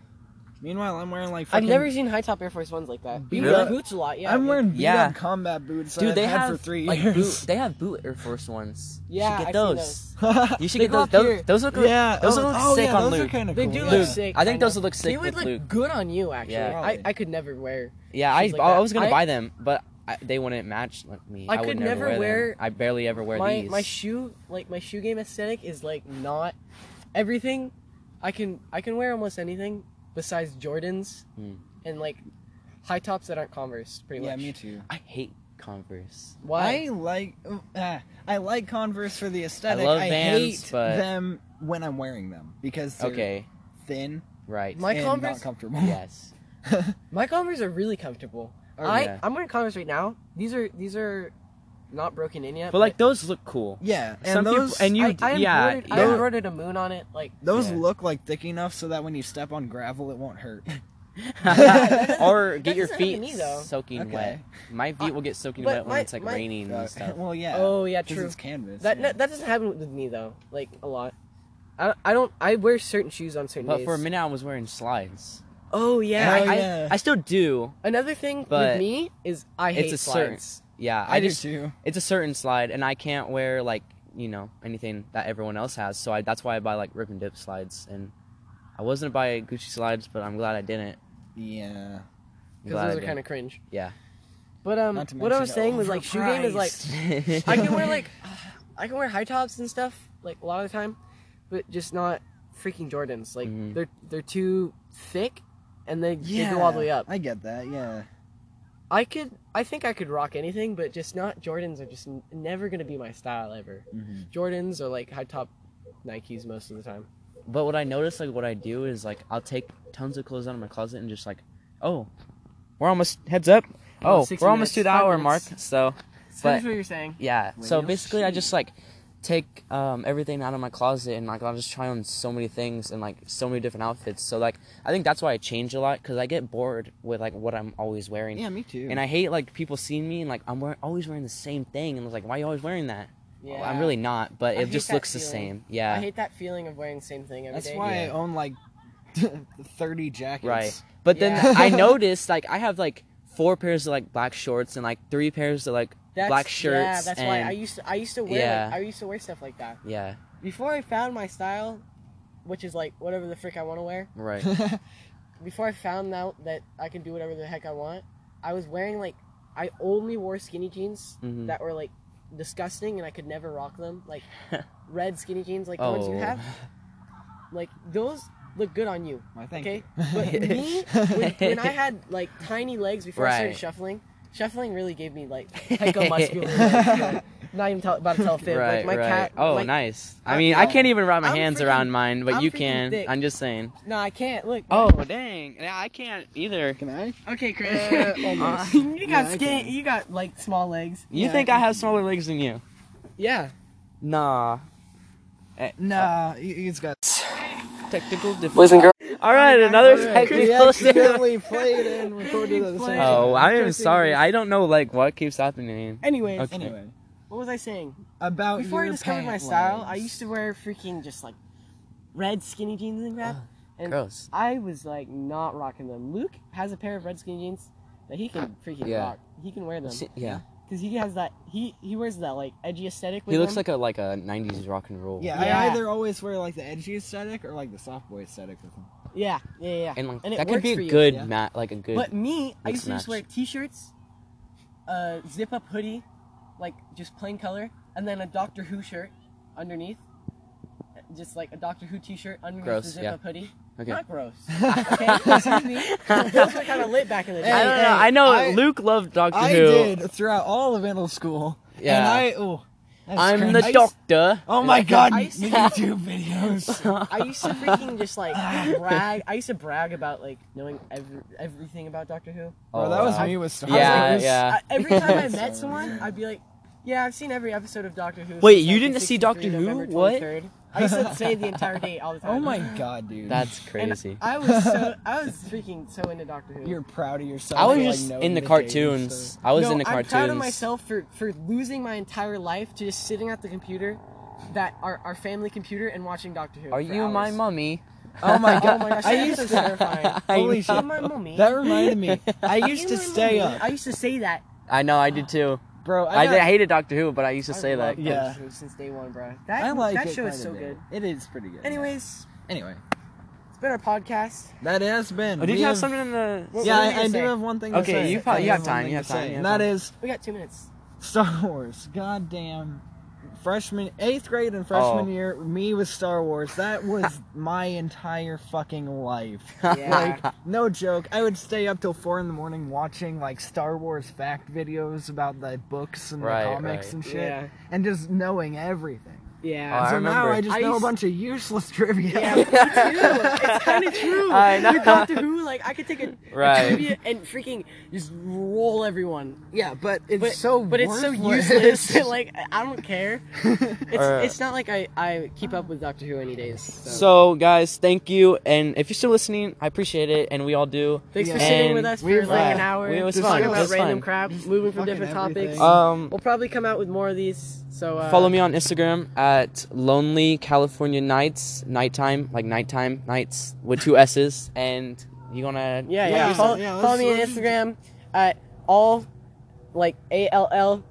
[SPEAKER 3] Meanwhile, I'm wearing like
[SPEAKER 1] I've
[SPEAKER 3] freaking-
[SPEAKER 1] never seen high top Air Force Ones like that.
[SPEAKER 3] Beat
[SPEAKER 1] You wear
[SPEAKER 3] up.
[SPEAKER 1] boots a lot. Yeah.
[SPEAKER 3] I'm
[SPEAKER 1] yeah.
[SPEAKER 3] wearing beat
[SPEAKER 2] Yeah.
[SPEAKER 3] up combat boots. that
[SPEAKER 2] Dude,
[SPEAKER 3] I've
[SPEAKER 2] they
[SPEAKER 3] had
[SPEAKER 2] have
[SPEAKER 3] for three
[SPEAKER 2] like
[SPEAKER 3] years.
[SPEAKER 2] boot. They have boot Air Force ones. You should
[SPEAKER 1] Yeah,
[SPEAKER 2] get
[SPEAKER 1] I've seen
[SPEAKER 2] those.
[SPEAKER 1] those.
[SPEAKER 2] You should
[SPEAKER 1] They
[SPEAKER 2] get
[SPEAKER 1] go
[SPEAKER 2] those.
[SPEAKER 1] up
[SPEAKER 2] Those,
[SPEAKER 1] here.
[SPEAKER 2] those look.
[SPEAKER 3] yeah,
[SPEAKER 2] Those
[SPEAKER 3] oh,
[SPEAKER 2] look
[SPEAKER 3] oh,
[SPEAKER 2] sick
[SPEAKER 3] yeah,
[SPEAKER 2] on
[SPEAKER 3] those are
[SPEAKER 2] Luke.
[SPEAKER 3] kind of
[SPEAKER 1] They
[SPEAKER 3] cool.
[SPEAKER 1] do
[SPEAKER 3] yeah.
[SPEAKER 1] look sick.
[SPEAKER 2] I think
[SPEAKER 1] kinda.
[SPEAKER 2] those would look
[SPEAKER 1] They
[SPEAKER 2] sick
[SPEAKER 1] would
[SPEAKER 2] with
[SPEAKER 1] look
[SPEAKER 2] Luke.
[SPEAKER 1] good on you, actually.
[SPEAKER 2] Yeah.
[SPEAKER 1] I, I could never wear.
[SPEAKER 2] Yeah, I,
[SPEAKER 1] shoes like
[SPEAKER 2] I
[SPEAKER 1] that.
[SPEAKER 2] was gonna
[SPEAKER 1] I-
[SPEAKER 2] buy them, but I, they wouldn't match like me.
[SPEAKER 1] I
[SPEAKER 2] would
[SPEAKER 1] could never
[SPEAKER 2] wear. them.
[SPEAKER 1] wear-
[SPEAKER 2] I barely ever wear
[SPEAKER 1] my,
[SPEAKER 2] these.
[SPEAKER 1] my shoe like my shoe game aesthetic is like not everything i can i can wear almost anything besides jordans
[SPEAKER 2] Hmm.
[SPEAKER 1] and like high tops that aren't converse pretty
[SPEAKER 3] Yeah,
[SPEAKER 1] much
[SPEAKER 3] me too.
[SPEAKER 2] I hate Converse.
[SPEAKER 1] why
[SPEAKER 3] I like uh, I like Converse for the aesthetic. I,
[SPEAKER 2] love Vans,
[SPEAKER 3] hate
[SPEAKER 2] but-
[SPEAKER 3] them when I'm wearing them because they're
[SPEAKER 2] Okay,
[SPEAKER 3] thin
[SPEAKER 2] right.
[SPEAKER 1] My
[SPEAKER 3] and
[SPEAKER 1] Converse-
[SPEAKER 3] not comfortable.
[SPEAKER 2] yes.
[SPEAKER 1] my converse are really comfortable
[SPEAKER 2] Oh,
[SPEAKER 1] i
[SPEAKER 2] yeah.
[SPEAKER 1] i'm wearing converse right now these are these are not broken in yet
[SPEAKER 2] But like those look cool.
[SPEAKER 3] Yeah, and
[SPEAKER 2] Some people-
[SPEAKER 3] those
[SPEAKER 2] and you-
[SPEAKER 1] I, I
[SPEAKER 2] yeah,
[SPEAKER 1] embroidered, I
[SPEAKER 2] yeah.
[SPEAKER 1] embroidered a moon on it like
[SPEAKER 3] those
[SPEAKER 2] Yeah.
[SPEAKER 3] look like thick enough so that when you step on gravel, it won't hurt.
[SPEAKER 2] or get
[SPEAKER 1] That
[SPEAKER 2] your
[SPEAKER 1] doesn't happen to
[SPEAKER 2] feet
[SPEAKER 1] me, though.
[SPEAKER 2] soaking
[SPEAKER 3] Okay.
[SPEAKER 2] wet. My feet
[SPEAKER 1] Uh,
[SPEAKER 2] will get soaking
[SPEAKER 1] but
[SPEAKER 2] wet when
[SPEAKER 1] my-
[SPEAKER 2] it's like
[SPEAKER 1] my-
[SPEAKER 2] raining
[SPEAKER 3] Uh,
[SPEAKER 2] and stuff.
[SPEAKER 3] well, yeah.
[SPEAKER 1] oh yeah
[SPEAKER 3] 'cause
[SPEAKER 1] true
[SPEAKER 3] It's canvas.
[SPEAKER 1] that
[SPEAKER 3] yeah.
[SPEAKER 1] no, that doesn't happen with me though like a lot I, I don't i wear certain shoes on certain
[SPEAKER 2] But
[SPEAKER 1] days
[SPEAKER 2] for a minute, I was wearing slides.
[SPEAKER 1] oh yeah
[SPEAKER 3] Oh,
[SPEAKER 2] I,
[SPEAKER 3] yeah.
[SPEAKER 2] I, I still do.
[SPEAKER 1] Another thing
[SPEAKER 2] But
[SPEAKER 1] with me is I hate
[SPEAKER 2] It's a
[SPEAKER 1] slides.
[SPEAKER 2] certain. Yeah,
[SPEAKER 3] I,
[SPEAKER 2] I
[SPEAKER 3] do
[SPEAKER 2] just
[SPEAKER 3] too.
[SPEAKER 2] it's a certain slide, and I can't wear like you know anything that everyone else has. So I, that's why I buy like rip and dip slides, and I wasn't buy Gucci slides, but I'm glad I didn't.
[SPEAKER 3] Yeah.
[SPEAKER 2] I'm
[SPEAKER 1] Because
[SPEAKER 2] glad
[SPEAKER 1] those
[SPEAKER 2] I
[SPEAKER 1] are kind
[SPEAKER 2] didn't.
[SPEAKER 1] of cringe.
[SPEAKER 2] Yeah.
[SPEAKER 1] But um,
[SPEAKER 3] Not to
[SPEAKER 1] what I
[SPEAKER 3] mention oh,
[SPEAKER 1] was saying was like shoe game is like
[SPEAKER 3] overpriced.
[SPEAKER 1] I can wear like I can wear high tops and stuff like a lot of the time, but just not freaking Jordans. Like
[SPEAKER 2] Mhm.
[SPEAKER 1] they're they're too thick, and they, they go all the way up.
[SPEAKER 3] I get that. Yeah.
[SPEAKER 1] I could I think I could rock anything, but just not Jordans are just n- never gonna be my style ever.
[SPEAKER 3] Mhm.
[SPEAKER 2] Mm.
[SPEAKER 1] Jordans are like high top Nikes most of the time.
[SPEAKER 2] But what I notice, like what I do is like I'll take tons of clothes out of my closet and just like, oh, we're almost heads up.
[SPEAKER 1] Oh,
[SPEAKER 2] Oh,
[SPEAKER 1] six
[SPEAKER 2] we're
[SPEAKER 1] minutes,
[SPEAKER 2] almost to the
[SPEAKER 1] five
[SPEAKER 2] hour mark.
[SPEAKER 1] minutes.
[SPEAKER 2] So
[SPEAKER 1] That's
[SPEAKER 2] But-
[SPEAKER 1] what you're saying.
[SPEAKER 2] yeah. so
[SPEAKER 3] Well,
[SPEAKER 2] basically, I just like take um, everything out of my closet and like I'll just try on so many things and like so many different outfits. So like I think that's why I change a lot because I get bored with like what I'm always wearing.
[SPEAKER 3] Yeah, me too.
[SPEAKER 2] And I hate like people seeing me and like I'm wearing always wearing the same thing and it's like why you always wearing that? Well, Oh, I'm really not, but
[SPEAKER 1] I
[SPEAKER 2] it
[SPEAKER 1] hate
[SPEAKER 2] just
[SPEAKER 1] that
[SPEAKER 2] looks the
[SPEAKER 1] feeling.
[SPEAKER 2] same. Yeah.
[SPEAKER 1] I hate that feeling of wearing the same thing every day.
[SPEAKER 3] That's why I
[SPEAKER 2] Yeah.
[SPEAKER 3] own like thirty jackets.
[SPEAKER 2] Right. But then
[SPEAKER 1] Yeah.
[SPEAKER 2] I noticed like I have like four pairs of like black shorts and like three pairs of like
[SPEAKER 1] That's-
[SPEAKER 2] black
[SPEAKER 1] Yeah,
[SPEAKER 2] shirts
[SPEAKER 1] that's why I
[SPEAKER 2] and-
[SPEAKER 1] used to I used to wear
[SPEAKER 2] Yeah.
[SPEAKER 1] like, I used to wear stuff like that.
[SPEAKER 2] yeah,
[SPEAKER 1] Before I found my style, which is like whatever the frick I want to wear.
[SPEAKER 2] right.
[SPEAKER 1] Before I found out that I can do whatever the heck I want, I was wearing like I only wore skinny jeans
[SPEAKER 2] Mhm.
[SPEAKER 1] that were like disgusting and I could never rock them. Like red skinny jeans like the ones you
[SPEAKER 2] Oh.
[SPEAKER 1] have. Like those look good on you.
[SPEAKER 3] Why, thank
[SPEAKER 1] okay?
[SPEAKER 3] you.
[SPEAKER 1] But me when, when I had like tiny legs before I started
[SPEAKER 2] Right.
[SPEAKER 1] shuffling, shuffling really gave me like heco muscular. legs, like, not even tell, about to tell fib.
[SPEAKER 2] right,
[SPEAKER 1] like my
[SPEAKER 2] right.
[SPEAKER 1] cat.
[SPEAKER 2] oh,
[SPEAKER 1] like,
[SPEAKER 2] nice. I
[SPEAKER 1] I'm-
[SPEAKER 2] mean, I can't even wrap my
[SPEAKER 1] I'm
[SPEAKER 2] hands
[SPEAKER 1] freaking-
[SPEAKER 2] around mine, but
[SPEAKER 1] I'm
[SPEAKER 2] you
[SPEAKER 1] freaking
[SPEAKER 2] can.
[SPEAKER 1] thick.
[SPEAKER 2] I'm just saying.
[SPEAKER 1] No, I can't. Look.
[SPEAKER 2] Oh, dang. Yeah, I can't either.
[SPEAKER 3] Can I?
[SPEAKER 1] Okay, Chris.
[SPEAKER 3] Uh, almost.
[SPEAKER 1] you
[SPEAKER 3] Yeah,
[SPEAKER 1] got
[SPEAKER 3] I
[SPEAKER 1] skin.
[SPEAKER 3] can.
[SPEAKER 1] You got like small legs.
[SPEAKER 2] You
[SPEAKER 3] Yeah,
[SPEAKER 2] think
[SPEAKER 3] I
[SPEAKER 2] I have smaller legs than you?
[SPEAKER 1] Yeah.
[SPEAKER 2] Nah.
[SPEAKER 3] Nah, he- he's got.
[SPEAKER 2] Technical difficulty. Boys and girls. All right, another
[SPEAKER 3] We
[SPEAKER 2] technical difficulty.
[SPEAKER 3] accidentally played and recorded at the same time.
[SPEAKER 2] Oh, I am sorry. I don't know like what keeps happening.
[SPEAKER 1] Anyways,
[SPEAKER 2] Okay.
[SPEAKER 3] Anyway,
[SPEAKER 1] what was I saying?
[SPEAKER 3] about
[SPEAKER 1] Before I
[SPEAKER 3] Oh, your
[SPEAKER 1] discovered my
[SPEAKER 3] pant
[SPEAKER 1] style, I
[SPEAKER 3] legs.
[SPEAKER 1] used to wear freaking just like red skinny jeans and crap. and
[SPEAKER 2] gross.
[SPEAKER 1] I was like not rocking them. Luke has a pair of red skinny jeans that he can freaking
[SPEAKER 2] Yeah.
[SPEAKER 1] rock. He can wear them
[SPEAKER 2] Yeah.
[SPEAKER 1] because he has that. He he wears that like edgy aesthetic. With
[SPEAKER 2] He looks
[SPEAKER 1] them.
[SPEAKER 2] like a like a '90s rock and roll.
[SPEAKER 3] Yeah, I
[SPEAKER 1] Yeah.
[SPEAKER 3] either always wear like the edgy aesthetic or like the soft boy aesthetic with him.
[SPEAKER 1] yeah yeah yeah.
[SPEAKER 2] and like
[SPEAKER 1] And it
[SPEAKER 2] that could
[SPEAKER 1] works
[SPEAKER 2] be
[SPEAKER 1] for
[SPEAKER 2] a
[SPEAKER 1] you,
[SPEAKER 2] good
[SPEAKER 3] yeah.
[SPEAKER 2] mat, like a good.
[SPEAKER 1] But me, I used to
[SPEAKER 2] mix
[SPEAKER 1] just wear
[SPEAKER 2] match.
[SPEAKER 1] t-shirts, a zip-up hoodie, like just plain color, and then a Doctor Who shirt underneath, just like a Doctor Who t-shirt underneath
[SPEAKER 2] Gross,
[SPEAKER 1] the
[SPEAKER 2] yeah.
[SPEAKER 1] zip-up hoodie.
[SPEAKER 2] okay.
[SPEAKER 1] Not gross. Okay, excuse me. Those were kind of lit back in the day.
[SPEAKER 2] I don't
[SPEAKER 3] Hey,
[SPEAKER 2] know.
[SPEAKER 3] hey,
[SPEAKER 2] I know
[SPEAKER 3] I-
[SPEAKER 2] Luke loved Doctor
[SPEAKER 3] I
[SPEAKER 2] Who.
[SPEAKER 3] did throughout all of middle school.
[SPEAKER 2] Yeah.
[SPEAKER 3] And I, oh, that's
[SPEAKER 2] I'm
[SPEAKER 3] cringe.
[SPEAKER 2] the
[SPEAKER 3] I used-
[SPEAKER 2] doctor.
[SPEAKER 3] Oh my god,
[SPEAKER 1] I used to-
[SPEAKER 3] YouTube videos.
[SPEAKER 1] I used to freaking just like brag. I used to brag about like knowing every, everything about Doctor Who.
[SPEAKER 3] Bro,
[SPEAKER 2] Oh,
[SPEAKER 3] that was me with Star Wars.
[SPEAKER 2] Yeah, yeah.
[SPEAKER 1] I- every time I met someone, I'd be like, "Yeah, I've seen every episode of Doctor Who."
[SPEAKER 2] Wait,
[SPEAKER 1] since
[SPEAKER 2] you didn't see
[SPEAKER 1] 1963,
[SPEAKER 2] Doctor Who?
[SPEAKER 1] November
[SPEAKER 2] What?
[SPEAKER 1] 23rd." I used to say the entire date all the time.
[SPEAKER 3] Oh my god, dude.
[SPEAKER 2] That's
[SPEAKER 1] And
[SPEAKER 2] crazy.
[SPEAKER 1] I was so I was freaking so into Doctor Who.
[SPEAKER 3] You're proud of yourself.
[SPEAKER 2] I was
[SPEAKER 3] for, like,
[SPEAKER 2] just
[SPEAKER 3] knowing
[SPEAKER 2] in the
[SPEAKER 3] date and
[SPEAKER 2] cartoons.
[SPEAKER 3] stuff.
[SPEAKER 2] I was
[SPEAKER 1] no,
[SPEAKER 2] in the
[SPEAKER 1] I'm
[SPEAKER 2] cartoons.
[SPEAKER 1] proud of myself for for losing my entire life to just sitting at the computer, that our our family computer, and watching Doctor Who. for
[SPEAKER 2] Are you my
[SPEAKER 1] hours.
[SPEAKER 2] mummy?
[SPEAKER 3] Oh my god.
[SPEAKER 1] Oh my gosh,
[SPEAKER 3] I
[SPEAKER 1] that's
[SPEAKER 3] used
[SPEAKER 1] so
[SPEAKER 3] to-
[SPEAKER 1] terrifying.
[SPEAKER 2] I
[SPEAKER 3] Holy
[SPEAKER 2] know.
[SPEAKER 1] You
[SPEAKER 3] shit.
[SPEAKER 1] my mummy.
[SPEAKER 3] That reminded me. I
[SPEAKER 1] You
[SPEAKER 3] used to
[SPEAKER 1] my
[SPEAKER 3] stay
[SPEAKER 1] mummy.
[SPEAKER 3] up,
[SPEAKER 1] I used to say that.
[SPEAKER 2] I know. I did too.
[SPEAKER 3] bro.
[SPEAKER 2] I,
[SPEAKER 3] I,
[SPEAKER 2] did, I
[SPEAKER 3] got-
[SPEAKER 2] hated Doctor Who, but I used to
[SPEAKER 1] I
[SPEAKER 2] say that.
[SPEAKER 1] love Doctor
[SPEAKER 3] Yeah.
[SPEAKER 1] Who Since day one, bro.
[SPEAKER 3] I
[SPEAKER 1] That
[SPEAKER 3] like
[SPEAKER 1] that
[SPEAKER 3] it
[SPEAKER 1] show
[SPEAKER 3] quite
[SPEAKER 1] is
[SPEAKER 3] a
[SPEAKER 1] so
[SPEAKER 3] bit.
[SPEAKER 1] good.
[SPEAKER 3] It is pretty good.
[SPEAKER 1] Anyways,
[SPEAKER 3] Anyway,
[SPEAKER 1] it's been our podcast.
[SPEAKER 3] that has been.
[SPEAKER 2] Oh, did
[SPEAKER 3] we
[SPEAKER 2] you have something in the?
[SPEAKER 1] what
[SPEAKER 3] Yeah,
[SPEAKER 1] were you
[SPEAKER 3] I, I
[SPEAKER 1] gonna
[SPEAKER 3] do
[SPEAKER 1] say?
[SPEAKER 3] have one thing. to
[SPEAKER 2] Okay,
[SPEAKER 3] say.
[SPEAKER 2] you probably-
[SPEAKER 3] I
[SPEAKER 2] you have
[SPEAKER 3] one
[SPEAKER 2] time,
[SPEAKER 3] thing
[SPEAKER 2] you
[SPEAKER 3] to
[SPEAKER 2] have time,
[SPEAKER 3] say,
[SPEAKER 2] you
[SPEAKER 3] And
[SPEAKER 2] have
[SPEAKER 3] that
[SPEAKER 2] time.
[SPEAKER 3] is
[SPEAKER 1] We got two minutes.
[SPEAKER 3] Star Wars. Goddamn. Freshman, eighth grade and freshman
[SPEAKER 2] Oh.
[SPEAKER 3] year, me with Star Wars. That was my entire fucking life.
[SPEAKER 2] Oh
[SPEAKER 1] Yeah.
[SPEAKER 3] Like, no joke. I would stay up till four in the morning watching like Star Wars fact videos about the books and
[SPEAKER 2] Right,
[SPEAKER 3] the comics
[SPEAKER 2] right.
[SPEAKER 3] and shit,
[SPEAKER 1] Yeah.
[SPEAKER 3] and just knowing everything.
[SPEAKER 2] I
[SPEAKER 1] Yeah.
[SPEAKER 3] so now
[SPEAKER 2] remember.
[SPEAKER 3] I just
[SPEAKER 1] I
[SPEAKER 3] know a
[SPEAKER 1] used-
[SPEAKER 3] bunch of useless trivia.
[SPEAKER 1] Yeah, me too. It's kind of true.
[SPEAKER 2] I know.
[SPEAKER 1] With Doctor Who, like I could take a,
[SPEAKER 2] Right.
[SPEAKER 1] a trivia and freaking just roll everyone.
[SPEAKER 3] Yeah, but it's
[SPEAKER 1] But
[SPEAKER 3] so
[SPEAKER 1] but it's so
[SPEAKER 3] worthless.
[SPEAKER 1] useless. like I- I don't care. It's
[SPEAKER 2] Alright.
[SPEAKER 1] it's not like I I keep up with Doctor Who any days. So,
[SPEAKER 2] So guys, thank you, and if you're still listening, I appreciate it, and we all do.
[SPEAKER 1] thanks for
[SPEAKER 3] yeah.
[SPEAKER 1] sitting
[SPEAKER 2] And
[SPEAKER 1] with us for
[SPEAKER 3] we've,
[SPEAKER 1] like
[SPEAKER 2] uh,
[SPEAKER 1] an hour.
[SPEAKER 2] we- it was
[SPEAKER 1] just
[SPEAKER 3] fun,
[SPEAKER 1] talking
[SPEAKER 3] it
[SPEAKER 1] about
[SPEAKER 3] was
[SPEAKER 1] random
[SPEAKER 2] fun.
[SPEAKER 1] crap, moving from
[SPEAKER 3] fucking
[SPEAKER 1] different
[SPEAKER 3] everything.
[SPEAKER 1] topics.
[SPEAKER 2] Um,
[SPEAKER 1] we'll probably come out with more of these. So uh,
[SPEAKER 2] follow me on Instagram at Lonely California Nights, nighttime, like nighttime nights with two S's, and you gonna
[SPEAKER 1] Yeah, yeah.
[SPEAKER 3] Yeah,
[SPEAKER 1] follow
[SPEAKER 3] yeah, let's-
[SPEAKER 1] follow me on
[SPEAKER 3] let's-
[SPEAKER 1] Instagram at all like A L L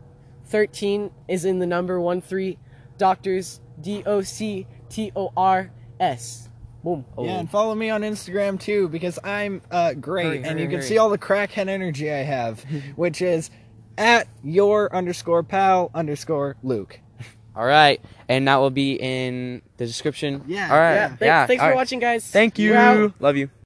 [SPEAKER 1] thirteen is in the number one three Doctors D O C T O R S. Boom.
[SPEAKER 3] Yeah, and follow me on Instagram too because I'm uh, great,
[SPEAKER 6] Hurry,
[SPEAKER 3] and
[SPEAKER 6] hurry,
[SPEAKER 3] you can
[SPEAKER 6] hurry.
[SPEAKER 3] see all the crackhead energy I have, which is at your underscore pal underscore Luke.
[SPEAKER 2] Oh. All right, and that will be in the description.
[SPEAKER 3] Yeah,
[SPEAKER 2] All right.
[SPEAKER 3] yeah.
[SPEAKER 1] Thanks, thanks
[SPEAKER 2] all
[SPEAKER 1] for
[SPEAKER 2] right.
[SPEAKER 1] watching, guys.
[SPEAKER 2] Thank you.
[SPEAKER 1] We're out.
[SPEAKER 2] Love you.